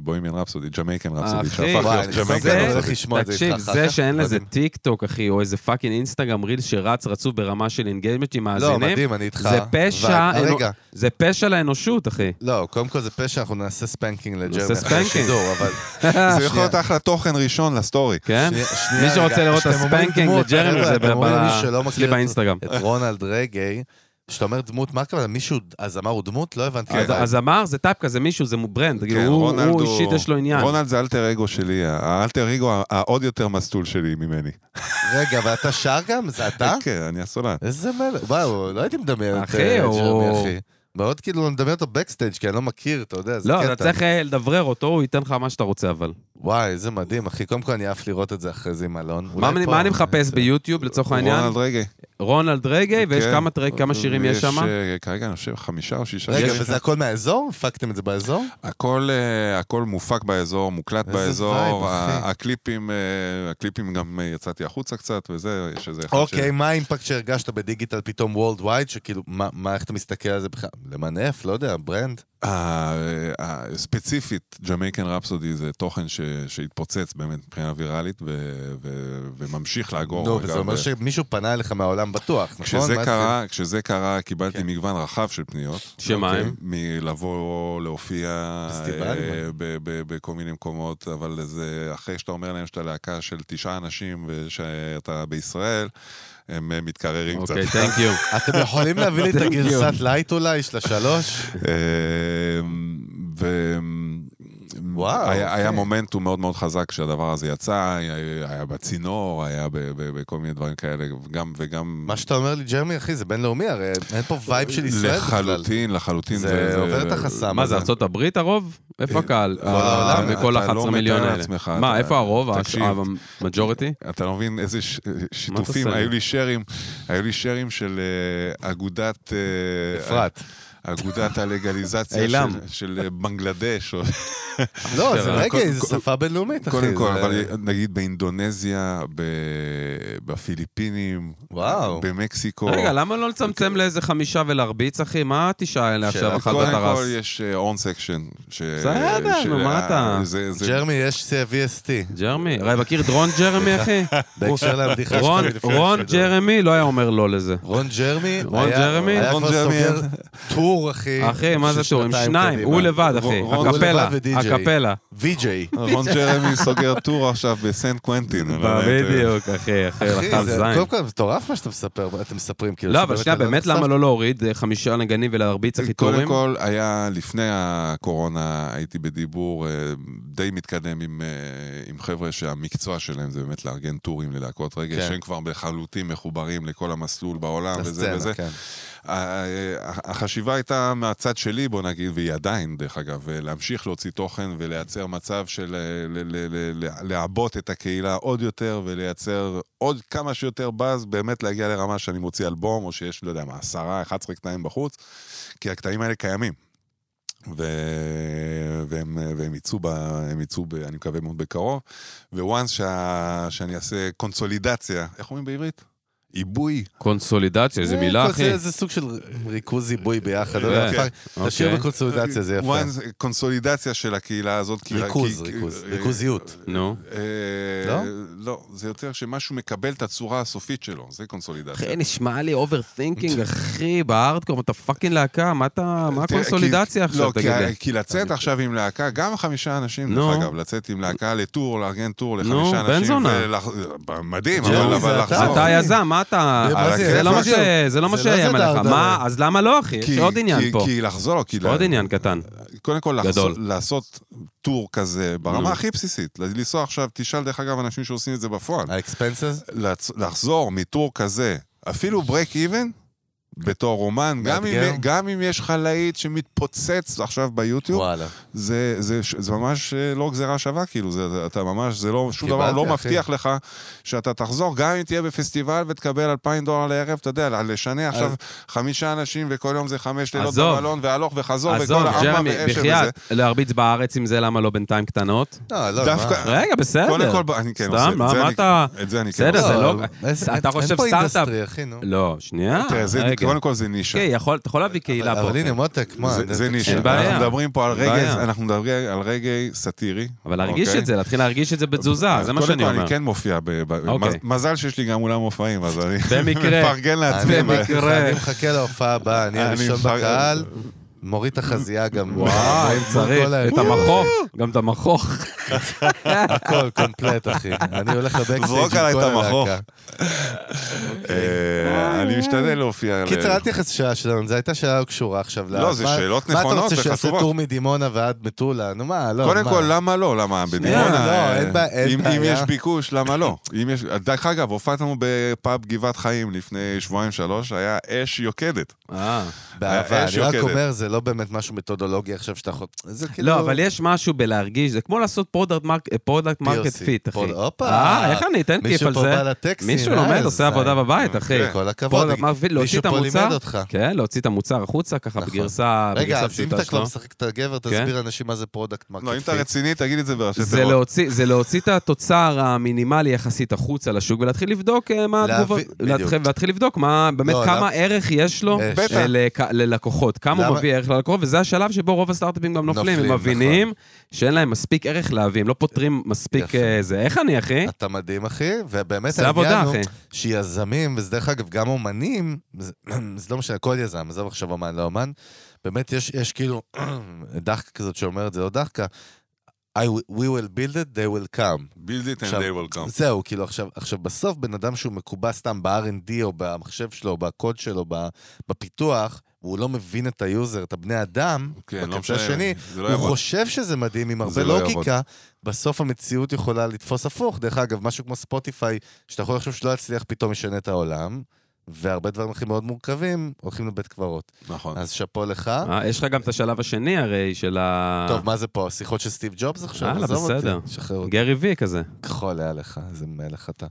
C: בוימיאן רפסודי, ג'מייקן רפסודי,
B: אה, אחי,
C: שהפך
A: וואי,
C: להיות
A: אני
C: ג'מייקן
A: זה-
C: רפסודי.
A: הולך לשמוע את זה
B: תקשיב,
A: איתך אחר
B: זה
A: כך,
B: שאין לזה
A: מדהים.
B: טיק טוק, אחי, או איזה פאקינג אינסטגרם ריל שרץ רצוף ברמה של אינגייג'מנט עם
A: לא,
B: מאזינים,
A: מדהים, אני איתך.
B: זה פשע...
A: ו-
B: אנו-
A: רגע,
B: זה פשע לאנושות, אחי.
A: לא, קודם כל זה פשע, אנחנו נעשה ספנקינג לג'רמן.
B: נעשה ספנקינג.
A: שידור, אבל...
C: זה יכול להיות אחלה תוכן ראשון לסטורי.
B: כן?
A: שנייה- שנייה
B: מי
A: רגע,
B: שרוצה לראות את
A: כשאתם אומרים
B: הספנקינג
A: דמות,
B: לג'רמי
A: חבר'ה,
B: זה
A: אתם אומרים למי שלא
B: ב-
A: מכיר
B: אצלי
A: את-
B: באינסטגרם.
A: את רונלד רגי, כשאתה אומר דמות, מה הכוונה? מישהו, הזמר הוא דמות? לא הבנתי.
B: אז- אז אמר, זה טייפ כזה מישהו, זה מו-
A: כן,
B: ברנד, כאילו, הוא
C: רונלד
B: הוא אישית יש לו עניין.
C: כן, רונלד זה אלטר אגו שלי, האלטר אגו העוד יותר מסטול שלי ממני.
A: רגע, אבל אתה שר גם? זה אתה?
C: כן, אני הסולן.
A: איזה מלך. וואו, לא הייתי מדמיין את
B: אחי,
A: אה, ג'רמי,
B: הוא-
A: אחי. מאוד כאילו, אני מדמיין אותו בקסטייג', כי אני לא מכיר, אתה יודע, זה
B: לא,
A: קטע.
B: אתה צריך אה, לדברר אותו, הוא ייתן לך מה שאתה רוצה, אבל.
A: וואי, איזה מדהים, אחי. קודם כל אני אהב לראות את זה אחרי זה עם אלון.
B: מה
A: אולי
B: אני-
A: פה.
B: מה אני מחפש ביוטיוב, לצורך העניין?
C: רונלד רגע.
B: רונלד רגעי, ויש
C: כן. אה,
B: כמה טרק- כמה שירים יש שם?
C: כרגע אני חושב חמישה או שישה.
A: רגע,
C: יש-
A: וזה הכל מהאזור? הפקתם את זה באזור?
C: הכל, אה, הכל מופק באזור, מוקלט
A: איזה וייב,
C: באזור, ה-
A: אחי.
C: הקליפים, אה, הקליפים גם אה, יצאתי החוצה קצת וזה, יש איזה אחד
A: אוקיי, מה האימפקט שהרגשת בדיגיטל פתאום וולד וייד, שכאילו, מה, מה, איך אתה מסתכל על זה בכלל? למנף, לא יודע, ברנד?
C: ה- ה- ספציפית, ג'מייקן רפסודי זה תוכן ש- שהתפוצץ באמת מבחינה ויראלית ו- ו- וממשיך לאגור.
A: נו,
C: אגב,
A: וזה אומר
C: ו-
A: שמישהו פנה אליך מהעולם בטוח, נכון?
C: כשזה
A: מה
C: קרה, כשזה קרה, קיבלתי
A: כן.
C: מגוון רצף של פניות.
B: שמה
C: אוקיי.
B: הם?
C: מלבוא, להופיע,
A: פסטיבל,
C: אה,
A: מה?
C: ב- ב- בכל מיני מקומות, אבל זה אחרי שאתה אומר להם שאתה להקה של תשעה אנשים ושאתה בישראל, הם אה, מתקררים קצת.
B: אוקיי, תן קיו.
A: זה? אתם יכולים להביא לי את
B: Thank you.
A: הגרסת לייט אולי, של השלוש?
C: אה, ו...
A: וואו,
C: היה, היה
A: אוקיי.
C: מומנטום מאוד מאוד חזק כשהדבר הזה יצא, היה, היה בצינור, היה ב- ב- בכל מיני דברים כאלה, גם, וגם...
A: מה שאתה אומר לי, ג'רמי, אחי, זה בינלאומי, הרי אין פה וייב של ישראל בכלל.
C: לחלוטין, לחלוטין.
A: זה עובר את החסם
B: מה זה,
A: הזה.
C: אה,
B: ארצות הברית הרוב? איפה הקהל? אה,
A: העולם.
B: מכל
C: אתה לא
B: ה-11
C: מתאר
B: מיליון האלה.
C: לעצמך,
B: מה,
C: אתה-
B: איפה הרוב? אה,
C: תקשיב.
B: המג'וריטי?
C: אתה לא מבין איזה ש... שיתופים,
B: עושה לי?
C: היו לי שרים, היו לי שרים של אה, אגודת... אה,
A: אפרת.
C: אגודת הלגליזציה
B: אילם.
C: של, של אה, בנגלדש, או
A: לא, זה
B: אשכרה.
A: רגע,
C: אה, קודם-
A: זו
C: קודם-
A: שפה בינלאומית, אחי.
C: קודם כל,
A: זה-
C: אבל נגיד באינדונזיה, ב... בפיליפינים,
A: וואו.
C: במקסיקו.
B: רגע, למה לא לצמצם לאיזה חמישה ולהרביץ, אחי? מה התשעה האלה
A: שאלה.
B: עכשיו, אחת
C: קודם כל
B: בתרס?
C: יש און סקשן. ש... אה,
B: בסדר, נו, מה אתה?
C: זה, זה...
A: ג'רמי, יש CVST.
B: ג'רמי? הרי מכיר את רון ג'רמי, אחי?
A: בהקשר לבדיחה שלך
B: רון-
A: מלפני
B: רון
A: השידור.
B: ג'רמי לא היה אומר לא לזה.
A: רון ג'רמי,
B: רון
A: היה-
B: ג'רמי?
A: היה
C: רון
A: כבר
C: ג'רמי.
A: סוגר טור, אחי.
B: אחי, מה זה
A: של
B: טור? עם
A: שנתיים
B: שניים,
A: קדימה.
B: הוא לבד, אחי.
C: רון- רון
B: הקפלה,
A: לבד ודי-ג'יי.
B: הקפלה.
A: VJ.
C: רון ג'רמי סוגר טור עכשיו בסן קוונטין. אני לא יודע אם אתה-
B: בדיוק, אחי, אחי,
A: אחי,
B: רחב
A: זה
B: זין.
A: קודם כל זה מטורף מה שאתם מספר, אתם מספרים, כאילו.
B: לא,
A: שבאמת
B: אבל שנייה,
A: אני לא
B: באמת
A: נחשף.
B: למה לא להוריד אה, חמישה נגנים ולהרביץ הכי
C: קודם
B: טובים?
C: כל, היה לפני הקורונה, הייתי בדיבור אה, די מתקדם עם, אה, עם חבר'ה שהמקצוע שלהם זה באמת לארגן טורים ללהקות רגע,
A: כן.
C: כן. שהם כבר לחלוטין מחוברים לכל המסלול בעולם וזה
A: לסצנה,
C: וזה.
A: כן.
C: ה- החשיבה הייתה מהצד שלי, בוא נגיד, והיא עדיין, דרך אגב, להמשיך להוציא תוכן ולייצר מצב של אה, ל- ל- ל- ל- לעבות את הקהילה עוד יותר ולייצר עוד כמה שיותר באז, באמת להגיע לרמה שאני מוציא אלבום, או שיש, לא יודע מה, עשרה, 11 קטעים בחוץ, כי הקטעים האלה קיימים. ו... והם, והם יצאו, ב... הם יצאו ב... אני מקווה מאוד בקרוב. וואנס שה... שאני אעשה קונסולידציה, איך אומרים בעברית? עיבוי.
B: קונסולידציה, איזה
A: זה
B: מילה,
A: כל-
B: אחי.
A: זה- זה סוג של ריכוז זיבוי ביחד. לא
B: כן.
A: יודע,
C: כן.
A: פאק, תשאיר
B: אוקיי.
A: בקונסולידציה, זה יפה.
C: וואן, זה קונסולידציה של הקהילה הזאת. כי-
A: ריכוז,
C: כי-
A: ריכוז,
C: אה,
A: ריכוזיות.
B: נו.
C: אה,
A: לא?
C: לא, זה יותר שמשהו מקבל את הצורה הסופית שלו, זה קונסולידציה.
B: אחי, נשמע לי אוברתינקינג, אחי, בארדקור, אתה פאקינג להקה, מה אתה... מה
C: תראה, כי-
B: הקונסולידציה
C: לא,
B: עכשיו,
C: כי
B: תגיד
C: ה-
B: לי?
C: כי לצאת עכשיו עם להקה, גם חמישה אנשים,
B: נו.
C: דרך אגב, לצאת עם להקה לטור, לארגן טור
B: נו,
C: לחמישה
B: בן
C: אנשים.
B: זונה.
C: ולח- מדהים,
A: ג'רמי,
C: אבל
A: זה
C: אבל
A: אתה.
C: לחזור.
B: אתה היזם, מה אתה...
A: מה
C: זה?
B: זה לא מה ש-
A: בדיוק.
B: זה לא מה
A: זה לא
B: שאיים
A: זה
B: עליך.
A: דרדלה.
B: מה, אז למה לא, אחי? יש
C: כי-
B: עוד עניין
C: כי-
B: פה.
C: כי לחזור, כי...
B: עוד
C: ל-
B: עניין קטן.
C: קודם כל,
B: גדול.
C: לעשות, לעשות טור כזה
B: נו.
C: ברמה הכי בסיסית. ל- לנסוע עכשיו, תשאל דרך אגב אנשים שעושים את זה בפועל.
A: האקספנסס?
C: לצ- לחזור מטור כזה, אפילו break even, בתור אומן, גם אם,
A: מאתגר?
C: גם אם יש לך להיט שמתפוצץ עכשיו ביוטיוב,
A: וואלה.
C: זה, זה, ש- זה ממש אה, לא גזירה שווה, כאילו, זה, אתה ממש, זה לא, שום דבר
A: קיבלתי,
C: לא
A: אחי.
C: מבטיח לך שאתה תחזור, גם אם תהיה בפסטיבל ותקבל 2,000 דולר לערב, אתה יודע, לשנה עכשיו חמישה אנשים וכל יום זה חמש לילות
B: עזוב.
C: במלון, והלוך וחזור,
B: עזוב,
C: וכל הארבע
B: ג'רמי,
C: ואשל וזה.
B: בחייאת, להרביץ בארץ עם זה, למה לא בינתיים קטנות?
A: לא, לא,
C: דווקא-
B: רגע, בסדר.
C: אה, קודם כל, ב- אני כן עושה את
B: סתם,
C: זה.
B: מה
C: אני-
B: אתה...
C: את זה אני כן
B: בסדר,
C: עושה.
A: מה.
B: זה לא-
A: אין-
B: אתה
A: אין-
B: חושב
A: אין פה
B: סטארט-אפ?
A: אינדסטרי, אחי, נו.
B: לא, שנייה.
C: תראה, זה-
B: רגע.
C: קודם כל זה נישה.
B: כן, יכול- אתה יכול להביא קהילה פה.
A: אבל הנה מותק, מה?
C: זה- זה נישה.
B: לא. אין בעיה.
C: אנחנו מדברים פה על
B: אין
C: רגע,
B: בעיה.
C: אנחנו מדברים על רגע סאטירי.
B: אבל להרגיש
C: אוקיי?
B: את זה, להתחיל להרגיש את זה בתזוזה, אה, זה מה
C: קודם
B: שאני
C: כל,
B: אומר.
C: אני כן מופיע, ב- ב-
B: אוקיי.
C: מז- מזל שיש לי גם אולם מופעים, אז אני
B: במקרה.
C: מפרגן לעצמי.
A: אני-
B: במקרה.
A: אני מחכה להופעה הבאה, אני
C: אני
A: הראשון
C: מפרגן.
A: בקהל, מוריד את החזייה גם.
B: וואו, אם
A: מול
B: צריך,
A: כל ה-
B: את המכוך, גם את המכוך.
A: הכל קומפלט, אחי. אני הולך לבקסטייג'
C: זרוק עליי את המכוך.
A: הלהקה.
C: אה, אני משתדל להופיע. ל-
A: קיצר, אל תתייחס לשאלה שלנו, זו הייתה שאלה לא קשורה עכשיו.
C: לא,
A: ל-
C: זה
A: מה-
C: שאלות
A: מה אתה
C: נכונות
A: רוצה שיעשה
C: וחשובות.
A: טור מדימונה ועד מטולה? נו מה, לא.
C: קודם
A: מה?
C: כל, למה לא? למה בדימונה?
A: לא,
C: אה,
A: אין בעיה, אין
C: אם- אם
A: בעיה.
C: יש ביקוש, למה לא? אם יש- דרך אגב, הופעתנו בפאב גבעת חיים לפני שבועיים-שלוש, היה אש יוקדת.
B: אה.
A: באהבה,
C: האש
A: אני רק
C: יוקדת.
A: אומר, זה לא באמת משהו מתודולוגי עכשיו שאתה יכול... זה כאילו...
B: לא, אבל יש משהו בלהרגיש, זה כמו לעשות eh, פרודקט מרקט
A: POC,
B: פיט, אחי.
A: פרוד- הופה.
B: אה, איך אני אתן כיף
A: מישהו
B: על
A: פה בא
B: זה?
A: לטקסטים,
B: מישהו
A: אה, כן.
B: לומד,
A: איזה
B: עושה עבודה
A: זין.
B: בבית, אחי.
C: אוקיי.
A: כל הכבוד.
B: פרודקט מרקט פיט, להוציא
A: מישהו
B: את
A: פה
B: המוצר.
A: לימד אותך.
B: כן, להוציא את המוצר החוצה, ככה
A: נכון.
B: בגרסה
A: רגע,
B: בגרסה
A: אז אם
B: הפשוטה
A: אתה כבר
B: אה, שלו.
A: משחק את הגבר,
B: כן.
A: תסביר לאנשים מה זה פרודקט מרקט
C: לא, אם
A: פיט.
C: אתה רציני, תגיד את זה בראשי
B: זה לא- להוציא- זה להוציא את התוצר המינימלי יחסית החוצה לשוק ולהתחיל לבדוק אה, מה
A: להביא-
B: התגובות,
A: בדיוק.
B: להתחיל- להתחיל לבדוק מה, באמת
A: לא,
B: כמה
A: למה-
B: ערך יש לו
A: יש.
C: בטח.
B: אה, לק- ללקוחות, כמה הוא
A: למה-
B: מביא ערך ללקוחות, וזה השלב שבו רוב הסטארט-אפים גם נופלים,
A: נופלים, נכון.
B: הם מבינים שאין להם מספיק ערך להביא, הם לא פותרים מספיק
A: יפה.
B: אה, זה. איך אני, אחי?
A: אתה מדהים, אחי, ובאמת
B: זה עבודה,
A: העניין הוא
B: אחי.
A: שיזמים, וזה דרך אגב, גם אומנים, זה זה לא משנה, כל יזם, עזוב עכשיו אומן לא אומן, באמת יש, יש כאילו דחקה כזאת שאומרת, זה לא דחקה, I, will- we will build it, they will come.
C: build it and
A: עכשיו,
C: they will come.
A: זהו, כאילו עכשיו, עכשיו בסוף בן אדם שהוא מקובע סתם ב-R&D או במחשב שלו, או בקוד שלו, ב- בפיתוח, והוא לא מבין את היוזר, את הבני אדם,
C: כן, לא
A: בקצה
C: משנה,
A: השני,
C: זה לא
A: הוא
C: יעבוד.
A: חושב שזה מדהים עם הרבה
C: זה לא יעבוד.
A: לוגיקה, בסוף המציאות יכולה לתפוס הפוך. דרך אגב, משהו כמו ספוטיפיי, שאתה יכול לחשוב שלא יצליח, פתאום ישנה את העולם, והרבה דברים הכי מאוד מורכבים, הולכים לבית קברות.
C: נכון.
A: אז שאפו לך.
B: אה, יש לך גם את השלב השני הרי של ה...
A: טוב, מה זה פה? שיחות של סטיב ג'ובס עכשיו?
B: יאללה,
A: עזוב אותי,
B: בסדר.
A: שחרר אותי.
B: גרי וי כזה.
A: כחול היה לך, איזה מלך אתה.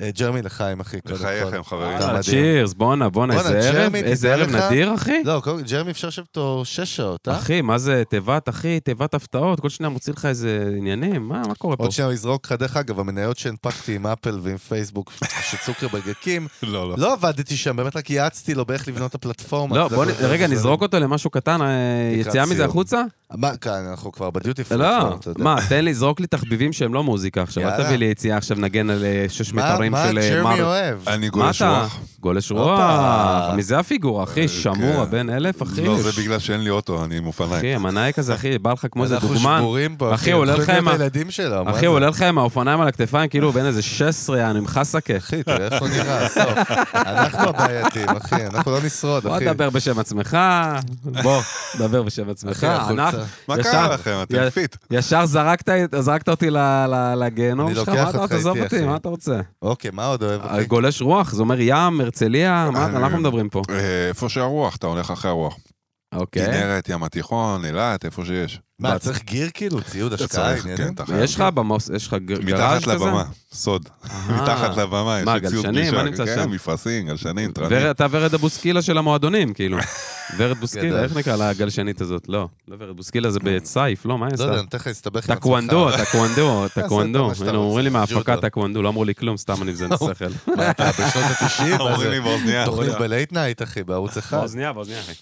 A: אה, ג'רמי לחיים, אחי, קודם כל.
C: לחייכם, חברים.
A: אתה מדהים.
B: צ'ירס, אה, בואנה, בואנה,
A: בואנה,
B: איזה ערב,
A: ג'רמי,
B: איזה
A: תדע
B: ערב
A: לך-
B: נדיר, אחי.
A: לא, קודם כל, ג'רמי אפשר לשבת איתו שש שעות, אה?
B: אחי, מה זה תיבת, אחי, תיבת הפתעות, כל שניה מוציא לך איזה עניינים, מה מה קורה פה?
A: עוד שנייה הוא יזרוק לך, דרך אגב, המניות שהנפקתי עם אפל ועם פייסבוק, שצוקרברג הקים,
C: לא, לא.
A: לא עבדתי שם, באמת רק יעצתי לו באיך לבנות את הפלטפורמה.
B: לא,
A: אתה
B: בוא, נ-
A: יודע, זה-
B: רגע,
A: זה-
B: נזרוק אותו למשהו קטן, אה,
A: לקראת
B: יציאה מזה
A: סיום.
B: החוצה?
A: מה, כאן, אנחנו כבר בדיוטי פרוט.
B: לא,
A: כבר, אתה יודע.
B: מה, תן לי, זרוק לי תחביבים שהם לא מוזיקה עכשיו, אל
A: יאללה.
B: תביא לי יציאה עכשיו, נגן על אה, שש
A: מה-
B: מיתרים
A: מה
B: של אה,
A: ג'רמי
B: מר...
A: אוהב?
C: אני
B: מה
C: גולש
B: אתה?
C: רוח.
B: גולש רוח,
A: הופה.
B: מזה הפיגור, אחי, שמור,
C: כן.
B: הבן אלף, אחי.
C: לא, זה בגלל שאין לי אוטו, אני עם אופניים.
B: אחי, המנאי כזה, אחי, בא לך כמו איזה
A: אנחנו
B: דוגמן.
A: שבורים פה,
B: אחי, עולה לך עם
A: עם
B: ה-
A: הילדים שלו. מה
B: אחי,
A: זה?
B: הוא עולה לך עם האופניים על הכתפיים, כאילו הוא בן איזה 16, יענו, עם חסקה.
A: אחי, תראה איך הוא נראה, הסוף. אנחנו הבעייתים, אחי, אנחנו לא נשרוד,
B: בוא
A: אחי.
B: תדבר בשם עצמך, בוא, דבר בשם עצמך.
A: אחי, החולצה.
B: אנחנו-
C: מה
B: ישר-
C: קרה לכם? אתם
B: י-
C: פיט.
B: ישר זרקת זרקת אותי ל- ל- לגיהנום
A: אני
B: שלך,
A: לוקח
B: מה אתה
A: אותך
B: רוצה? עזוב
A: איתי,
B: אותי,
A: אחי.
B: מה אתה רוצה? אה,
A: אוקיי, מה עוד אוהב, אחי?
B: גולש רוח, זה אומר ים, הרצליה, מה
C: אני-
B: מה אנחנו מדברים פה?
C: אה, איפה שהרוח, אתה הולך אחרי הרוח.
B: אוקיי.
C: כנרת, ים התיכון, אילת, איפה שיש.
A: מה, צריך גיר כאילו? ציוד
C: אתה
A: השקעה?
C: צריך,
A: עניינים?
C: כן, אתה חייב.
B: יש לך במוס, יש לך גר- גראז'
C: מתחת
B: כזה?
C: לבמה, סוד.
B: אה.
C: מתחת לבמה, יש
B: מה,
C: לי ציוד
B: גלשנים?
C: פגישה.
B: מה נמצא
C: כן,
B: שם?
C: מפרשים, גלשנים,
B: ורד-
C: טרנים.
B: אתה ורד הבוסקילה של המועדונים, כאילו. ורד
A: גדול.
B: בוסקילה, איך נקרא לה הגלשנית הזאת? לא, לא ורד בוסקילה, זה בצייף, לא, מה היא
A: לא
B: עשתה?
A: יודע, אני תכף אסתבך עם עצמך.
B: טקוונדו, טקוונדו, טקוונדו.
A: מה שאתה
B: הנה, אומרים
A: רוצה, לא.
B: לי מההפקה
A: ג'ודו.
B: טקוונדו, לא אמרו לי כלום, סתם אני מזיין שכל.
A: מה, אתה בשנות ה-90?
C: אומרים לי באוזניה.
A: תוכנית בלייט נייט, אחי, בערוץ אחד.
B: באוזניה, באוזניה, אחי.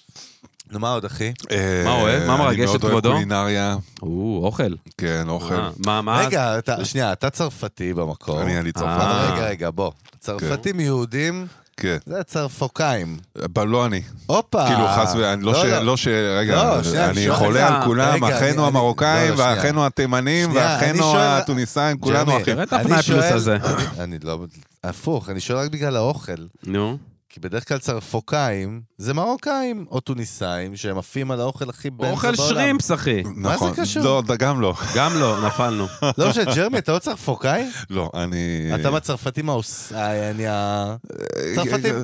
A: נו, מה עוד, אחי?
C: אה,
B: מה אוהב? מה מרגש
C: אני
B: את
C: מאוד אוהב
B: כבודו?
C: קולינריה,
B: או, אוכל.
C: כן, אוכל.
B: אה, מה, מה?
A: רגע, אתה- שנייה, אתה צרפתי במקור.
C: אני כן. עלי צרפת.
B: אה.
A: אבל רגע, רגע, בוא. צרפתים יהודים,
C: כן.
A: זה צרפוקאים.
C: אבל לא אני.
A: הופה.
C: כאילו,
B: אה.
C: חס ו... אני- לא ש... לא ש... רגע,
A: לא, שנייה,
C: אני
A: שנייה,
C: חולה
B: רגע.
C: על כולם,
A: רגע, אני-
C: אחינו
A: אני-
C: המרוקאים,
A: לא, לא, שנייה.
C: ואחינו התימנים,
A: שנייה, אני
C: ואחינו
A: שואל-
C: התוניסאים, כולנו
A: ג'רמי,
C: אחים.
B: תראה את
A: אני
B: הפנאי פלוס
A: שואל-
B: הזה.
A: אני לא... הפוך, אני שואל רק בגלל האוכל.
B: נו.
A: כי בדרך כלל צרפוקאים זה מרוקאים או טוניסאים שהם עפים על האוכל הכי בנזה בעולם.
B: אוכל שרימפס, אחי.
A: מה זה
C: נכון.
A: קשור?
C: לא, ד- גם לא.
B: גם לא, נפלנו.
A: לא משנה, ג'רמי, אתה לא צרפוקאי?
C: לא, אני...
A: אתה מהצרפתים האוס... אה, אני ה... צרפתים.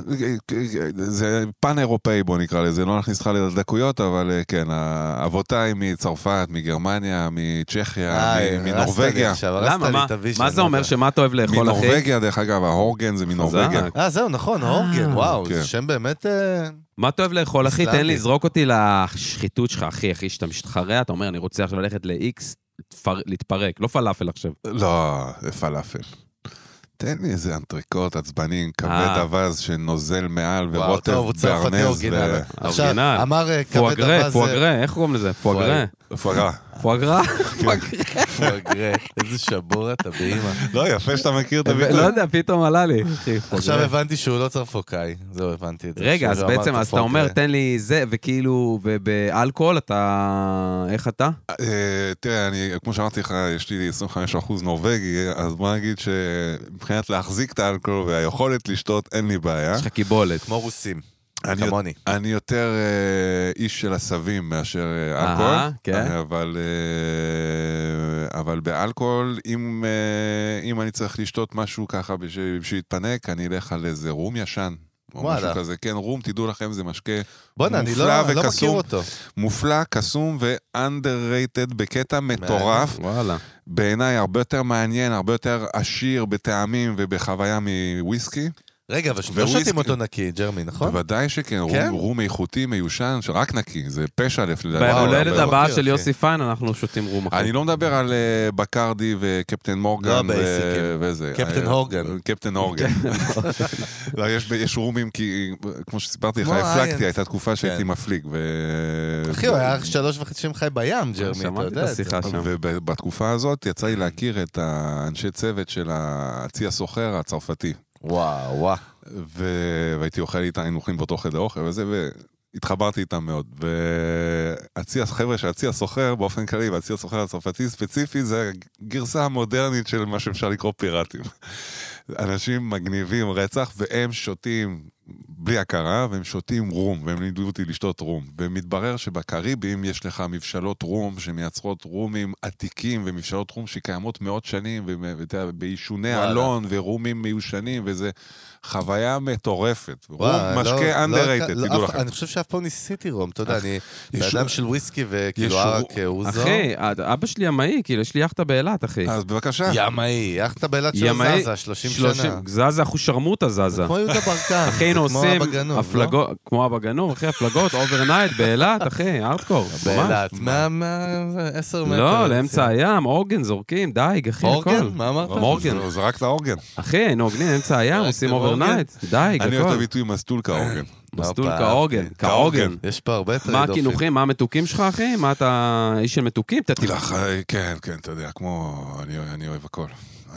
C: אה, זה פן אירופאי בוא נקרא לזה, לא נכניס אותך לדקויות, אבל אה, כן, ה- אבותיי מצרפת, מגרמניה, מצ'כיה,
A: איי,
C: מ-
A: הרסת לי
C: מנורבגיה.
A: עכשיו, הרסת
B: למה?
A: לי
B: מה-
A: את הוויז'ן,
B: מה זה אומר?
A: אתה-
B: שמה אתה אוהב לאכול, אחי?
C: מנורבגיה, דרך אגב, ההורגן זה מנורבגיה.
B: חזק.
A: אה, זהו, נכון, הורגן, וואו,
C: כן.
A: זה שם באמת... אה,
B: מה אתה אוהב לאכול, אחי? תן
A: איסלאמי.
B: לי, זרוק אותי לשחיתות שלך, אחי, אחי, שאתה משתחרע, אתה אומר, אני רוצה עכשיו ללכת ל-X, להתפר- להתפרק, לא פלאפל עכשיו.
C: לא, פלאפל. תן לי איזה אנטריקוט עצבני עם כבד
B: אה.
C: אווז שנוזל מעל
A: וואו,
C: ורוטב
A: טוב, הוא צרפתי
C: בארנז.
A: אורגינל. עכשיו,
B: אורגינל.
A: אמר אה, כבד
B: פואגרה,
A: אבאז...
B: פואגרה, איך קוראים לזה? פואגרה.
C: ו- פרה.
B: פואגרה?
A: פואגרה. איזה שבור אתה באימא.
C: לא, יפה שאתה מכיר
A: אה,
C: את
B: לא
C: הביטוי.
B: יודע, פתאום עלה לי, אחי,
A: עכשיו
B: פואגרה.
A: הבנתי שהוא לא צרפוקאי, זהו, הבנתי את זה.
B: רגע, אז
A: שהוא אמר
B: בעצם, אז אתה
A: צרפוקאי.
B: אומר, תן לי זה, וכאילו, ובאלכוהול אתה... איך אתה?
C: אה, תראה, אני, כמו שאמרתי לך, יש לי 25% נורבגי, אז בוא נגיד שמבחינת להחזיק את האלכוהול והיכולת לשתות, אין לי בעיה.
B: יש לך קיבולת.
A: כמו רוסים,
C: אני-
A: כמוני.
C: אני יותר אה, איש של עשבים מאשר אה,
B: אהה,
C: אלכוהול,
B: כן.
C: אבל, אה, אבל באלכוהול, אם, אה, אם אני צריך לשתות משהו ככה בשביל בשביל להתפנק, אני אלך על איזה רום ישן. או
A: וואלה.
C: משהו כזה, כן, רום, תדעו לכם, זה משקה
A: בואנה, אני לא
C: מופלא
A: לא מכיר
C: וקסום.
A: אותו.
C: מופלא, קסום ו-underrated בקטע מטורף.
B: וואלה.
C: בעיניי הרבה יותר מעניין, הרבה יותר עשיר בטעמים ובחוויה מוויסקי.
A: רגע, אבל לא
C: וויסקי.
A: שותים אותו נקי, ג'רמי, נכון?
C: בוודאי שכן,
A: כן?
C: רום, רום איכותי, מיושן, שרק נקי, זה פשע לפי דעתי.
B: בהולדת
A: הרבה
B: הבאה
A: יותר,
B: של
A: אחי.
B: יוסי פיין אנחנו שותים רום אחר.
C: אני לא מדבר על אה, בקרדי וקפטן
A: אוקיי. לא,
C: מורגן ו-
A: בייסיקים.
C: וזה.
A: קפטן
C: אה,
A: הורגן. כן, נכון.
C: קפטן הורגן. לא, יש ב- יש רומים, כי כמו שסיפרתי לך,
A: כמו
C: הפלגתי,
A: האיינס.
C: הייתה תקופה שהייתי
A: כן.
C: מפליג. ו-
A: אחי, הוא היה שלוש וחצי שנים חי בים, ג'רמי, אתה
B: שמעתי את
A: יודע את זה.
B: השיחה שם.
C: ובתקופה הזאת יצא לי להכיר את האנשי צוות של הצי הסוחר הצרפתי.
A: וואו, וואו.
C: ו- והייתי אוכל איתם, היינו אוכלים באותו חדר אוכל וזה, והתחברתי איתם מאוד. והצי, חבר'ה שהצי הסוחר באופן כללי, והצי הסוחר הצרפתי ספציפי, זה הגרסה המודרנית של מה שאפשר לקרוא פיראטים. אנשים מגניבים רצח, והם שותים בלי הכרה, והם שותים רום, והם לימדו אותי לשתות רום. ומתברר שבקריבים יש לך מבשלות רום שמייצרות רומים עתיקים, ומבשלות רום שקיימות מאות שנים, ואתה יודע, בעישוני
A: וואלה.
C: אלון, ורומים מיושנים, וזה חוויה מטורפת. רום,
A: וואו, לא-
C: משקה
A: לא-
C: underrated,
A: לא-
C: תדעו
A: אף-
C: לכם.
A: אני חושב שאף פעם ניסיתי רום, אתה יודע, אני
C: יש-
A: באדם של וויסקי
C: יש-
A: וכאילו אה, ערק אוזו.
B: אחי, אבא שלי ימאי, כאילו, יש לי יכטה באילת, אחי.
C: אז בבקשה.
A: ימאי, איך אתה באילת של
B: ימאי,
A: אה, זזה, 30
B: שלושים-
A: שנה.
B: זזה אחושרמוטה זזה.
A: כמו יהודה ברקן,
B: אחי, היינו
A: זה כמו
B: עושים
A: אבא גנוב, לא?
B: הפלגות, כמו אבא גנוב, אחי, הפלגות, אוברנייט, באילת, אחי, ארטקור. ממש.
A: באילת, אה, מה- מה- זה עשר מטר.
B: לא,
A: זה
B: לאמצע הים, אורגן, זורקים, דייג, אחי, הכל.
A: אורגן? מה אמרת?
C: לא,
B: מורגן.
C: זה- זה רק לאורגן.
B: אחי, היינו הוגנים, אמצע הים,
A: רק
B: עושים
A: אורגן?
B: אוברנייט, דייג,
C: אני אוהב את
B: הכל.
C: הביטוי מסטול כאורגן.
B: מסלול
A: הופה,
B: כאורגן,
A: אוקיי.
B: כאורגן.
A: יש פה הרבה
B: מה
A: טרייד-אופים.
B: הקינוחים, מה המתוקים שלך, אחי? מה אתה איש של מתוקים? אתה תל-
C: לך, כן, כן, אתה יודע, כמו... אני, אני אוהב הכל.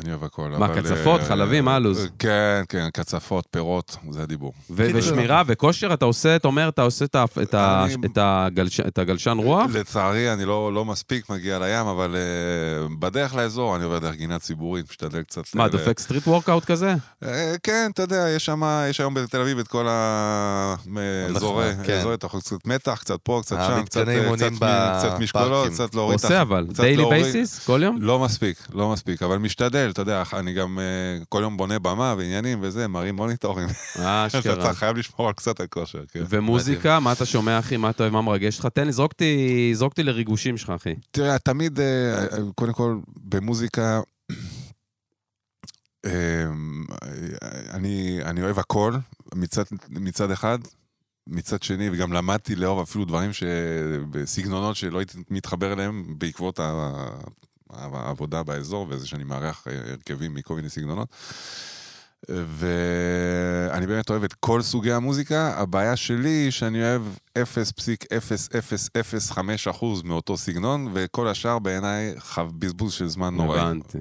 C: אני אוהב הכל.
B: מה,
C: אבל,
B: קצפות,
C: אה,
B: חלבים, מה הלו"ז?
C: אה, כן, כן, קצפות, פירות, זה הדיבור.
B: ו-
A: כאילו-
B: ושמירה וכושר, אתה עושה, אתה אומר, אתה עושה את ה- את ה-
C: אני-
B: את הגלש- את הגלשן רוח?
C: לצערי, אני לא, לא מספיק מגיע לים, אבל אה, בדרך לאזור אני עובר דרך גינה ציבורית, משתדל קצת...
B: מה,
C: ל-
B: דופק סטריט וורקאוט כזה?
C: אה, כן, אתה יודע, יש שם, יש היום בתל אביב את כל האזורי,
A: כן.
C: אזורי, אתה יכול קצת מתח, קצת פה, קצת שם,
A: המתקני
C: קצת, אה,
A: אימונים
C: קצת, מ- קצת
A: בפארקים.
C: משקולות, קצת להוריד את
B: עושה
C: ה-
B: אבל,
C: קצת
B: דיילי
C: להוריד-
B: בייסיס? כל יום?
C: לא מספיק, לא מספיק, אבל משתדל, אתה יודע, אני גם אה, כל יום בונה במה ועניינים וזה, מראים מוניטורים.
B: אה,
C: אתה
B: אשכרה.
C: צריך- חייב לשמור על קצת הכושר, כן.
B: ומוזיקה, מה אתה שומע, אחי? מה אתה אוהב, מה מרגש אותך? תן לי, זרוק אותי- זרוק אותי לריגושים שלך, אחי.
C: תראה, תמיד, אה, אה, קודם כל, במוזיקה, אה, אני, אני אוהב הכל, מצד, מצד אחד. מצד שני, וגם למדתי לאהוב אפילו דברים ש... בסגנונות שלא הייתי מתחבר אליהם בעקבות ה... העבודה באזור, וזה שאני מארח אה, הרכבים מכל מיני סגנונות. ואני באמת אוהב את כל סוגי המוזיקה, הבעיה שלי היא שאני אוהב 0.0005% מאותו סגנון, וכל השאר בעיניי חו- בזבוז של זמן נוראי.
B: הבנתי.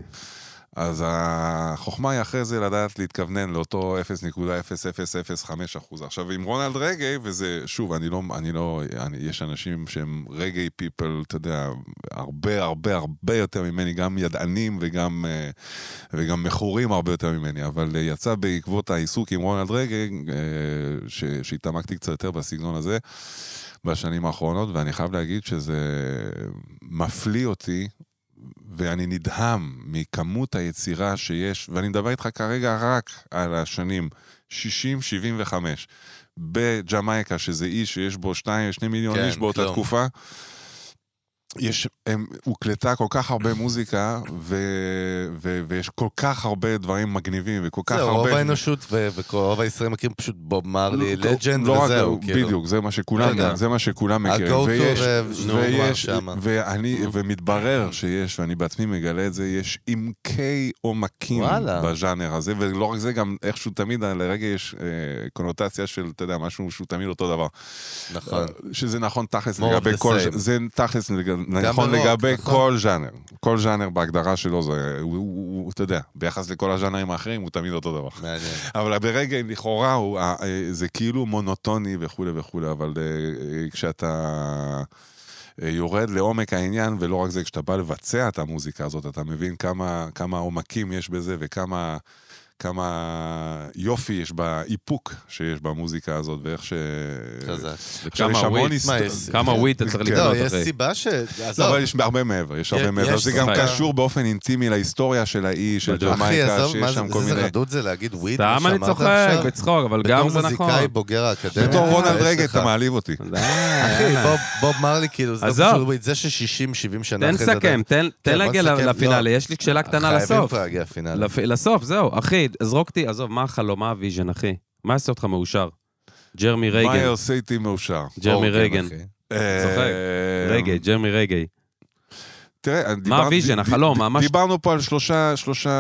C: אז החוכמה היא אחרי זה לדעת להתכוונן לאותו 0.0005%. עכשיו, עם רונלד רגעי, וזה, שוב, אני לא, אני לא, אני, יש אנשים שהם רגעי פיפל, אתה יודע, הרבה הרבה הרבה יותר ממני, גם ידענים וגם, אה, וגם מכורים הרבה יותר ממני, אבל אה, יצא בעקבות העיסוק עם רונלד רגעי, אה, ש- שהתעמקתי קצת יותר בסגנון הזה בשנים האחרונות, ואני חייב להגיד שזה מפליא אותי. ואני נדהם מכמות היצירה שיש, ואני מדבר איתך כרגע רק על השנים 60-75. בג'מייקה, שזה אי שיש בו 2 מיליון
A: כן,
C: איש באותה
A: כלום.
C: תקופה, יש, הם, הוקלטה כל כך הרבה מוזיקה, ו, ו, ויש כל כך הרבה דברים מגניבים, וכל כך
A: זהו,
C: הרבה...
A: רוב האנושות ו- ורוב הישראלים מכירים פשוט בוב מרלי,
C: לא-
A: לג'נד
C: לא רק
A: וזהו,
C: הוא,
A: כאילו.
C: בדיוק, זה מה שכולם,
A: כן, כן.
C: זה מה שכולם מכירים.
A: ה-go to
C: ויש-
A: rev, נו,
C: ויש,
A: מה שמה.
C: ואני, ומתברר שיש, ואני בעצמי מגלה את זה, יש עמקי עומקים
A: וואלה.
C: בז'אנר הזה, ולא רק זה, גם איכשהו תמיד, לרגע יש אה, קונוטציה של, אתה יודע, משהו שהוא תמיד אותו דבר.
A: נכון.
C: שזה נכון תכלס
A: More of
C: לגבי
A: the
C: כל,
A: same.
C: זה תכלס לג- נכון
A: ברוק,
C: לגבי
A: נכון.
C: כל ז'אנר. כל ז'אנר בהגדרה שלו, זה, הוא- הוא, הוא- אתה יודע, ביחס לכל הז'אנרים האחרים, הוא תמיד אותו דבר.
A: מעניין.
C: אבל ברגע, לכאורה, הוא, אה, אה, זה כאילו מונוטוני וכולי וכולי, אבל אה, אה, כשאתה אה, יורד לעומק העניין, ולא רק זה, כשאתה בא לבצע את המוזיקה הזאת, אתה מבין כמה, כמה עומקים יש בזה וכמה... כמה יופי יש באיפוק שיש במוזיקה הזאת, ואיך ש...
A: חזק.
C: עכשיו, יש
B: כמה
C: המון
B: וויט,
C: היסט-
A: מה יש?
B: כמה וויט אתה צריך
C: כן.
A: לא,
B: לקנות
A: יש
B: אחרי.
A: סיבה ש...
C: לא,
A: עזוב,
C: אבל יש הרבה מעבר, יש הרבה
A: יש-
C: מעבר.
A: יש
C: זה גם
B: ספק.
C: קשור באופן אינטימי להיסטוריה של האי, של
B: בדיוק.
A: אחי,
C: ג'מייקה,
A: עזוב, מה
C: שיש
A: זה,
C: שם כל
A: זה
C: מיני...
A: חדות זה להגיד וויד, מה
B: סתם אני
A: שאמרת
B: צוחק
A: עכשיו?
B: בצחוק, אבל גם זה
A: בתור
B: נכון.
A: מוזיקאי בוגר האקדמיה. אה,
C: בתור
A: יש
C: רונלד
A: לך-
C: רגע, אתה מעליב אותי.
B: די,
A: אחי,
B: יאללה.
A: בוב- בוב מרלי, כאילו, זה לא
B: אה. עזוב.
A: קשור וויד, זה ש-60, 70 שנה
B: תן
A: אחרי זה...
B: לסכם, תן-
A: כן,
B: תן
A: בוא
B: להגיע
A: נסכם, לא.
B: לפינאלי, יש לי שאלה קטנה
A: חייבים
B: לסוף.
A: כבר להגיע לפינאלי.
B: לפ- לסוף, זהו. אחי, זרוקתי, עזוב, מה החלום, מה הוויז'ן, אחי? מה יעשה אותך מאושר? ג'רמי
C: מה
B: רייגן,
C: היה עושה איתי מאושר?
B: ג'רמי
A: אורקן,
B: רייגן.
A: אחי.
B: צוחק.
C: אה,
B: רגעי, ג'רמי רגעי.
C: תראה, דיבר-
B: הוויז'ן,
C: ד- ד-
B: החלום,
C: ד-
B: ממש-
C: דיברנו פה על שלושה, שלושה,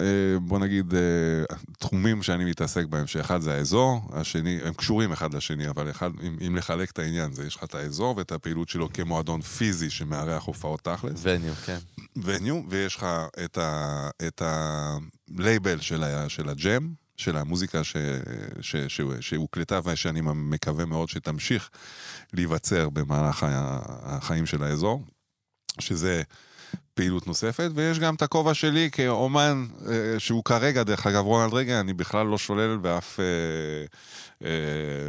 C: אה, בוא נגיד, אה, תחומים שאני מתעסק בהם, שאחד זה האזור, השני, הם קשורים אחד לשני, אבל אחד, אם- אם לחלק את העניין, זה יש לך את האזור ואת הפעילות שלו כמועדון פיזי שמארח הופעות תכלס.
A: וניו, כן.
C: וניו, ויש לך את, ה, את הלייבל של, ה, של הג'ם, של המוזיקה ש, ש, ש, שהוקלטה, ושאני מקווה מאוד שתמשיך להיווצר במהלך ה- החיים של האזור, שזה פעילות נוספת, ויש גם את הכובע שלי כאומן, אה, שהוא כרגע, דרך אגב, רונלד רגע, אני בכלל לא שולל ואף אה, אה,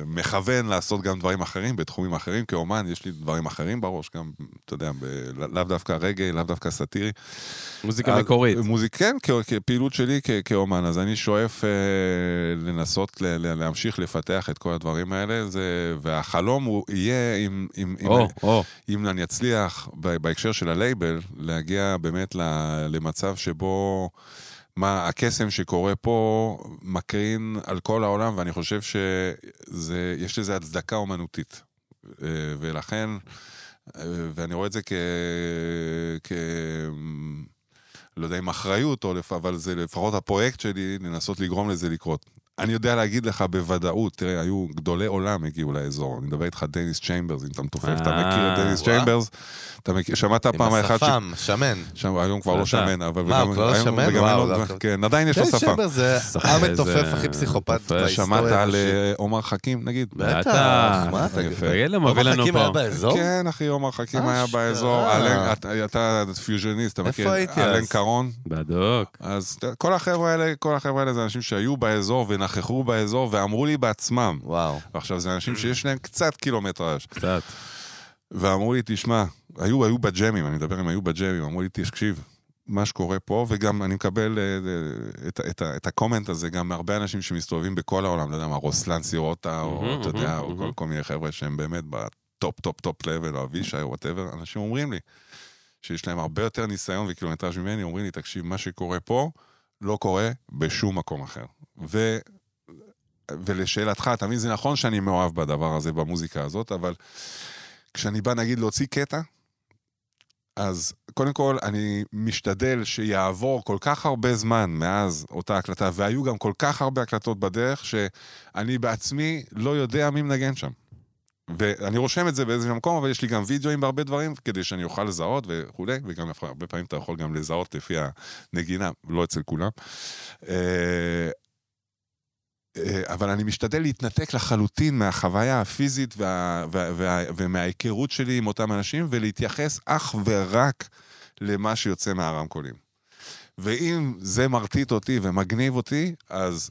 C: מכוון לעשות גם דברים אחרים, בתחומים אחרים, כאומן יש לי דברים אחרים בראש, גם, אתה יודע, ב- לאו דווקא רגע, לאו דווקא סאטירי.
B: מוזיקה
A: אה,
C: אז-
B: מקורית.
C: מוזיק, כן, כ- כפעילות שלי כ- כאומן, אז אני שואף אה, לנסות ל- ל- להמשיך לפתח את כל הדברים האלה, זה, והחלום הוא יהיה, אם, אם, אם,
B: או, או.
C: אם אני אצליח ב- בהקשר של הלייבל, להגיע באמת ל- למצב שבו... מה הקסם שקורה פה מקרין על כל העולם, ואני חושב שיש לזה הצדקה אומנותית. אה, ולכן, אה, ואני רואה את זה כ... כ... לא יודע אם אחריות, או לפ... אבל זה לפחות הפרויקט שלי, לנסות לגרום לזה לקרות. אני יודע להגיד לך בוודאות, תראה, היו גדולי עולם הגיעו לאזור. אני מדבר איתך דניס צ'יימברס, אם אתה מתופף, אתה
B: אה,
C: מכיר את דניס
A: וואו.
C: צ'יימברס? אתה מכיר, שמעת
A: עם
C: פעם אחת... ש-
A: השפם, שמן.
C: שם, היום כבר
B: אתה.
C: לא שמן, אבל...
A: מה, הוא כבר לא
C: היום-
A: שמן?
C: וגם
A: וואו,
C: אין לו-
A: לא, אתה-
C: כן, עדיין יש לו
A: כן,
C: שפה.
A: שבר זה
B: שפה,
A: המתופף
B: זה-
A: הכי פסיכופת
B: מתופף.
A: בהיסטוריה.
C: שמעת על
A: האנושית.
C: אה, עומר חכים, נגיד?
A: בטח, מה אתה...
C: יפה.
B: תגיד לו,
A: לא
B: מביא לנו
A: מחכים היה
B: פה.
A: באזור?
C: כן, אחי, עומר חכים היה
A: אשכרה.
C: באזור. אלן- אתה- אתה פיוז'ניסט, אתה
A: איפה
C: מכיר?
A: הייתי
C: אלן
A: אז?
C: קרון.
B: בדוק.
C: אז אתה- כל החבר'ה האלה, כל החבר'ה האלה זה אנשים שהיו באזור ונכחו באזור ואמרו לי בעצמם.
A: וואו.
C: עכשיו, זה אנשים שיש להם קצת קילומטראז'.
B: קצת.
C: ואמרו לי, תשמע, היו, היו בג'מים, אני מדבר עם היו בג'מים, אמרו לי, תקשיב, מה שקורה פה, וגם אני מקבל אה, אה, את, ה- את, ה- את הקומנט הזה גם מהרבה אנשים שמסתובבים בכל העולם, לא יודע מה, רוסלן סירוטה, או
B: מהמם,
C: אתה יודע, או
B: מהמם,
C: כל,
B: מהמם.
C: כל מיני חבר'ה שהם באמת בטופ, טופ, טופ לבל, או אבישי, או וואטאבר, אנשים אומרים לי, שיש להם הרבה יותר ניסיון וקילומטראז' ממני, אומרים לי, תקשיב, מה שקורה פה, לא קורה בשום מקום אחר. ו... ולשאלתך, אתה מבין, זה נכון שאני מאוהב בדבר הזה, במוזיקה הזאת, אבל כשאני בא, נגיד, להוציא קטע, אז קודם כל, אני משתדל שיעבור כל כך הרבה זמן מאז אותה הקלטה, והיו גם כל כך הרבה הקלטות בדרך, שאני בעצמי לא יודע מי מנגן שם. ואני רושם את זה באיזה מקום, אבל יש לי גם וידאוים בהרבה דברים, כדי שאני אוכל לזהות וכולי, וגם הרבה פעמים אתה יכול גם לזהות לפי הנגינה, לא אצל כולם. אה, אה, אבל אני משתדל להתנתק לחלוטין מהחוויה הפיזית וה, וה, וה, ומההיכרות שלי עם אותם אנשים, ולהתייחס אך ורק למה שיוצא מהרמקולים. ואם זה מרטיט אותי ומגניב אותי, אז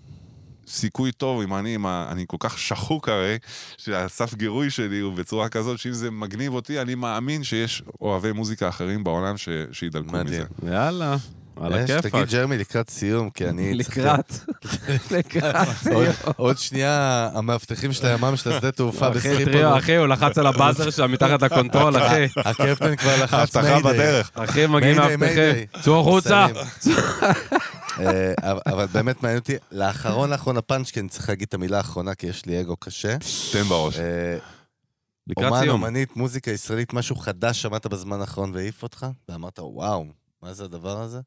C: סיכוי טוב אם אני, אם ה- אני כל כך שחוק הרי, שהסף גירוי שלי הוא בצורה כזאת שאם זה מגניב אותי, אני מאמין שיש אוהבי מוזיקה אחרים בעולם ש, שידלקו
A: מדהים.
C: מזה.
D: יאללה, על
A: יש,
D: הכיפאק.
A: תגיד, ג'רמי, לקראת סיום, כי אני... אה, צריך-
D: לקראת, לקראת.
A: עוד- עוד שנייה, המאבטחים של הימ"מ של השדה תעופה
D: אחי,
A: בסטריפ.
D: טריו, אחי, הוא לחץ על הבאזר שם מתחת לקונטרול, אחי.
A: הקפטן כבר לחץ
C: הבטחה
A: מיידי.
C: בדרך.
D: אחי, מגיעים
A: מיידי, מיידי.
D: מאבטחים. צאו החוצה.
A: אה, אבל- אבל באמת מעניין אותי, לאחרון לאחרון הפאנץ', כי אני צריך להגיד את המילה האחרונה, כי יש לי אגו קשה.
C: תן בראש.
A: אה,
D: לקראת
A: אומן,
D: סיום.
A: אומנית, מוזיקה ישראלית, משהו חדש שמעת בזמן האחרון והעיף אותך? ואמרת, וואו, מה זה הדבר הזה?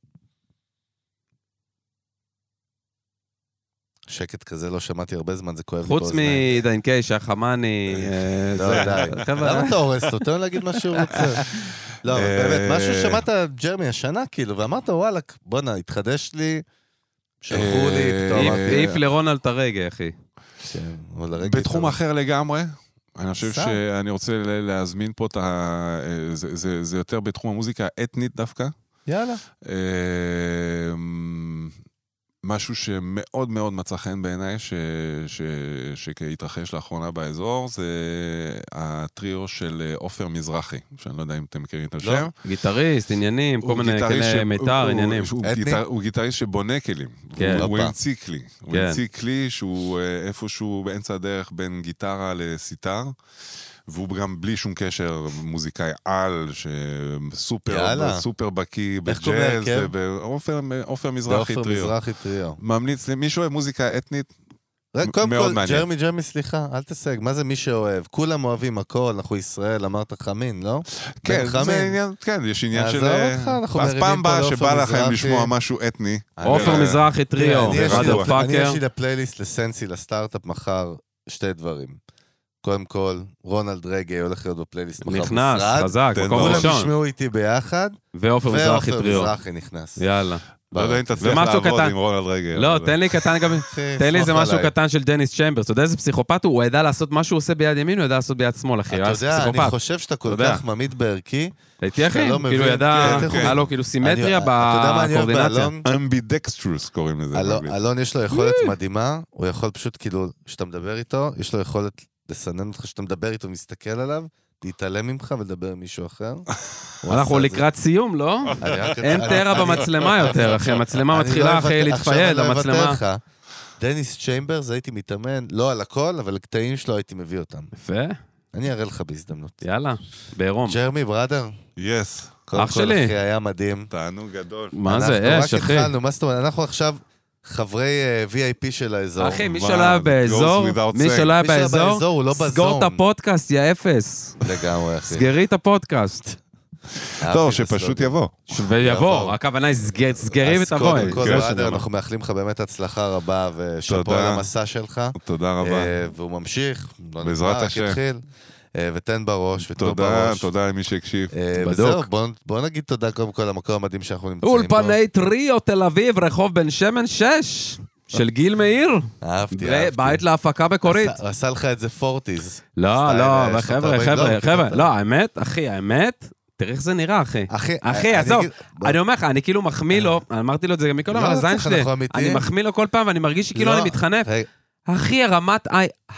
A: שקט כזה לא שמעתי הרבה זמן, זה כואב לי
B: חוץ
A: באוזניים.
B: מעידן קיי, שהחמני... אה,
A: לא,
B: זה-
A: די.
B: חבר'ה,
A: למה אתה הורס אותו? תן לו להגיד מה שהוא רוצה. לא, אבל
C: אה,
A: באמת, משהו שמעת ג'רמי השנה, כאילו, ואמרת, וואלה, בואנה, התחדש לי, שלחו לי,
C: אה,
A: פתאום...
C: אה,
A: אמרתי,
C: אה,
B: העיף לרונלד את הרגע, אחי.
A: כן, אבל הרגע
C: בתחום
A: טוב.
C: אחר לגמרי. אני חושב
A: סע.
C: שאני רוצה ל- להזמין פה את ה... אה, זה, זה, זה יותר בתחום המוזיקה האתנית דווקא.
A: יאללה.
C: אה, משהו שמאוד מאוד מצא חן בעיניי, ש- ש- שהתרחש לאחרונה באזור, זה הטריו של אה, עופר מזרחי, שאני לא יודע אם אתם מכירים את השם.
B: גיטריסט, עניינים, כל
C: הוא
B: מיני
C: גיטריסט
B: כאלה
C: ש-
B: מיתר,
C: הוא-
B: עניינים.
C: הוא
A: אתני?
C: גיטר- הוא גיטריסט שבונה כלים.
B: כן.
C: הוא- הוא
A: הופה.
C: המציא כלי. הוא
B: כן.
C: המציא כלי שהוא אה, איפשהו באמצע הדרך בין גיטרה לסיטר. והוא גם בלי שום קשר מוזיקאי על, שסופר
A: יאללה.
C: סופר בקיא
A: איך כן? קוראים
C: בג'אז,
A: להרכב?
C: ובעופר- עופר מזרחי
A: עופר
C: טריו.
A: מזרחי טריו.
C: ממליץ למי שאוהב מוזיקה אתנית,
A: רק, קודם
C: מאוד
A: כל,
C: מעניין.
A: ג'רמי, ג'רמי, סליחה, אל תסייג, מה זה מי שאוהב? כולם אוהבים הכל, אנחנו ישראל, אמרת חמין, לא?
C: כן,
A: בן
C: זה
A: חמין.
C: עניין, כן, יש עניין
A: עזוב
C: של...
A: אותך, אנחנו
C: אז
A: מרימים
C: פעם
A: פה
C: באה
A: לעופר
C: שבא לכם
A: מזרחי.
C: לשמוע משהו אתני,
B: עופר
C: אה,
B: מזרחי טריו,
A: אני יש לי
B: ראדה
C: רדו
A: לפ- אני
B: פאקר.
A: יש לי לפלייליסט לסנסי, לסטארט-אפ מחר, שתי דברים. קודם כל, רונלד רגע הולך להיות בפלייליסט מחר
B: נכנס, חזק,
C: תן
B: מקום
A: כולם
B: ראשון.
A: ישמעו איתי ביחד,
B: ועופר מזרחי
A: ועופר
B: טריו.
A: מזרחי כן, נכנס.
B: יאללה.
C: לא יודע אם תצליח
B: ומשהו
C: לעבוד
B: קטן.
C: עם רונלד רגל.
B: לא,
C: אבל-
B: תן לי קטן גם...
A: אחי,
B: תן לי איזה
A: סמוך
B: משהו
A: עליי.
B: קטן של דניס צ'מברס. אתה יודע איזה פסיכופת הוא? הוא ידע לעשות מה שהוא עושה ביד ימין, הוא ידע לעשות ביד שמאל, אחי. הוא
A: אתה
B: היה
A: יודע, אני
B: פסיכופת.
A: חושב שאתה כל
B: אתה יודע.
A: כך ממית בערכי.
B: הייתי אחי,
A: אתה לא
B: כאילו
A: מבין,
B: ידע,
A: כן, כן.
B: היה לו כאילו
A: אני-
B: סימטריה
A: אתה יודע מה אני אוהב
B: בקואורדינציה. אה,
A: באלון?
C: אמבידקסטרוס קוראים לזה.
A: אלון-
C: באנגלית.
A: אלון יש לו יכולת מדהימה, הוא יכול פשוט כאילו, כשאתה מדבר איתו, יש לו יכולת לסנן אותך, כשאתה מדבר איתו ומסתכל עליו, להתעלם ממך ולדבר עם מישהו אחר. הוא עשה
B: אנחנו
A: את זה.
B: לקראת סיום, לא?
A: אני רק-
B: אין
A: אני-
B: תרע
A: אני-
B: במצלמה יותר, אחי. המצלמה
A: אני לא
B: מתחילה, אחי,
A: אוותר-
B: להתפייד,
A: עכשיו אני לא אוותר
B: המצלמה.
A: לך. דניס צ'יימברס, הייתי מתאמן, לא על הכל, אבל קטעים שלו הייתי מביא אותם.
B: יפה,
A: אני אראה לך בהזדמנות.
B: יאללה, בעירום.
A: ג'רמי בראדר,
C: יס,
A: קודם
B: אח
A: כל,
B: שלי.
A: אחי, היה מדהים.
C: תענוג גדול.
B: מה זה אה,
A: אנחנו
B: אש,
A: רק
B: אחי?
A: התחלנו, מה זאת אומרת? אנחנו עכשיו חברי אה, VIP של האזור.
B: אחי, מי
C: מה,
B: שלא היה
C: goes
B: באזור,
C: without
B: מי
C: saying.
B: שלא היה
A: מי שהיה
B: באזור,
A: באזור הוא לא כן.
B: סגור את
A: בזון.
B: הפודקאסט, יא אפס.
A: לגמרי, אחי.
B: סגרי את הפודקאסט.
A: אהבתי
C: טוב,
A: את
C: שפשוט
A: הסלוגן.
C: יבוא.
B: ש- ויבוא, כן, נכון.
A: יבוא.
B: הכוונה היא סגר- סגרי ותבואי.
A: אז קודם כל,
B: זה
A: ראדר,
B: שנאמר.
A: אנחנו מאחלים לך באמת הצלחה רבה, ושאפו
C: תודה.
A: על המסע שלך.
C: תודה רבה.
A: אה, והוא ממשיך. לא
C: בעזרת
A: נגמר, רק
C: השם.
A: התחיל. אה, ותן בראש, ותנו
C: תודה,
A: בראש.
C: תודה למי שהקשיב.
A: אה,
B: בדוק.
A: וזהו, בוא- בוא נגיד תודה קודם כל למקום המדהים שאנחנו נמצאים בו.
B: אולפני טריו, תל אביב, רחוב בן שמן 6, של גיל מאיר.
A: אהבתי,
B: ב-
A: אהבתי.
B: בית להפקה מקורית.
A: עשה- עשה לך את זה פורטיז.
B: לא,
A: סטייל,
B: לא,
A: אה,
B: אבל
A: יש לו את
B: חבר'ה,
A: הבית,
B: חבר'ה,
A: לא,
B: חבר'ה,
A: כן,
B: לא, האמת, אחי, האמת, תראה איך זה נראה, אחי.
A: אחי,
B: אחי,
A: אני
B: עזוב,
A: אגיד- בוא-
B: אני אומר לך, אני כאילו מחמיא לו, אמרתי לו את זה גם מקודם,
A: לא,
B: על הזין
A: צריך,
B: שלי.
A: אנחנו אמיתיים.
B: אני מחמיא לו כל פעם, ואני מרגיש שכאילו
A: לא,
B: אני מתחנף.
A: רגע,
B: אחי, הרמת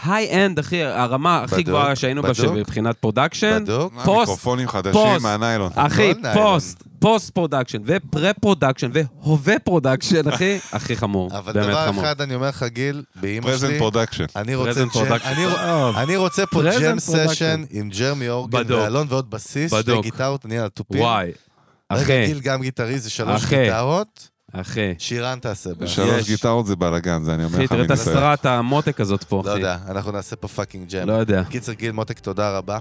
B: היי-אנד, אחי, הרמה הכי
A: בדוק,
B: גבוהה שהיינו בה
A: בדוק.
B: מבחינת פרודקשן.
A: בדוק.
C: מה,
B: פוסט,
C: מיקרופונים חדשים
B: פוסט. אה,
C: מהניילון.
B: אחי,
A: הכל ניילון.
B: פוסט, פוסט פרודקשן, ופרה פרודקשן, והווה פרודקשן, אחי, הכי חמור,
A: אבל
B: באמת
A: דבר
B: חמור.
A: אחד אני אומר לך, גיל, באמא
C: פרזנט
A: שלי,
C: פרודקשן.
A: אני רוצה
B: Present production.
A: ג'ם- אני רוצ- אני רוצה פה
B: Present
A: ג'ם
B: production.
A: סשן עם ג'רמי אורגן
B: בדוק.
A: ואלון ועוד בסיס, שתי
B: בדוק.
A: גיטרות, אני על התופים.
B: וואי,
A: רגע,
B: אחי,
A: גיל גם גיטריסט, זה שלוש
B: אחי.
A: גיטרות,
B: אחי.
A: שירן תעשה בה.
C: שלוש
B: יש.
C: גיטרות זה בלאגן, זה אני אומר
B: אחי,
C: לך
B: תראה את
C: מניסיון.
B: הסרט המותק הזאת פה,
A: לא
B: אחי.
A: יודע, אנחנו נעשה פה פאקינג ג'ם.
B: לא יודע.
A: קיצר, גיל מוטק, תודה רבה.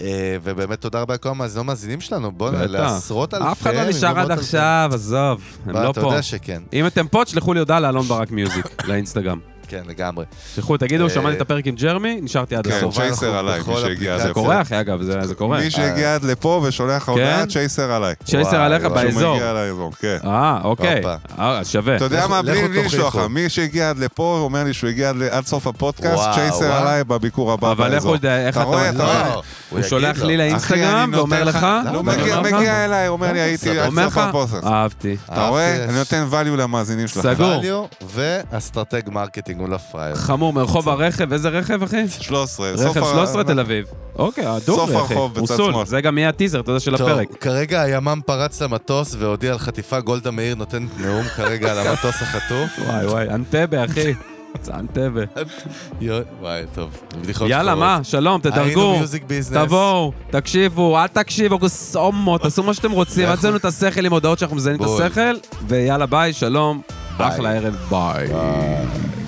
A: אה, ובאמת תודה רבה לכל המאזינים המאזינים שלנו, בוא'נה,
B: בטח.
A: לעשרות אלפים.
B: אף אחד לא נשאר עד
A: מאות אלפים.
B: עכשיו, עזוב, הם
A: אבל
B: לא
A: אתה
B: פה.
A: יודע שכן.
B: אם אתם פה, תשלחו לי הודעה לאלון ברק מיוזיק, לאינסטגרם.
A: כן, לגמרי.
B: תלכו, תגידו,
A: אה,
B: שמעתי את הפרק עם ג'רמי, נשארתי עד
C: כן,
B: הסוף.
A: כמובן,
C: צ'ייסר
A: אנחנו
C: עליי, מי
A: בכל
C: שהגיע
A: אפליקציה-
C: זה
B: זה קורה, אחי, אגב, זה זה קורה.
C: מי שהגיע עד לפה ושולח לך הודעה,
B: כן?
C: צ'ייסר עליי.
B: צ'ייסר
A: וואי,
B: עליך
A: וואי.
C: שהוא
B: באזור.
C: מגיע לאזור, כן.
B: אה, אוקיי.
A: הופה.
B: אה, שווה.
C: אתה יודע
A: לכו-
C: מה, בלי
A: לכו
C: בלי לשלוח לך,
A: תוכיחו.
C: מי שהגיע עד לפה אומר לי שהוא הגיע עד ל- עד סוף הפודקאסט,
A: וואו,
C: צ'ייסר
A: וואו.
C: עליי בביקור הבא
B: אבל איך
C: באזור.
B: הוא יודע, איך
C: אתה
B: אתה-
C: רואה, אתה
B: לא,
C: רואה.
A: לא,
B: הוא
A: יגיד
B: שולח לי
A: לו.
C: אחי, אני
B: לאינסטגרם
C: נותן
B: ואומר
C: לך-
B: לך...
A: לא,
C: הוא
A: הוא
B: ואומר
C: מגיע-
B: לך-
C: מגיע אליי, אומר לי,
A: בסדר,
C: לא, הייתי עד
B: אומר לך,
C: סוף הפודקאסט.
B: אהבתי.
C: אתה
B: אה,
C: רואה?
A: אהבתי,
C: אני
A: יש.
C: נותן value למאזינים שלך.
B: סגור.
A: value ואסטרטג מרקטינג, הוא לא פראייר.
B: חמור, מרחוב הרכב, איזה רכב, אחי?
C: 13. סוף
B: רכב
C: ה-
B: 13 תל אביב. אוקיי, אדום
C: סוף
B: רכב.
C: הרחוב בצד
B: מוסול.
C: שמאל.
B: זה גם יהיה הטיזר, אתה יודע, של
A: טוב,
B: הפרק.
A: כרגע הימ"מ פרץ למטוס והודיע על חטיפה, גולדה מאיר נותנת נאום כרגע על המטוס החטוף.
B: וואי וואי, אנטבה, אחי. זה אנטבה.
A: יו- וואי, טוב, בדיחות
B: יאללה,
A: שחורות.
B: מה? שלום,
A: היינו
B: תדרגו.
A: מיוזיק ביזנס.
B: תבואו, תקשיבו, אל תקשיבו, גוסומו, תעשו מה שאתם רוצים, אל תזיינו את השכל עם הודעות שאנחנו מזיינים את
A: בול.
B: השכל, ויאללה ביי, שלום, אחלה ערב, ביי.
A: ביי.